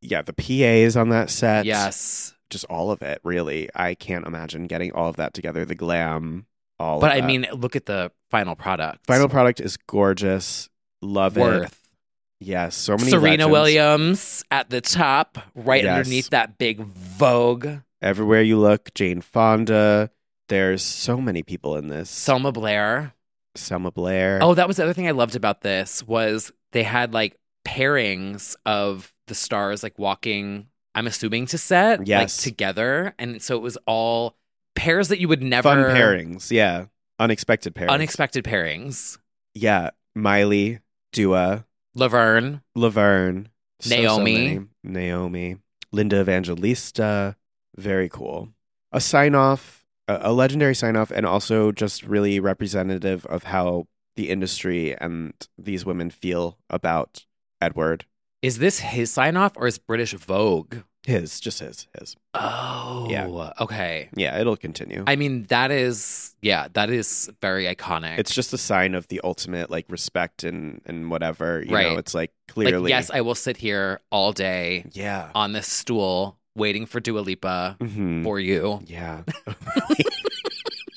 yeah, the PAs on that set
yes.
just all of it really i can't imagine getting all of that together the glam all
But
of
I
that.
mean, look at the final product.
final product is gorgeous love it
worth.
yes so many
Serena
legends.
Williams at the top, right
Yes.
underneath that big Vogue.
everywhere you look jane fonda there's so many people in this
Selma Blair.
selma blair
Oh, that was the other thing I loved about this was they had like pairings of the stars like walking I'm assuming to set
Yes.
like together, and so it was all pairs that you would never
Fun pairings. Yeah. Unexpected pairings.
unexpected pairings.
yeah. Miley, Dua,
Laverne,
Laverne, so, so
Naomi.
many. Naomi, Linda Evangelista. Very cool. A sign off, a, a legendary sign off, and also just really representative of how the industry and these women feel about Edward.
Is this his sign off or is British Vogue?
His, just his, his.
Oh,
Yeah.
Okay.
Yeah, it'll continue.
I mean, that is, yeah, that is very iconic.
it's just a sign of the ultimate like respect and and whatever. You
Right.
know, it's like
Like,
clearly
yes, I will sit here all day
Yeah.
on this stool waiting for Dua Lipa
Mhm.
for you.
Yeah.
Kidding,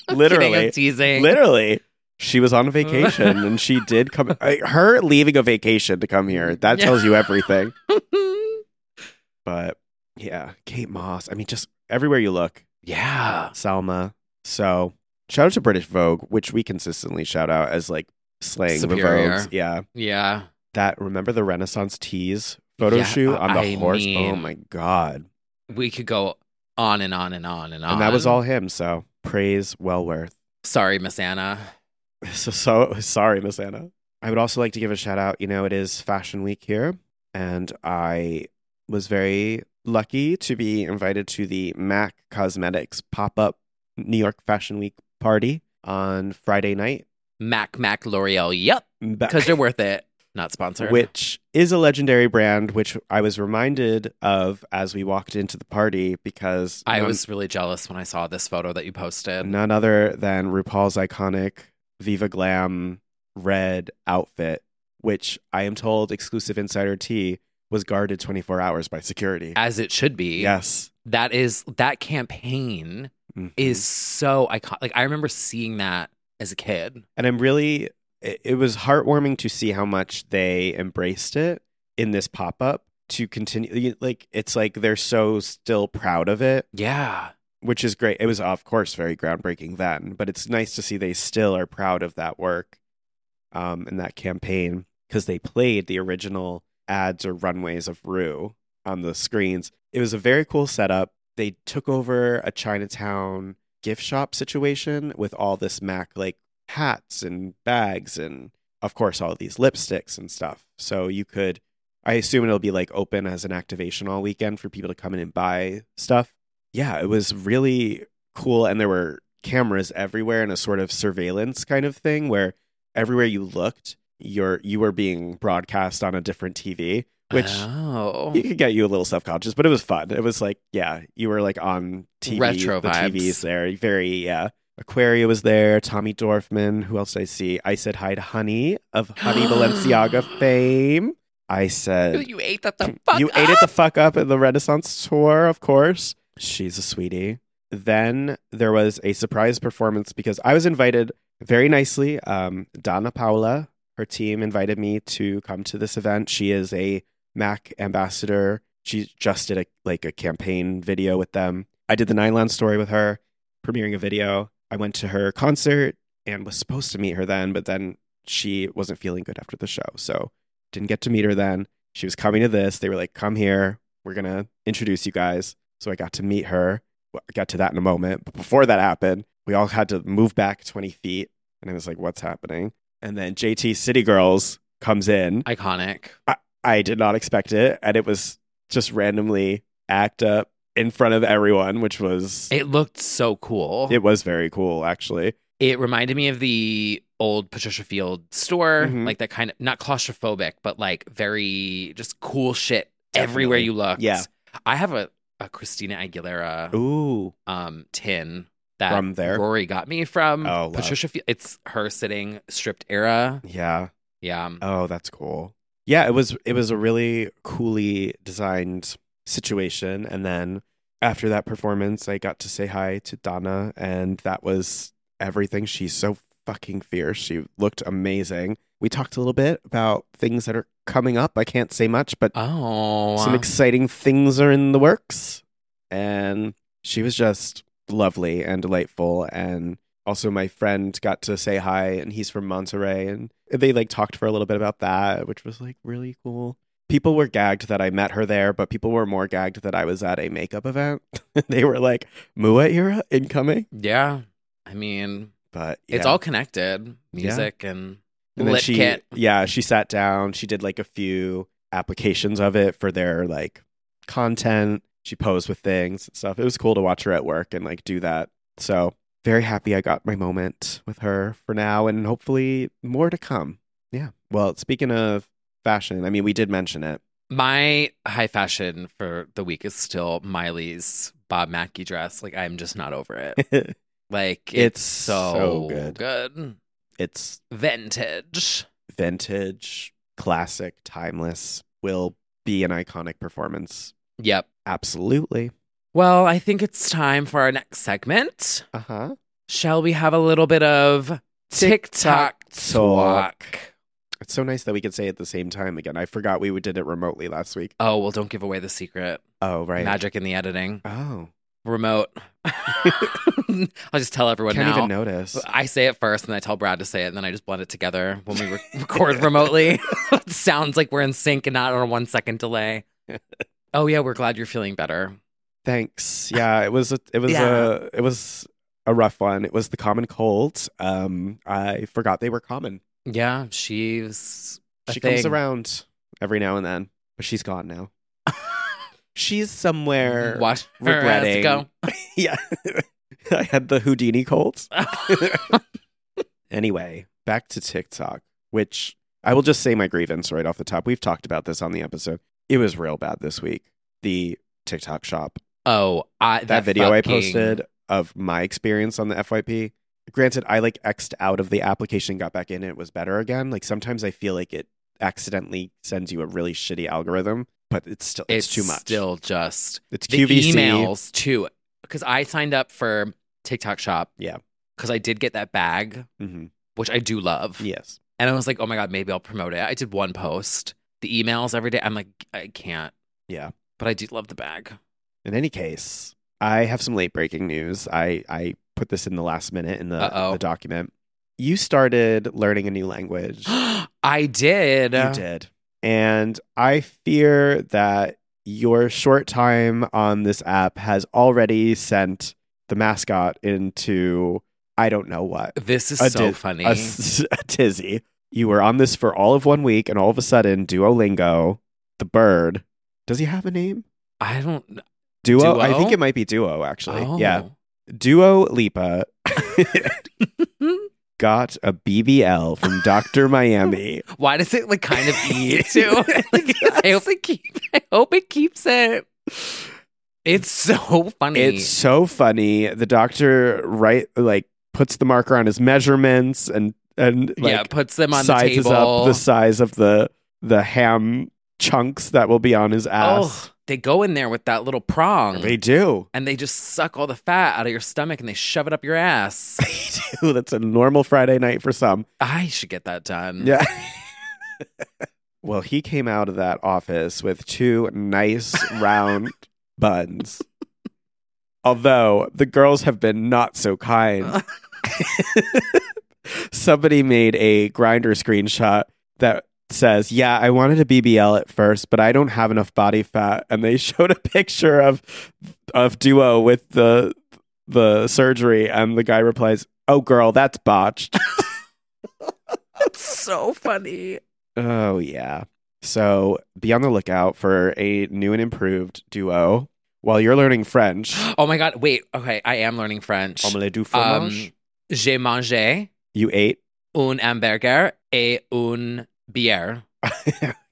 I'm
literally
teasing.
literally she was
Uh.
on vacation and she did come I- her leaving a vacation to come here that
Yeah.
tells you everything but yeah kate moss i mean just everywhere you look
Yeah.
salma so shout out to british vogue which we consistently shout out as like slaying
Superior.
the vogues yeah
Yeah.
that remember the renaissance tease photo
Yeah,
shoot on the
I
horse oh
mean-
my god
We could go on and on and on and on.
and that was all him so praise well worth
Sorry, Miss Anna.
So, so sorry, Miss Anna. I would also like to give a shout out. You know, it is Fashion Week here, and I was very lucky to be invited to the MAC Cosmetics pop up New York Fashion Week party on Friday night.
Mac Mac L'Oreal. Yep.
Ba-
Because you're worth it. Not sponsored.
which is a legendary brand, which I was reminded of as we walked into the party because
I
none-
was really jealous when I saw this photo that you posted.
none other than RuPaul's iconic Viva Glam red outfit, which I am told exclusive insider T was guarded 24 hours by security.
As it should be.
Yes.
That is, that campaign
Mhm.
is so iconic. Like, I remember seeing that as a kid.
And I'm really, it it was heartwarming to see how much they embraced it in this pop up to continue. you- Like, it's like they're so still proud of it,
Yeah.
which is great. It was, of course, very groundbreaking then, but it's nice to see they still are proud of that work um, and that campaign because they played the original ads or runways of Rue on the screens. It was a very cool setup. They took over a Chinatown gift shop situation with all this Mac like hats and bags and of course all these lipsticks and stuff. So you could I assume it'll be like open as an activation all weekend for people to come in and buy stuff. Yeah, it was really cool and there were cameras everywhere and a sort of surveillance kind of thing where everywhere you looked, you're you were being broadcast on a different TV, which
oh.
you could get you a little self conscious, but it was fun. It was like, yeah, you were like on TV.
Retro
the
vibes.
TV's there. Very, yeah. Aquaria was there. Tommy Dorfman. Who else did I see? I said hi to Honey of Honey Balenciaga fame. I said,
You ate that the fuck
you
up.
ate it the fuck up at the Renaissance tour, of course. She's a sweetie. Then there was a surprise performance because I was invited very nicely. Um, Donna Paola, her team invited me to come to this event. She is a Mac ambassador. She just did a like a campaign video with them. I did the Nine Lounge story with her, premiering a video. I went to her concert and was supposed to meet her then, but then she wasn't feeling good after the show. So didn't get to meet her then. She was coming to this. They were like, come here. We're going to introduce you guys. So I got to meet her. Well, I got to that in a moment. But before that happened, we all had to move back 20 feet. And I was like, what's happening? And then JT City Girls comes in.
Iconic.
I did not expect it. And it was just randomly act up in front of everyone, which was,
It looked so cool.
it was very cool, actually.
It reminded me of the old Patricia Field store,
Mhm.
like that kind of not claustrophobic, but like very just cool shit everywhere
Definitely.
you look.
Yeah.
I have a, a Christina Aguilera
Ooh.
um tin that
From there?
Rory got me from
Oh, love.
Patricia Field. It's her sitting stripped era.
Yeah.
Yeah.
Oh, that's cool. Yeah, it was it was a really coolly designed situation and then after that performance I got to say hi to Donna and that was everything. She's so fucking fierce. She looked amazing. We talked a little bit about things that are coming up. I can't say much, but
Oh.
some exciting things are in the works. And she was just lovely and delightful. And also, my friend got to say hi, and he's from Monterey. And they like talked for a little bit about that, which was like really cool. people were gagged that I met her there, but people were more gagged that I was at a makeup event. they were like, Mua era incoming.
Yeah. I mean,
but
it's
yeah.
all connected music and,
And then
lit
she,
kit.
yeah, she sat down. She did like a few applications of it for their like content. She posed with things and stuff. It was cool to watch her at work and like do that. So very happy I got my moment with her for now, and hopefully more to come. Yeah. Well, speaking of fashion, I mean, we did mention it.
My high fashion for the week is still Miley's Bob Mackie dress. Like I'm just not over it. like it's,
It's
so,
so
good.
good. It's
Vintage.
vintage, classic, timeless. Will be an iconic performance.
Yep.
Absolutely.
Well, I think it's time for our next segment.
Uh huh.
Shall we have a little bit of TikTok talk?
It's so nice that we could say it at the same time again. I forgot we did it remotely last week.
Oh, well, don't give away the secret.
Oh, right.
Magic in the editing.
Oh.
Remote. I'll just tell everyone
Can't
now.
even notice.
I say it first, and I tell Brad to say it, and then I just blend it together when we re- record remotely. it sounds like we're in sync and not on a one second delay. oh yeah, we're glad you're feeling better.
Thanks. Yeah, it was a, it was
Yeah.
a it was a rough one. It was the common cold. Um, I forgot they were common.
Yeah, she's a
she comes
thing.
around every now and then, but she's gone now. she's somewhere
Watch her as
regretting.
it go.
yeah, I had the Houdini cold. anyway, back to TikTok, which I will just say my grievance right off the top. We've talked about this on the episode. It was real bad this week. The TikTok shop
Oh, I,
that, video I
fucking-
posted of my experience on the FYP. Granted, I like X'd out of the application, got back in, and it was better again. Like sometimes I feel like it accidentally sends you a really shitty algorithm, but it's still it's, too much.
Still just
It's
the
QVC.
emails too, because I signed up for TikTok Shop.
Yeah.
because I did get that bag,
Mhm.
which I do love.
Yes.
and I was like, oh my god, maybe I'll promote it. I did one post. The emails every day. I'm like, I can't,
Yeah.
but I do love the bag.
In any case, I have some late breaking news. I I put this in the last minute in the,
Uh-oh.
the document. You started learning a new language.
I did.
You did. And I fear that your short time on this app has already sent the mascot into I don't know what.
This is
A
so
di-
funny.
A, s- a tizzy. You were on this for all of one week, and all of a sudden, Duolingo, the bird, does he have a name?
I don't.
Duo?
Duo?
I think it might be Duo, actually.
Oh.
Yeah. Duo Lipa got a BBL from Dr. Miami.
Why does it like kind of eat too? Like, I hope it keep. I hope it keeps it. It's so funny.
It's so funny. The doctor right like puts the marker on his measurements and and like,
yeah, puts them on the
sizes
table.
up the size of the the ham chunks that will be on his ass.
Oh, they go in there with that little prong.
They do.
and they just suck all the fat out of your stomach and they shove it up your ass.
Ooh, that's a normal Friday night for some.
I should get that done.
Yeah. well, he came out of that office with two nice round buns. Although the girls have been not so kind. Somebody made a grinder screenshot that says, Yeah, I wanted a BBL at first, but I don't have enough body fat. And they showed a picture of of duo with the the surgery and the guy replies, Oh girl, that's botched.
That's so funny.
Oh yeah. So be on the lookout for a new and improved duo while you're learning French.
Oh my God. Wait. Okay. I am learning French.
Omelette du
Um,
fromage.
j'ai mangé
you ate.
un hamburger et une bière.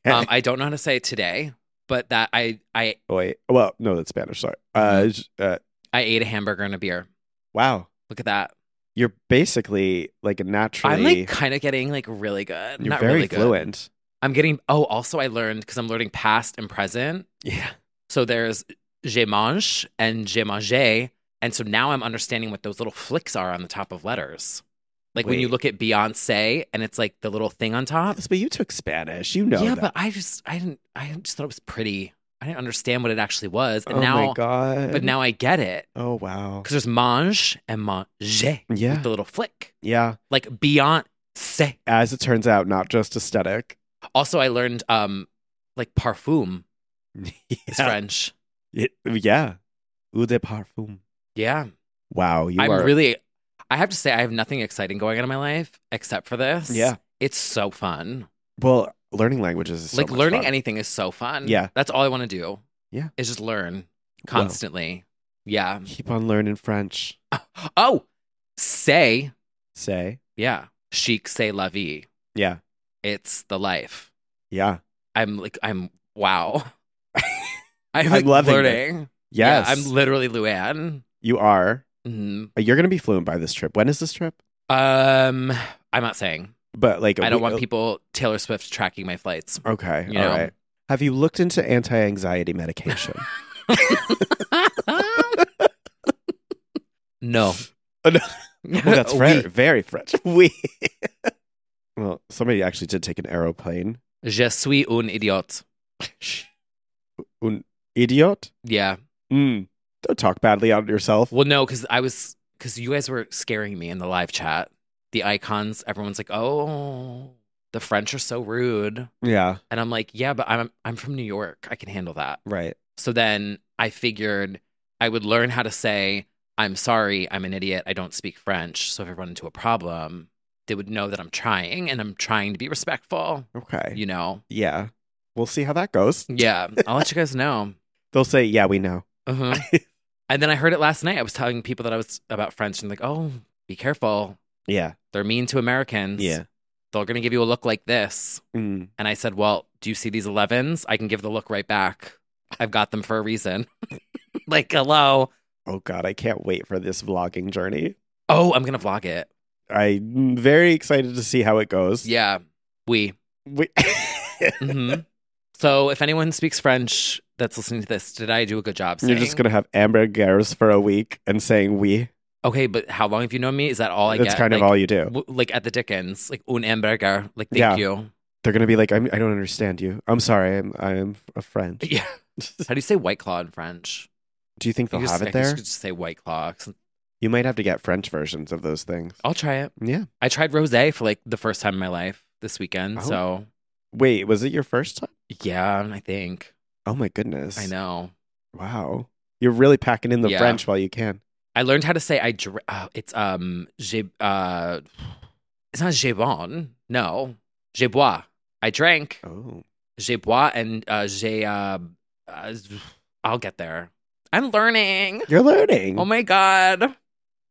um, I don't know how to say it today, but that I, I,
Oh, wait. Well, no, that's Spanish. Sorry. Uh, j- uh,
I ate a hamburger and a beer.
wow.
Look at that.
You're basically like a naturally.
I'm like kind of getting like really good.
you're
Not
very
really good.
fluent.
I'm getting. Oh, also I learned because I'm learning past and present.
Yeah.
So there's je mange and je mange, and so now I'm understanding what those little flicks are on the top of letters. Like when you
Wait.
look at Beyonce and it's like the little thing on top.
Yes, but you took Spanish. You know.
yeah,
that.
but I just I didn't I just thought it was pretty. I didn't understand what it actually was, and
oh
now
my god.
but now I get it
Oh wow.
because there's mange and mange.
Yeah.
with the little flick
Yeah.
like Beyonce.
As it turns out, not just aesthetic.
Also, I learned um like parfum. It's French.
It, yeah. Eau de parfum.
Yeah.
Wow. You
I'm
are
really, I have to say, I have nothing exciting going on in my life except for this.
Yeah.
It's so fun.
Well, learning languages is so
like
much
learning
fun.
anything is so fun.
Yeah.
That's all I want to do.
Yeah.
Is just learn constantly. Yeah.
Keep on learning French.
Oh, say.
Say.
Yeah. Chic, say la vie.
Yeah.
It's the life.
Yeah.
I'm like, I'm, wow. I'm,
I'm
like,
loving it.
learning.
Yes.
Yeah. I'm literally Luann.
You are. Uh,
Mhm.
You're going to be fluent by this trip. When is this trip?
Um, I'm not saying.
But like,
I don't
we- uh,
want people Taylor Swift tracking my flights.
Okay.
You
all
know.
right. Have you looked into anti anxiety medication?
No.
Oh, no. well, that's
We-
very, very French. We. well, somebody actually did take an aeroplane.
Je suis un idiot.
Un idiot?
Yeah.
Mm. Don't talk badly on yourself.
Well, no, because I was because you guys were scaring me in the live chat. The icons, everyone's like, "Oh, the French are so rude,"
Yeah.
and I'm like, "Yeah, but I'm I'm from New York. I can handle that."
Right.
So then I figured I would learn how to say, "I'm sorry, I'm an idiot. I don't speak French." So if I run into a problem, they would know that I'm trying and I'm trying to be respectful.
Okay.
You know?
Yeah. We'll see how that goes.
Yeah. I'll let you guys know.
They'll say, yeah, we know.
Uh-huh. and then I heard it last night. I was telling people that I was about French and like, oh, be careful.
Yeah.
They're mean to Americans.
Yeah.
They're going to give you a look like this.
Mm.
And I said, well, do you see these 11s? I can give the look right back. I've got them for a reason. like, hello.
Oh, God. I can't wait for this vlogging journey.
Oh, I'm going to vlog it.
I'm very excited to see how it goes.
Yeah. We.
We-
Mhm. So if anyone speaks French that's listening to this, did I do a good job?
You're
saying-
just going to have Amber Garris for a week and saying we.
Okay, but how long have you known me? Is that all Oh, I
That's
get?
kind of
Like-
all you do.
w- like at the Dickens, like un hamburger, like thank
Yeah.
you.
They're going to be like, I'm, I don't understand you. I'm sorry. I'm, I'm a French.
Yeah. How do you say white claw in French?
Do you think
You
they'll
just-
have
I
it
guess
there?
you could just say white claw.
You might have to get French versions of those things.
I'll try it.
Yeah.
I tried rosé for like the first time in my life this weekend.
Oh.
So
Wait, was it your first time?
yeah, I think
Oh my goodness.
I know.
Wow. You're really packing in the
Yeah.
French while you can.
I learned how to say I. Dr- oh, it's um j'ai uh, it's not j'ai bon. No, j'ai bois. I drank.
Oh.
J'ai bois and uh, j'ai uh, uh, I'll get there. I'm learning.
You're learning.
Oh my god.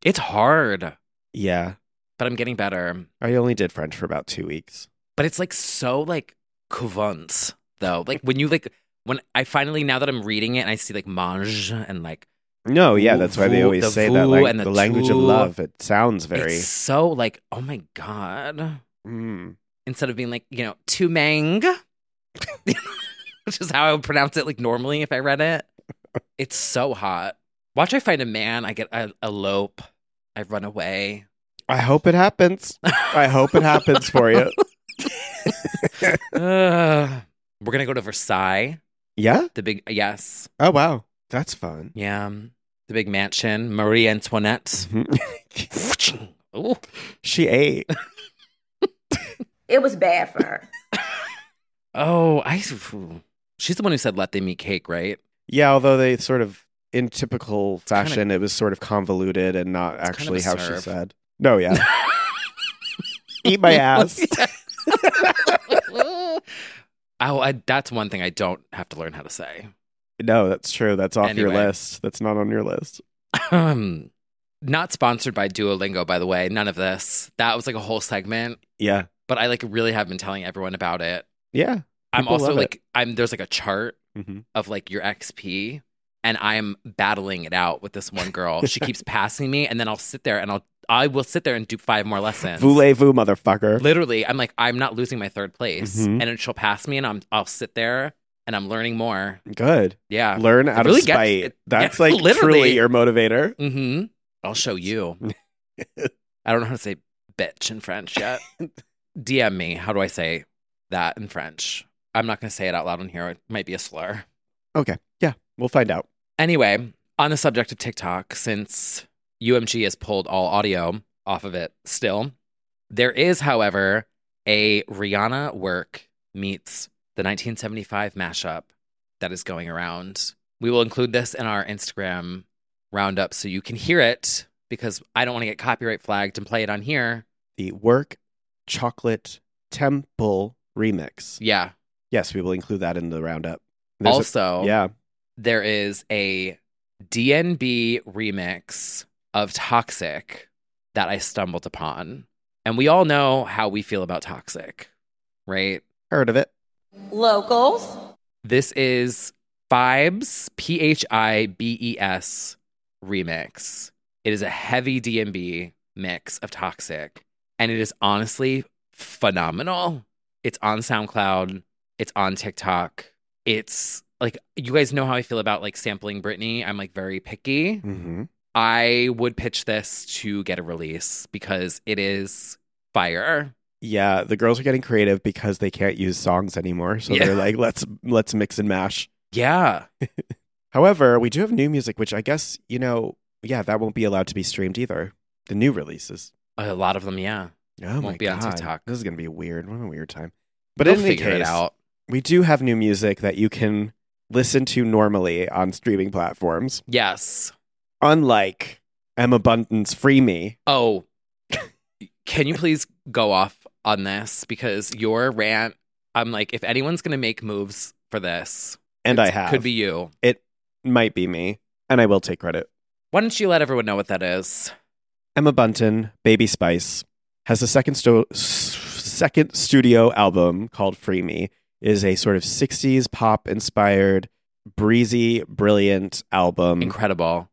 It's hard,
yeah.
but I'm getting better.
I only did French for about two weeks.
But it's like so like couvents though. Like when you like when I finally now that I'm reading it and I see like mange and like
No, yeah,
Vu-
that's why they
vu-
always
the
say
vu
that. Like
and
the,
the
language of
tu.
love. It sounds very
it's so like oh my god.
Mm.
Instead of being like, you know, tu mang which is how I would pronounce it like normally if I read it. It's so hot. Watch I find a man, I get I elope, I run away.
I hope it happens. I hope it happens for you.
Ugh. we're gonna go to Versailles.
Yeah?
The big yes,
Oh wow. That's fun.
yeah, the big mansion, Marie Antoinette. Ooh.
Mm-hmm. She ate.
It was bad for her.
Oh, I. ooh. She's the one who said, "Let them eat cake," right?
Yeah, although they sort of in typical fashion it was sort of convoluted and not
kind of
actually
a
how she
serve.
said. No, yeah. Eat my ass.
oh, I, that's one thing I don't have to learn how to say.
No, that's true. That's off your
Anyway.
list. That's not on your list.
Um, not sponsored by Duolingo, by the way. None of this. That was like a whole segment,
Yeah.
but I like really have been telling everyone about it.
Yeah.
I'm
People
also
love it.
like, I'm there's like a chart
Mm-hmm.
of like your XP and I'm battling it out with this one girl. She keeps passing me and then I'll sit there and I'll I will sit there and do five more lessons.
Voulez-vous, motherfucker.
Literally, I'm like I'm not losing my third place
Mhm.
and then she'll pass me and I'm I'll sit there and I'm learning more.
Good.
Yeah.
Learn out
really
of
gets
spite.
it.
That's
Yeah,
like truly
literally.
your motivator.
mhm. I'll show you. I don't know how to say bitch in French yet. DM me. How do I say that in French? I'm not going to say it out loud on here. It might be a slur.
Okay. Yeah. We'll find out.
Anyway, on the subject of TikTok, since UMG has pulled all audio off of it still, there is, however, a Rihanna work meets the 1975 mashup that is going around. We will include this in our Instagram roundup so you can hear it because I don't want to get copyright flagged and play it on here.
The Work Chocolate Temple remix.
Yeah.
Yes, we will include that in the roundup. a-
also,
yeah.
there is a DNB remix of Toxic that I stumbled upon. And we all know how we feel about Toxic, right?
Heard of it.
Locals.
This is Fibes, P H I B E S remix. It is a heavy DMB mix of Toxic, and it is honestly phenomenal. It's on SoundCloud, it's on TikTok. It's like, you guys know how I feel about like sampling Britney. I'm like very picky.
Mm-hmm.
I would pitch this to get a release because it is fire.
Yeah, the girls are getting creative because they can't use songs anymore. So
Yeah.
they're like, let's let's mix and mash.
Yeah.
However, we do have new music, which I guess, you know, yeah, that won't be allowed to be streamed either. The new releases.
A lot of them, yeah.
Oh my
Won't be on
God.
TikTok.
This is gonna be weird. What a weird time. But
They'll
in any
figure it
case,
out.
we do have new music that you can listen to normally on streaming platforms.
Yes.
Unlike M Abundance Free Me.
Oh, can you please go off on this? Because your rant, I'm like, if anyone's going to make moves for this,
And I
it's-
have.
Could be you.
It might be me. And I will take credit.
Why don't you let everyone know what that is?
Emma Bunton, Baby Spice, has a second sto- s- second studio album called Free Me. It is a sort of 60s pop inspired, breezy, brilliant album.
Incredible.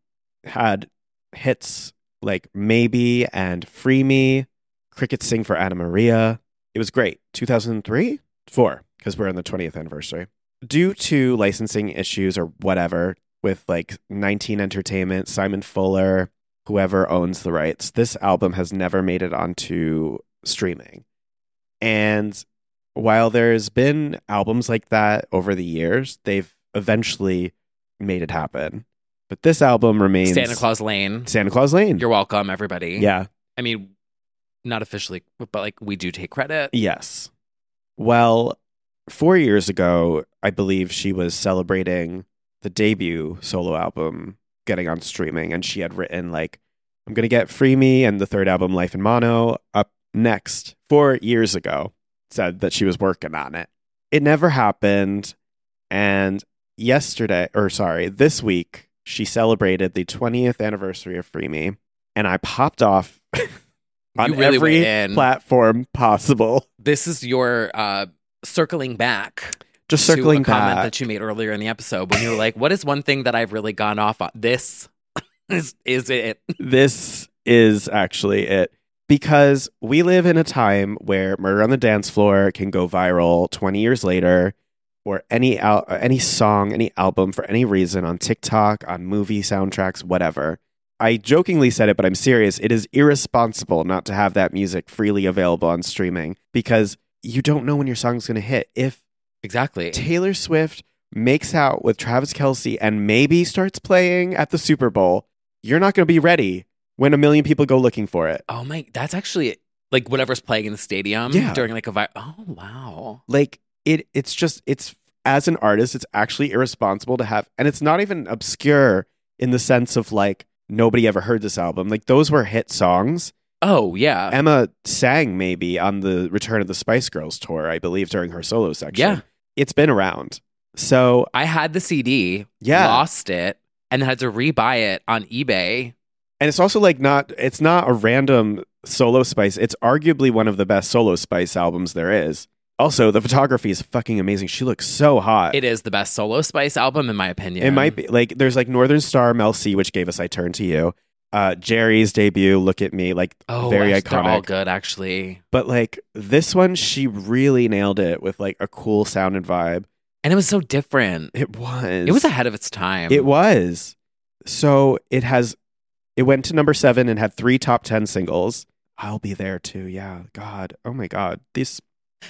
Had hits like Maybe and Free Me, Cricket Sing for Anna Maria. It was great. 2003? 4, because we're on the 20th anniversary. Due to licensing issues or whatever with like 19 Entertainment, Simon Fuller, whoever owns the rights, this album has never made it onto streaming. And while there's been albums like that over the years, they've eventually made it happen. But this album remains
Santa Claus Lane.
Santa Claus Lane.
You're welcome, everybody.
yeah.
I mean, not officially, but like we do take credit.
Yes. Well, four years ago, I believe she was celebrating the debut solo album getting on streaming, and she had written like, "I'm gonna get Free Me" and the third album, Life in Mono, up next. Four years ago, said that she was working on it. It never happened, and yesterday, or sorry, this week, she celebrated the 20th anniversary of Free Me, and I popped off. On
You really
every
went in.
platform possible.
This is your uh, circling back.
Just
to a
circling
comment
back.
that you made earlier in the episode when you were like, "What is one thing that I've really gone off on?" This is is it.
this is actually it because we live in a time where murder on the dance floor can go viral 20 years later or any al- any song any album for any reason on TikTok on movie soundtracks whatever I jokingly said it but I'm serious it is irresponsible not to have that music freely available on streaming because you don't know when your song's going to hit if
Exactly.
Taylor Swift makes out with Travis Kelsey and maybe starts playing at the Super Bowl, you're not going to be ready when a million people go looking for it.
Oh my, that's actually like whatever's playing in the stadium
Yeah.
during like a vi- Oh wow.
Like it, it's just it's as an artist, it's actually irresponsible to have, and it's not even obscure in the sense of like nobody ever heard this album. Like those were hit songs.
Oh yeah.
Emma sang maybe on the Return of the Spice Girls tour, I believe, during her solo section.
Yeah.
it's been around. So
I had the CD,
Yeah.
lost it, and had to rebuy it on eBay.
And it's also like not it's not a random solo spice. It's arguably one of the best solo spice albums there is. Also, the photography is fucking amazing. She looks so hot.
It
It,
is the best solo Spice album in my opinion.
Uh, might be like there's like Northern Star Mel C, which gave us I Turn to You. Uh Jerry's debut, Look at Me, like
oh,
very
actually, They're all
iconic.
good actually,
But like this one, she really nailed it with like a cool sound and vibe.
and it was so different.
It was.
It was ahead of its time.
It was. So it has it went to number seven and had three top ten singles. I'll be there too. Yeah. God. Oh my God. This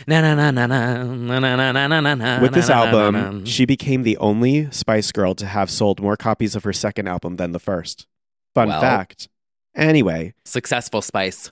Na na na na na na na na na na na.
with this
na, na, na,
album,
na, na.
she became the only Spice Girl to have sold more copies of her second album than the first. Fun
Well.
fact. Anyway,
Successful spice.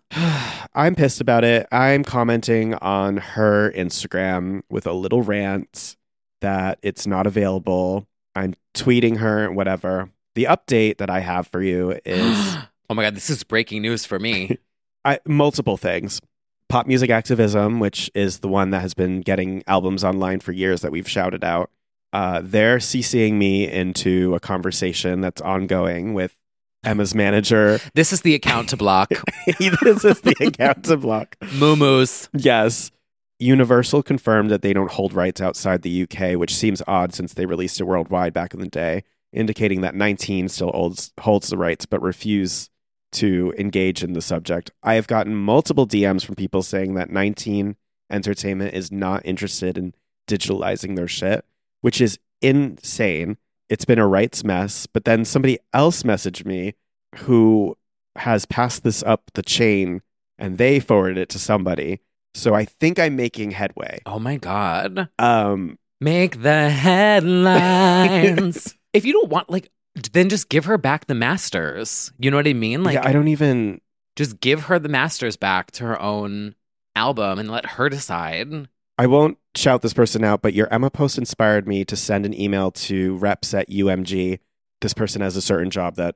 I'm pissed about it. I'm commenting on her Instagram with a little rant that it's not available. I'm tweeting her and whatever. The update that I have for you is
Oh my god, this is breaking news for me.
I, multiple things. Pop music activism, which is the one that has been getting albums online for years that we've shouted out, uh, they're CCing me into a conversation that's ongoing with Emma's manager.
this is the account to block.
this is the account to block.
Moomoos.
Yes. Universal confirmed that they don't hold rights outside the UK, which seems odd since they released it worldwide back in the day, indicating that 19 still holds, holds the rights but refuse to engage in the subject. I have gotten multiple DMs from people saying that 19 Entertainment is not interested in digitalizing their shit, which is insane. It's been a rights mess. But then somebody else messaged me who has passed this up the chain and they forwarded it to somebody. So I think I'm making headway.
Oh my god.
Um,
Make the headlines. if you don't want like then just give her back the masters. You know what I mean? Like
yeah, I don't even.
just give her the masters back to her own album and let her decide.
I won't shout this person out, but your Emma post inspired me to send an email to reps at UMG. This person has a certain job that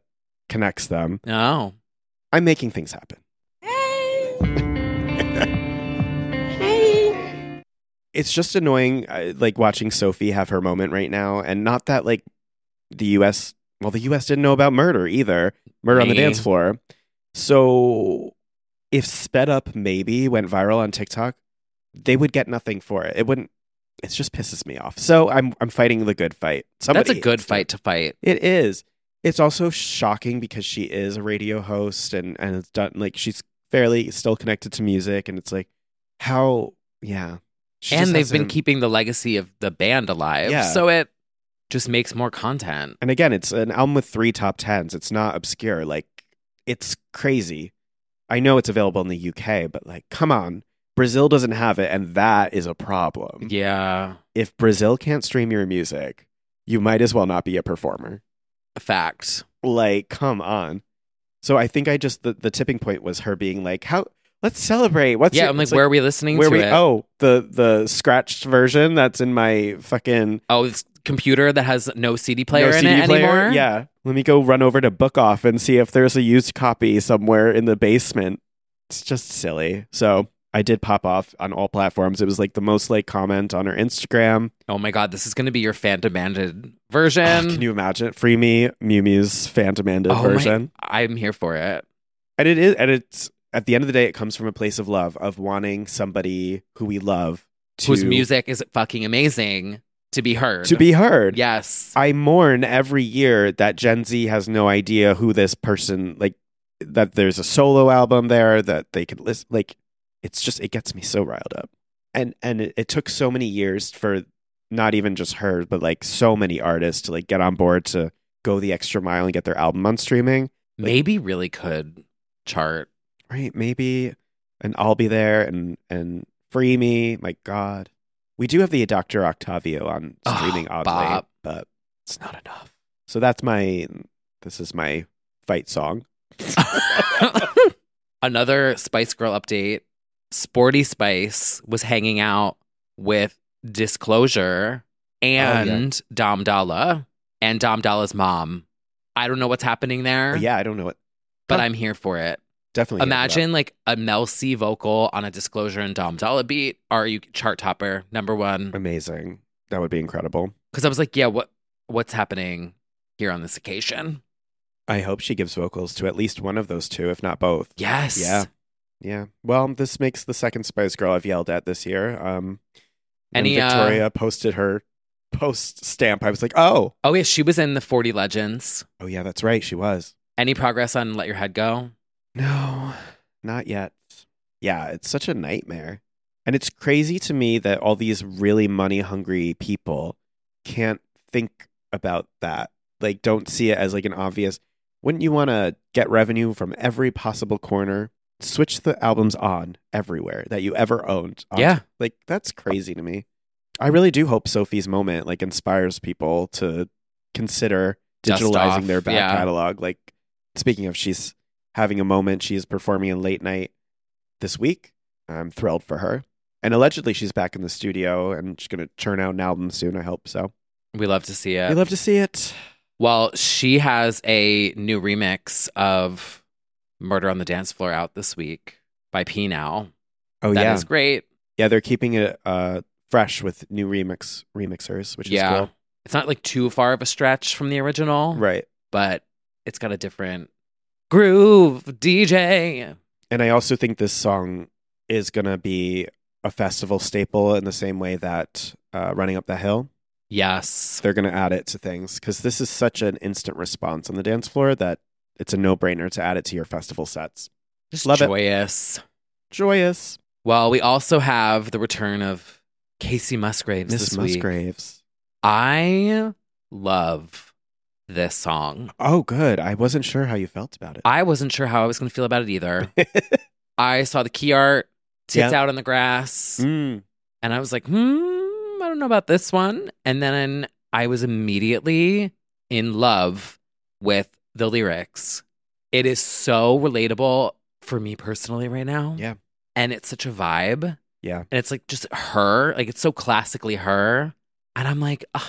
connects them.
Oh.
I'm making things happen. It's just annoying, uh, like watching Sophie have her moment right now, and not that like the U.S. Well, the U.S. didn't know about murder either, murder on the
Me.
dance floor. So, if sped up maybe went viral on TikTok, they would get nothing for it. It wouldn't. It just pisses me off. So I'm I'm fighting the good fight. Somebody
That's a good fight to fight.
It is. It's also shocking because she is a radio host and and it's done like she's fairly still connected to music and it's like how yeah. She just
and they've
has
been
him-
keeping the legacy of the band alive.
Yeah.
So it just makes more content.
And again, it's an album with three top tens. It's not obscure. Like it's crazy. I know it's available in the UK, but like come on. Brazil doesn't have it and that is a problem.
Yeah.
If Brazil can't stream your music, you might as well not be a performer.
Fact.
like come on so i think i just the, the tipping point was her being like how let's celebrate what's
yeah,
your-"
I'm like,
it's
where are we listening
where
to
we
it?
oh the the scratched version that's in my fucking
Oh, this computer that has no CD player
no
in
CD
it
player.
anymore?
yeah let me go run over to book off and see if there's a used copy somewhere in the basement it's just silly so i did pop off on all platforms it was like the most like comment on her instagram
Oh my God, this is going to be your fan demanded
Ugh,
version.
Oh, can you imagine free me mew mew's fan demanded
Oh my-
version
I'm here for it.
and it is and it's at the end of the day it comes from a place of love of wanting somebody who we love to
Whose music is fucking amazing to be heard.
to be heard
Yes.
i mourn every year that gen z has no idea who this person like that there's a solo album there that they could listen like it's just it gets me so riled up and and it, it took so many years for not even just her but like so many artists to like get on board to go the extra mile and get their album on streaming
Maybe really could chart.
right maybe and i'll be there and and free me my god we do have the dr octavio on
Oh,
streaming oddly
Bob.
but it's not enough so that's my this is my fight song
Another Spice Girl update. Sporty Spice was hanging out with Disclosure
Oh,
and Dom Dalla and Dom Dalla's mom. I don't know what's happening there,
yeah i don't know what
but
Huh.
I'm here for it.
definitely here for that.
Imagine like a Mel C vocal on a Disclosure and Dom Dalla beat. Are you chart topper number one?
amazing that would be incredible
Because I was like, yeah, what what's happening here on this occasion?
i hope she gives vocals to at least one of those two if not both
Yes.
yeah yeah well this makes the second spice girl i've yelled at this year um when
Any, uh,
victoria posted her post stamp i was like oh
Oh yeah, she was in the 40 Legends.
oh yeah that's right she was
Any progress on Let Your Head Go?
No, not yet. Yeah, it's such a nightmare. And it's crazy to me that all these really money hungry people can't think about that. Like, don't see it as like an obvious. Wouldn't you want to get revenue from every possible corner? Switch the albums on everywhere that you ever owned. onto-
Yeah.
Like, that's crazy to me. I really do hope Sophie's moment like inspires people to consider
Dust
digitalizing
off,
their back
yeah.
catalog. Like, speaking of, she's having a moment. She is performing in late night this week. I'm thrilled for her. And allegedly, she's back in the studio and she's going to churn out an album soon. I hope so.
We love to see it.
We love to see it.
Well, she has a new remix of Murder on the Dance Floor out this week by P Now.
Oh
That
yeah,
is great.
Yeah, they're keeping it uh, fresh with new remix remixers, which
yeah.
is
It's not like too far of a stretch from the original,
cool. Right.
but it's got a different groove, DJ.
And I also think this song is gonna be a festival staple in the same way that uh, "Running Up the Hill."
Yes.
They're gonna add it to things because this is such an instant response on the dance floor that it's a no-brainer to add it to your festival sets.
Just
Love it.
joyous.
Joyous,
Well, we also have the return of Casey Musgraves
Miss
this week.
Musgraves.
I love this song.
Oh, good. I wasn't sure how you felt about it.
I wasn't sure how I was going to feel about it either. I saw the key art, tits
Yeah.
out on the grass,
Mm.
and I was like, hmm, I don't know about this one. And then I was immediately in love with the lyrics. It is so relatable for me personally right now.
Yeah.
And it's such a vibe.
Yeah.
and it's like just her like it's so classically her and i'm like ugh,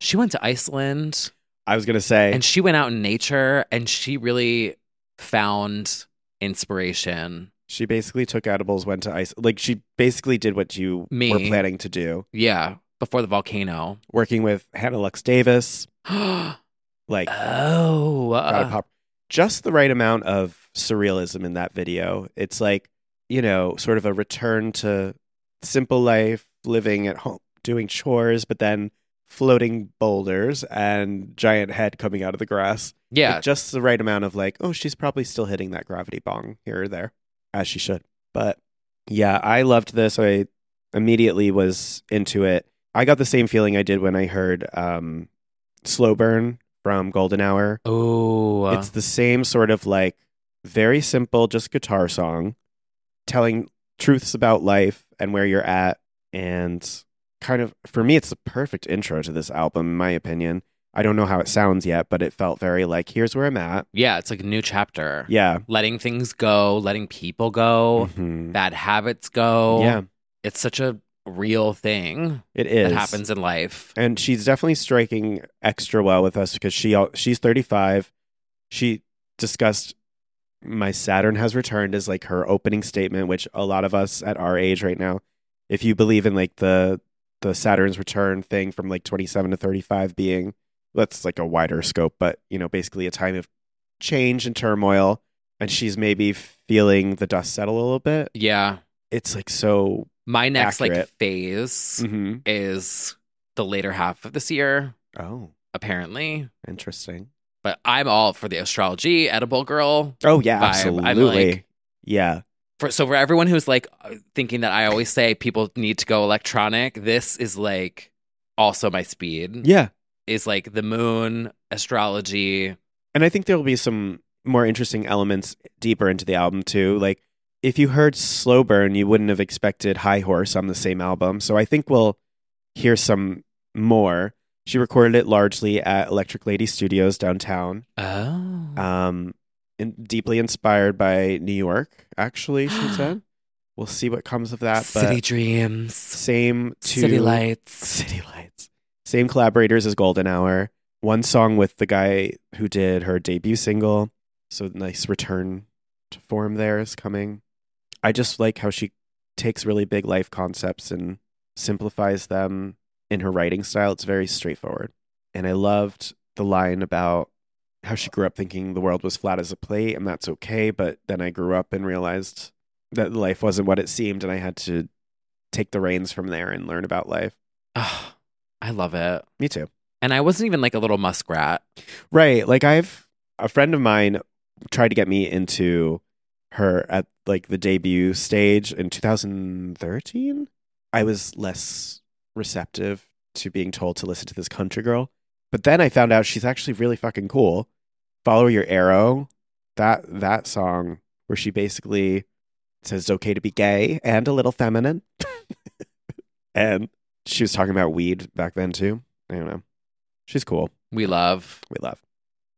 she went to iceland
I was gonna say.
and she went out in nature and she really found inspiration
She basically took edibles, went to ice. Like she basically did what you
Me.
were planning to do,
yeah before the volcano
working with Hannah Lux Davis,
oh
like Proud
uh,
Pop. Just the right amount of surrealism in that video. It's like you know, sort of a return to simple life, living at home, doing chores, but then floating boulders and giant head coming out of the grass.
yeah
Like, just the right amount of like, oh, she's probably still hitting that gravity bong here or there, as she should. But yeah, I loved this. I immediately was into it. I got the same feeling I did when I heard um, Slow Burn from Golden Hour.
oh
It's the same sort of like very simple, just guitar song, telling truths about life and where you're at. And kind of, for me, it's the perfect intro to this album, in my opinion. I don't know how it sounds yet, but it felt very like, here's where I'm at.
yeah it's like a new chapter
Yeah.
letting things go letting people go
Mhm.
bad habits go
Yeah,
it's such a real thing
it is.
that happens in life
and she's definitely striking extra well with us because she al- she's 35 she discussed my saturn has returned as like her opening statement which a lot of us at our age right now if you believe in like the the saturn's return thing from like 27 to 35 being that's like a wider scope but you know basically a time of change and turmoil and she's maybe feeling the dust settle a little bit
yeah
it's like so
my next like
Accurate.
phase
Mhm.
is the later half of this year,
oh
apparently.
interesting
But I'm all for the astrology, edible girl.
oh yeah
vibe.
absolutely
I'm like,
yeah
for, so for everyone who's like uh, thinking that I always say people need to go electronic, this is like also my speed.
yeah
Is like the moon, astrology.
And I think there will be some more interesting elements deeper into the album too. Like if you heard Slow Burn, you wouldn't have expected High Horse on the same album. So I think we'll hear some more. She recorded it largely at Electric Lady Studios downtown.
Oh.
Um in, deeply inspired by New York, actually, she said. We'll see what comes of that.
City
but
dreams,
same to
city lights.
City Lights. Same collaborators as Golden Hour. One song with the guy who did her debut single. So nice return to form there is coming. I just like how she takes really big life concepts and simplifies them in her writing style. It's very straightforward. And I loved the line about how she grew up thinking the world was flat as a plate and that's okay. But then I grew up and realized that life wasn't what it seemed and I had to take the reins from there and learn about life.
Ugh, I love it.
Me too.
And I wasn't even like a little muskrat.
Right. Like I've a friend of mine tried to get me into her at like the debut stage in 2013. I was less receptive to being told to listen to this country girl. But then I found out she's actually really fucking cool. Follow Your Arrow, that that song where she basically says it's okay to be gay and a little feminine. and she was talking about weed back then too. I don't know. She's cool.
We love.
We love.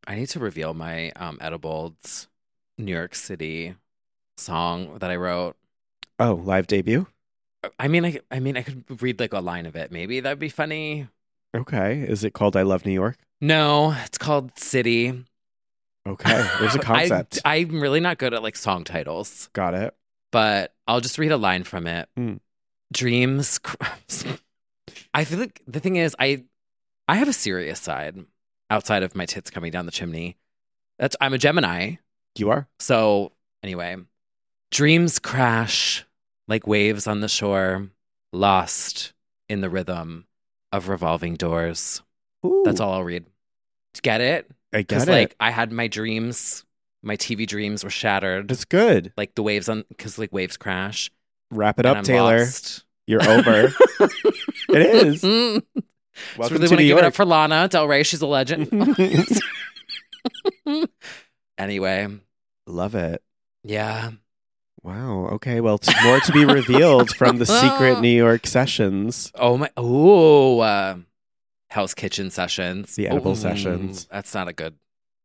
I need to reveal my um edibles. New York City song that I wrote.
Oh, live debut?
I mean, I, I mean, I could read like a line of it. Maybe that'd be funny.
Okay. Is it called I Love New York?
No, it's called City.
Okay. There's a concept.
I, am really not good at like song titles.
Got it.
But I'll just read a line from it.
Mm.
Dreams. cr- I feel like the thing is, I, I have a serious side outside of my tits coming down the chimney. That's I'm a Gemini.
You are?
So anyway, dreams crash like waves on the shore, lost in the rhythm of revolving doors. That's all I'll read. Get it?
I get
'Cause,
it.
Like I had my dreams, my TV dreams were shattered.
That's good.
Like the waves on, because like waves crash.
Wrap it
And
up,
I'm
Taylor.
lost.
You're over. it is.
Mm. Just really
Welcome to
want to
New
give it
York.
up for Lana Del Rey. She's a legend. anyway,
Love it.
yeah.
Wow. Okay. Well, t- more to be revealed from the secret New York sessions.
Oh my. Oh, uh, Hell's Kitchen sessions.
The edible
Ooh,
sessions.
That's not a good.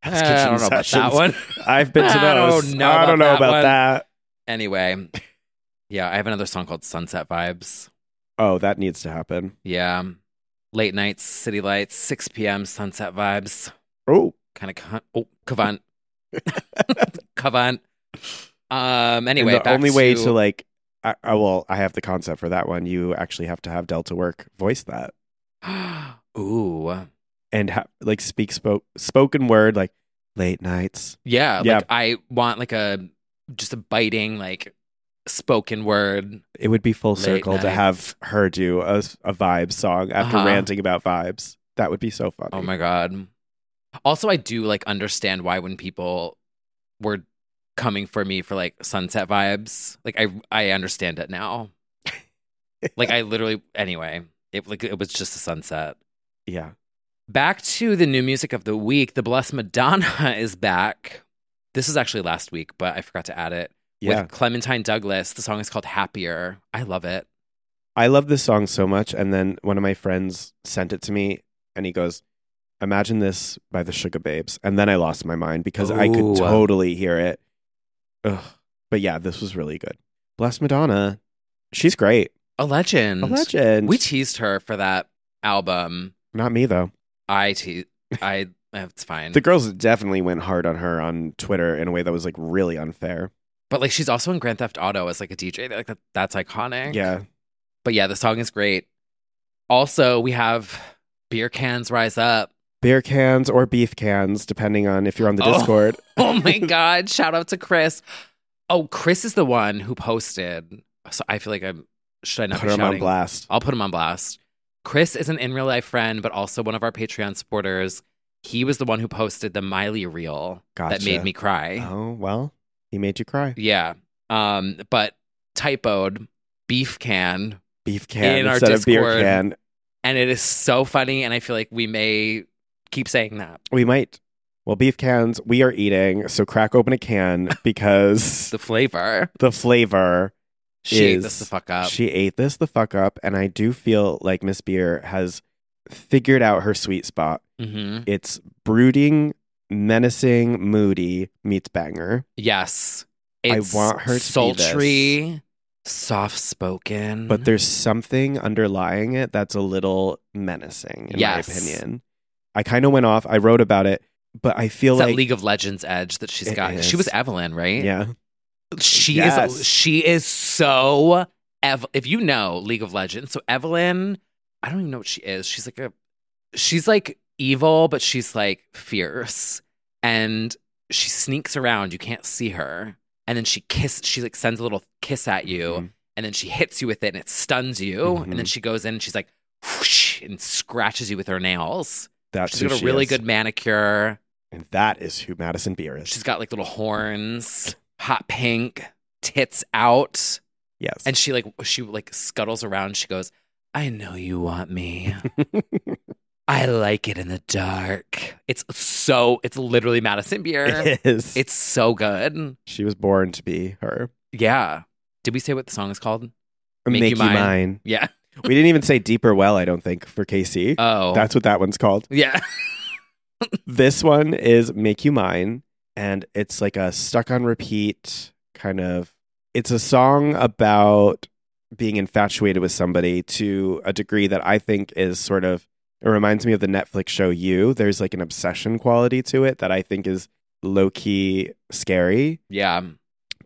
Hell's
Eh, I
Kitchen
don't know about that
sessions.
one.
I've been to
I don't
those.
know
I don't know about
one.
that.
Anyway, yeah, I have another song called Sunset Vibes.
Oh, that needs to happen.
Yeah, late nights, city lights, six p.m. Sunset Vibes.
Oh,
Kind of. Con- oh, Cavant. Cavant. Um.
and
Anyway,
the
back
only way
to,
to like, I, I well, I have the concept for that one. You actually have to have Delta Work voice that
Ooh.
and ha- like speak spoke spoken word like late nights.
Yeah,
Yeah.
Like I want like a just a biting like spoken word.
It would be full
Late
circle to
nights.
have her do a, a vibe song after
Uh-huh.
ranting about vibes. That would be so funny.
Oh my god. Also, I do like understand why when people were coming for me for like sunset vibes, like I I understand it now. like I literally anyway, it like it was just a sunset.
Yeah.
Back to the new music of the week. The Blessed Madonna is back. This was actually last week, but I forgot to add it.
Yeah.
With Clementine Douglas. The song is called Happier. I love it.
I love this song so much. And then one of my friends sent it to me and he goes, Imagine this by the Sugar Babes. And then I lost my mind because I
Ooh.
could totally hear it. Ugh. But yeah, this was really good. Bless Madonna. She's great.
A legend.
A legend.
We teased her for that album.
Not me, though.
I te- I it's fine.
The girls definitely went hard on her on Twitter in a way that was like really unfair.
but like she's also in Grand Theft Auto as like a DJ. Like that, that's iconic.
Yeah.
But yeah, the song is great. Also, we have beer cans rise up.
Beer cans or beef cans, depending on if you're on the
Oh.
Discord.
Oh my god! Shout out to Chris. Oh, Chris is the one who posted. So I feel like I'm. Should I not
Put
be
them on
shouting?
blast.
I'll put him on blast. Chris is an in real life friend, but also one of our Patreon supporters. He was the one who posted the Miley reel that
Gotcha.
made me cry.
Oh, well, he made you cry.
Yeah. Um, but typoed beef can,
Beef can
In our
instead of beer
Discord.
can.
and it is so funny. And I feel like we may keep saying that.
We might. Well, beef cans, we are eating. So crack open a can because
The flavor.
the flavor.
She ate
is-
this the fuck up.
She ate this the fuck up. And I do feel like Miss Beer has figured out her sweet spot.
hmm
It's brooding, menacing, moody meets banger.
Yes.
I
It's
want her to be
sultry, soft spoken.
But there's something underlying it that's a little menacing, in
Yes.
my opinion. I kind of went off. I wrote about it, but I feel
it's that
like.
League of Legends edge that she's
It
got.
is.
She was Evelyn, right?
yeah.
She
Yes.
is she is so Ev- if you know League of Legends. So Evelyn, I don't even know what she is. She's like a she's like evil, but she's like fierce. And she sneaks around, you can't see her. And then she kiss she like sends a little kiss at you
Mhm.
and then she hits you with it and it stuns you. And then
Mhm.
she goes in and she's like whoosh, and scratches you with her nails.
That's
She's
who
got a
she
really
is.
good manicure.
And that is who Madison Beer is.
She's got like little horns, hot pink, tits out,
yes.
and she like she like scuttles around. She goes, "I know you want me. I like it in the dark." It's so it's literally Madison Beer.
It is.
it's so good.
she was born to be her.
Yeah. Did we say what the song is called?
Make, you mine.
Yeah.
We didn't even say deeper well, I don't think, for Casey.
Oh.
That's what that one's called.
yeah.
This one is Make You Mine. and it's like a stuck on repeat kind of. It's a song about being infatuated with somebody to a degree that I think is sort of. It reminds me of the Netflix show You. There's like an obsession quality to it that I think is low key scary.
Yeah.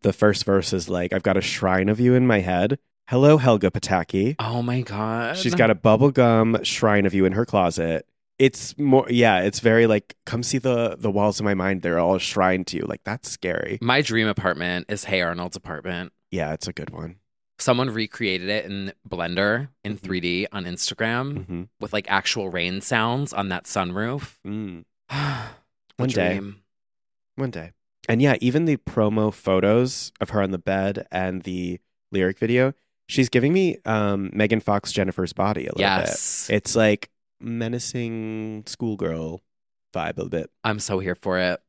The first verse is like, I've got a shrine of you in my head. Hello, Helga Pataki.
Oh my god.
She's got a bubblegum shrine of you in her closet. It's more yeah, it's very like come see the the walls of my mind they're all shrined to you. Like that's scary.
My dream apartment is Hey Arnold's apartment.
Yeah, it's a good one.
Someone recreated it in Blender in
Mm-hmm.
3D on Instagram
Mhm.
with like actual rain sounds on that sunroof.
Mm.
The
One day.
dream.
One day. And yeah, even the promo photos of her on the bed and the lyric video, she's giving me um Megan Fox Jennifer's body a little
Yes.
bit. It's like menacing schoolgirl vibe a bit.
I'm so here for it.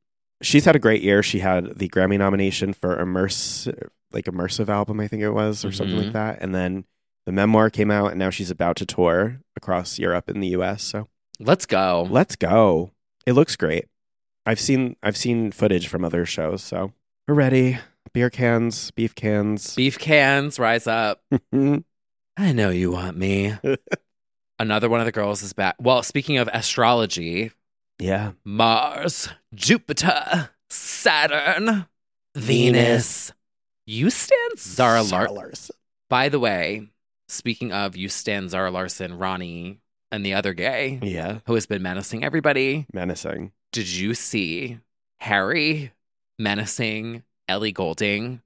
She's had a great year. She had the Grammy nomination for immerse like immersive album, I think it was, or something
Mhm.
like that. And then the memoir came out and now she's about to tour across Europe and the US. So
Let's go.
Let's go. It looks great. I've seen I've seen footage from other shows, so we're ready. Beer cans, beef cans.
Beef cans, rise up. I know you want me. Another one of the girls is back. Well, speaking of astrology,
yeah.
Mars, Jupiter, Saturn, Venus. You stand Zara Lar- By the way, speaking of you stand Zara Larson, Ronnie, and the other gay
Yeah.
who has been menacing everybody,
Menacing.
did you see Harry menacing Ellie Golding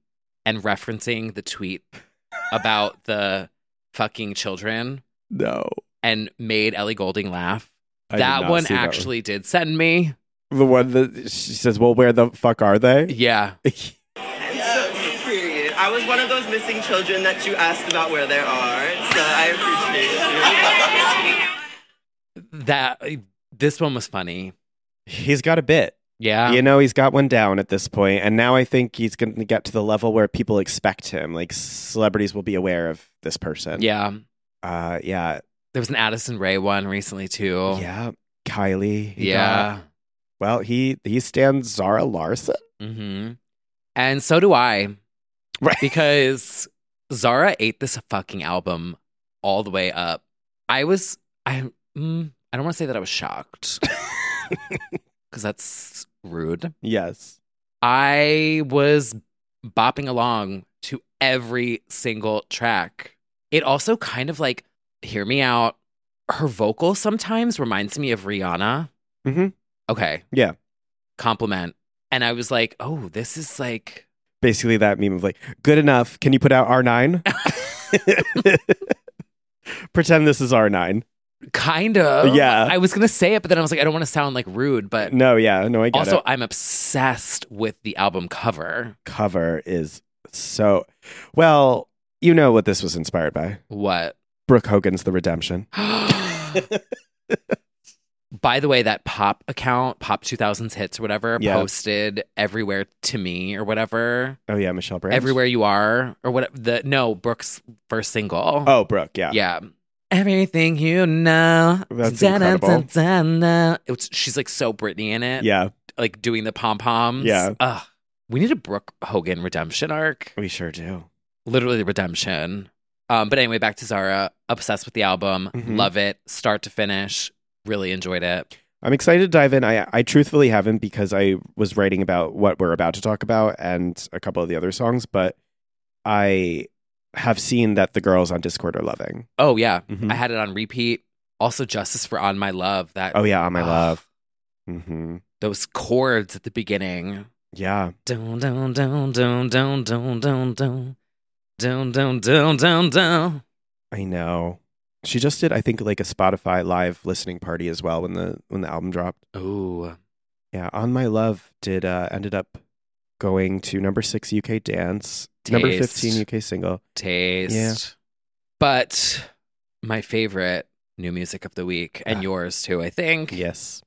and referencing the tweet about the fucking children
No.
and made Ellie Golding laugh?
I did
that
not
one
see that one.
actually did send me.
The one that she says, Well, where the fuck are they?
Yeah.
Period. I was one of those missing children that you asked about where they are, so I appreciate you.
That this one was funny.
He's got a bit.
Yeah.
You know, he's got one down at this point, and now I think he's going to get to the level where people expect him. Like celebrities will be aware of this person.
Yeah.
Uh, yeah,
There was an Addison Ray one recently too.
yeah. Kylie. he
Oh. Yeah.
got- well, he he stands Zara Larson.
Mm-hmm. And so do I.
Right.
Because Zara ate this fucking album all the way up. I was, I, mm, I don't want to say that I was shocked because that's rude.
Yes.
I was bopping along to every single track. It also kind of like, hear me out. Her vocal sometimes reminds me of Rihanna.
Mm-hmm.
Okay.
Yeah.
Compliment. And I was like, oh, this is like,
Basically, that meme of like, good enough. Can you put out R9? Pretend this is R9.
Kind of.
Yeah.
Oh, I was going to say it, but then I was like, I don't want to sound like rude, but
No, yeah, no, I get
also,
it.
I'm obsessed with the album cover.
Cover is so well. You know what this was inspired by?
What?
Brooke Hogan's The Redemption.
By the way, that pop account, Pop 2000s Hits or whatever,
Yeah.
posted everywhere to me or whatever,
Oh yeah, Michelle Branch.
everywhere you are or whatever. The no Brooks first single.
Oh, Brooke. Yeah.
yeah. Everything you know.
That's incredible.
Da-da-da-da-da. It's- she's like so Britney in it.
Yeah.
like doing the pom poms.
Yeah.
Ugh. We need a Brooke Hogan redemption arc.
We sure do.
Literally redemption. Um, but anyway, back to Zara. Obsessed with the album.
Mhm.
Love it. Start to finish. Really enjoyed it.
I'm excited to dive in. I, I truthfully haven't because I was writing about what we're about to talk about and a couple of the other songs, but I have seen that the girls on Discord are loving.
Oh yeah.
Mhm.
I had it on repeat. Also Justice for On My Love. That
Oh yeah, on my
Ugh.
love. hmm
those chords at the beginning.
Yeah,
Dun dun dun dun dun dun dun dun dun dun dun dun dun.
I know. She just did, I think, like a Spotify live listening party as well when the when the album dropped.
Ooh.
Yeah, on my love did uh, ended up going to number six UK dance, number
Taste.
fifteen UK single.
taste. But my favorite new music of the week, and
Ah.
yours too, I think.
Yes,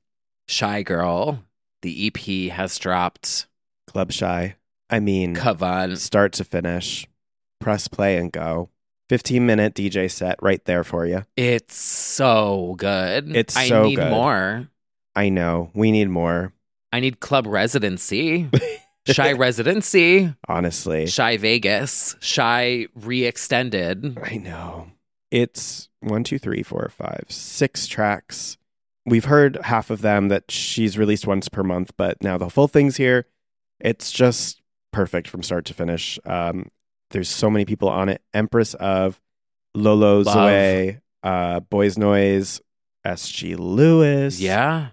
Shy Girl, the EP has dropped.
Club Shy. I mean,
Kavan.
Mm. start to finish. Press play and go. 15 minute DJ set right there for you.
It's so good.
It's
I
so
need
good.
more.
I know. We need more.
I need club residency. Shy residency.
Honestly.
Shy Vegas. Shy re-extended.
I know. It's one, two, three, four, five, six tracks. We've heard half of them that she's released once per month, but now the full thing's here. It's just perfect from start to finish. Um, there's so many people on it. Empress of Lolo
Love.
Zoe, uh, Boys Noise, S.G. Lewis.
Yeah.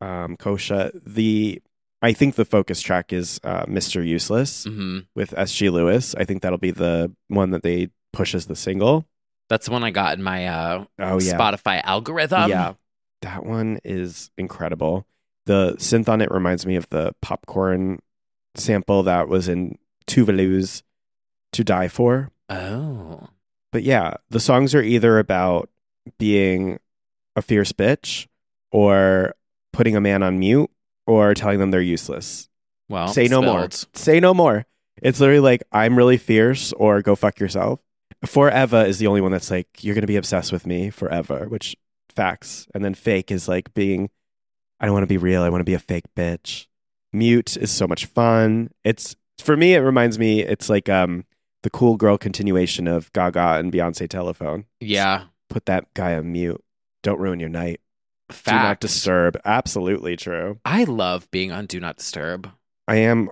Um, Kosha. The I think the focus track is uh, Mr. Useless
Mhm.
with S.G. Lewis. I think that'll be the one that they push as the single.
That's the one I got in my uh,
Oh, yeah.
Spotify algorithm.
Yeah. That one is incredible. The synth on it reminds me of the popcorn sample that was in Tuvalu's To Die For.
Oh.
But yeah, the songs are either about being a fierce bitch or putting a man on mute or telling them they're useless.
Well,
Say no more.
Oh, spilled.
Say no more. It's literally like, I'm really fierce or go fuck yourself. Forever is the only one that's like, you're going to be obsessed with me forever, which facts. And then fake is like being, I don't want to be real. I want to be a fake bitch. Mute is so much fun. It's, for me, it reminds me, it's like um, the cool girl continuation of Gaga and Beyonce Telephone.
Yeah.
Put that guy on mute. Don't ruin your night. Do not
Fact.
disturb. Absolutely true.
I love being on Do Not Disturb.
I am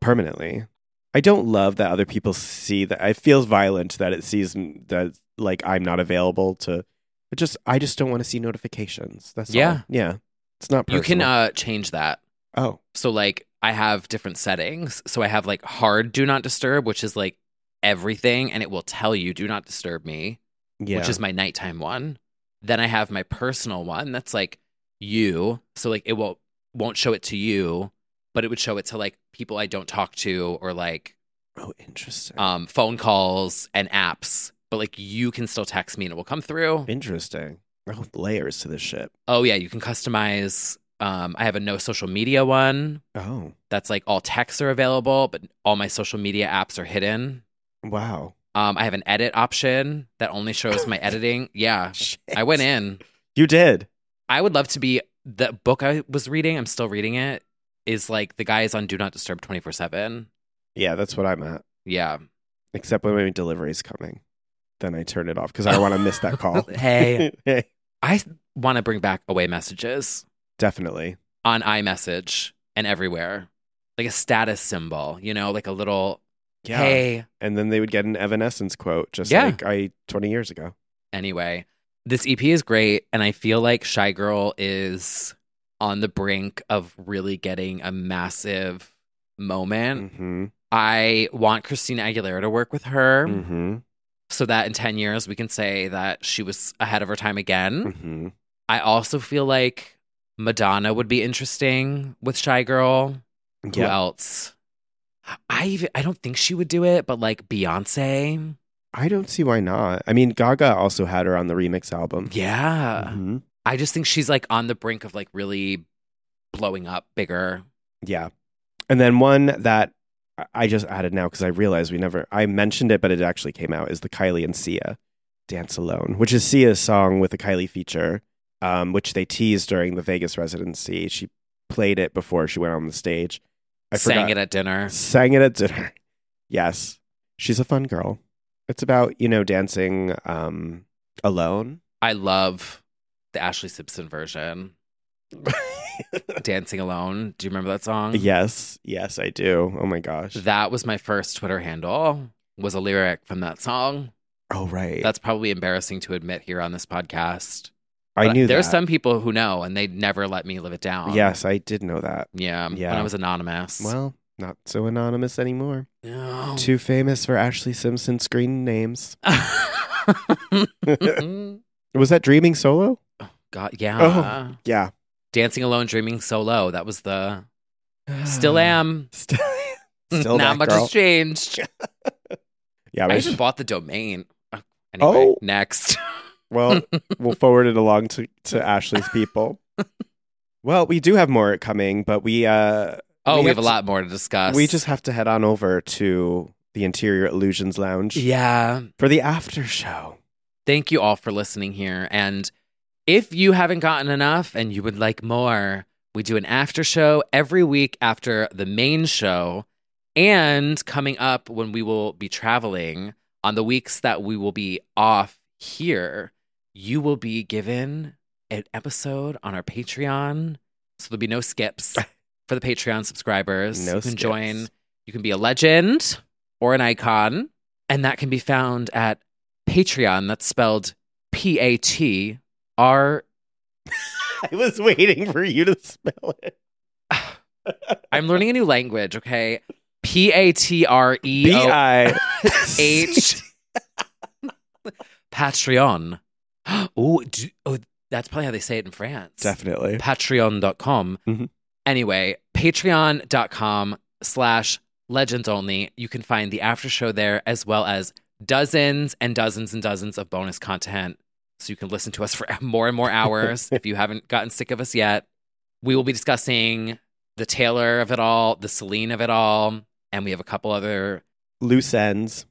permanently. I don't love that other people see that. It feels violent that it sees m- that like I'm not available to. It just I just don't want to see notifications. That's all.
Yeah.
yeah. It's not. Personal.
You can uh, change that.
Oh.
So like I have different settings. So I have like hard do not disturb, which is like everything, and it will tell you do not disturb me,
Yeah.
which is my nighttime one. Then I have my personal one that's like you. So like it will won't show it to you, but it would show it to like people I don't talk to or like
oh interesting
um phone calls and apps. But like you can still text me and it will come through.
interesting. Oh, layers to this shit.
Oh yeah, you can customize. Um, I have a no social media one.
Oh
That's like all texts are available, but all my social media apps are hidden.
wow.
Um, I have an edit option that only shows my editing. Yeah, I went in.
You did.
I would love to be the book I was reading. I'm still reading it. Is like the guy is on Do Not Disturb 24 seven.
Yeah, that's what I'm at.
Yeah.
Except when my delivery's coming, then I turn it off because I don't want to miss that call.
Hey.
hey,
I want to bring back away messages
definitely.
on iMessage and everywhere, like a status symbol. You know, like a little
Yeah.
hey.
And then they would get an Evanescence quote, just
Yeah.
like I twenty years ago.
anyway, this EP is great, and I feel like Shy Girl is on the brink of really getting a massive moment.
Mm-hmm.
I want Christina Aguilera to work with her
Mm-hmm.
so that in 10 years we can say that she was ahead of her time again.
Mm-hmm.
I also feel like Madonna would be interesting with Shy Girl. Who
Yeah.
else? I even, I don't think she would do it, but like Beyonce.
I don't see why not. I mean, Gaga also had her on the remix album.
Yeah.
Mhm.
I just think she's like on the brink of like really blowing up bigger.
Yeah. And then one that I- I just added now because I realized we never, I mentioned it, but it actually came out is the Kylie and Sia Dance Alone, which is Sia's song with the Kylie feature, um, which they teased during the Vegas residency. She played it before she went on the stage.
I sang it at dinner.
Sang it at dinner. Yes. She's a fun girl. It's about, you know, dancing um, alone.
I love the Ashley Simpson version. Dancing Alone. Do you remember that song?
Yes. Yes, I do. Oh my gosh.
That was my first Twitter handle. Was a lyric from that song.
Oh, right.
That's probably embarrassing to admit here on this podcast.
I
But
knew
There's
that.
some people who know and they never let me live it down.
Yes, I did know that.
Yeah.
Yeah.
When I was anonymous.
Well, not so anonymous anymore.
No.
Too famous for Ashley Simpson screen names. Was that Dreaming Solo?
God, yeah.
Oh, yeah.
Dancing Alone, Dreaming Solo. That was the. Still am.
Still,
Not
that
much
girl.
has changed.
Yeah,
I
but
even
sh-
bought the domain. Uh, Anyway,
Oh.
next.
well, we'll forward it along to, to Ashley's people. well, we do have more coming, but we uh
Oh, we, have, a
to-
lot more to discuss.
We just have to head on over to the Interior Illusions Lounge
Yeah.
for the after show.
Thank you all for listening here. And if you haven't gotten enough and you would like more, We do an after show every week after the main show. And coming up when we will be traveling on the weeks that we will be off here, you will be given an episode on our Patreon. So there'll be no skips for the Patreon subscribers.
No
you can
skips.
join. You can be a legend or an icon. And that can be found at Patreon. That's spelled P A T R E
I was waiting for you to spell it.
I'm learning a new language, okay? P A T R E O
B-I.
H Patreon. Ooh, do, oh, that's probably how they say it in France.
Definitely.
Patreon.com.
Mhm.
Anyway, patreon.com slash legends only. You can find the after show there as well as dozens and dozens and dozens of bonus content. So you can listen to us for more and more hours if you haven't gotten sick of us yet. We will be discussing the Taylor of it all, the Celine of it all, and we have a couple other
Loose ends.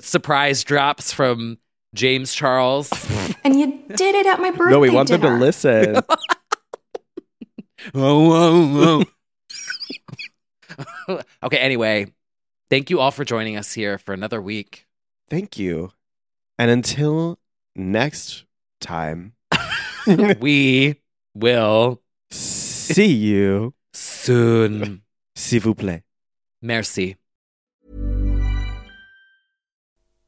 surprise drops from James Charles.
And you did it at my birthday.
No, we want them
dinner.
to listen.
whoa, whoa. okay, anyway, thank you all for joining us here for another week.
Thank you. And until next time,
we will
see you
soon.
S'il vous plaît.
Merci.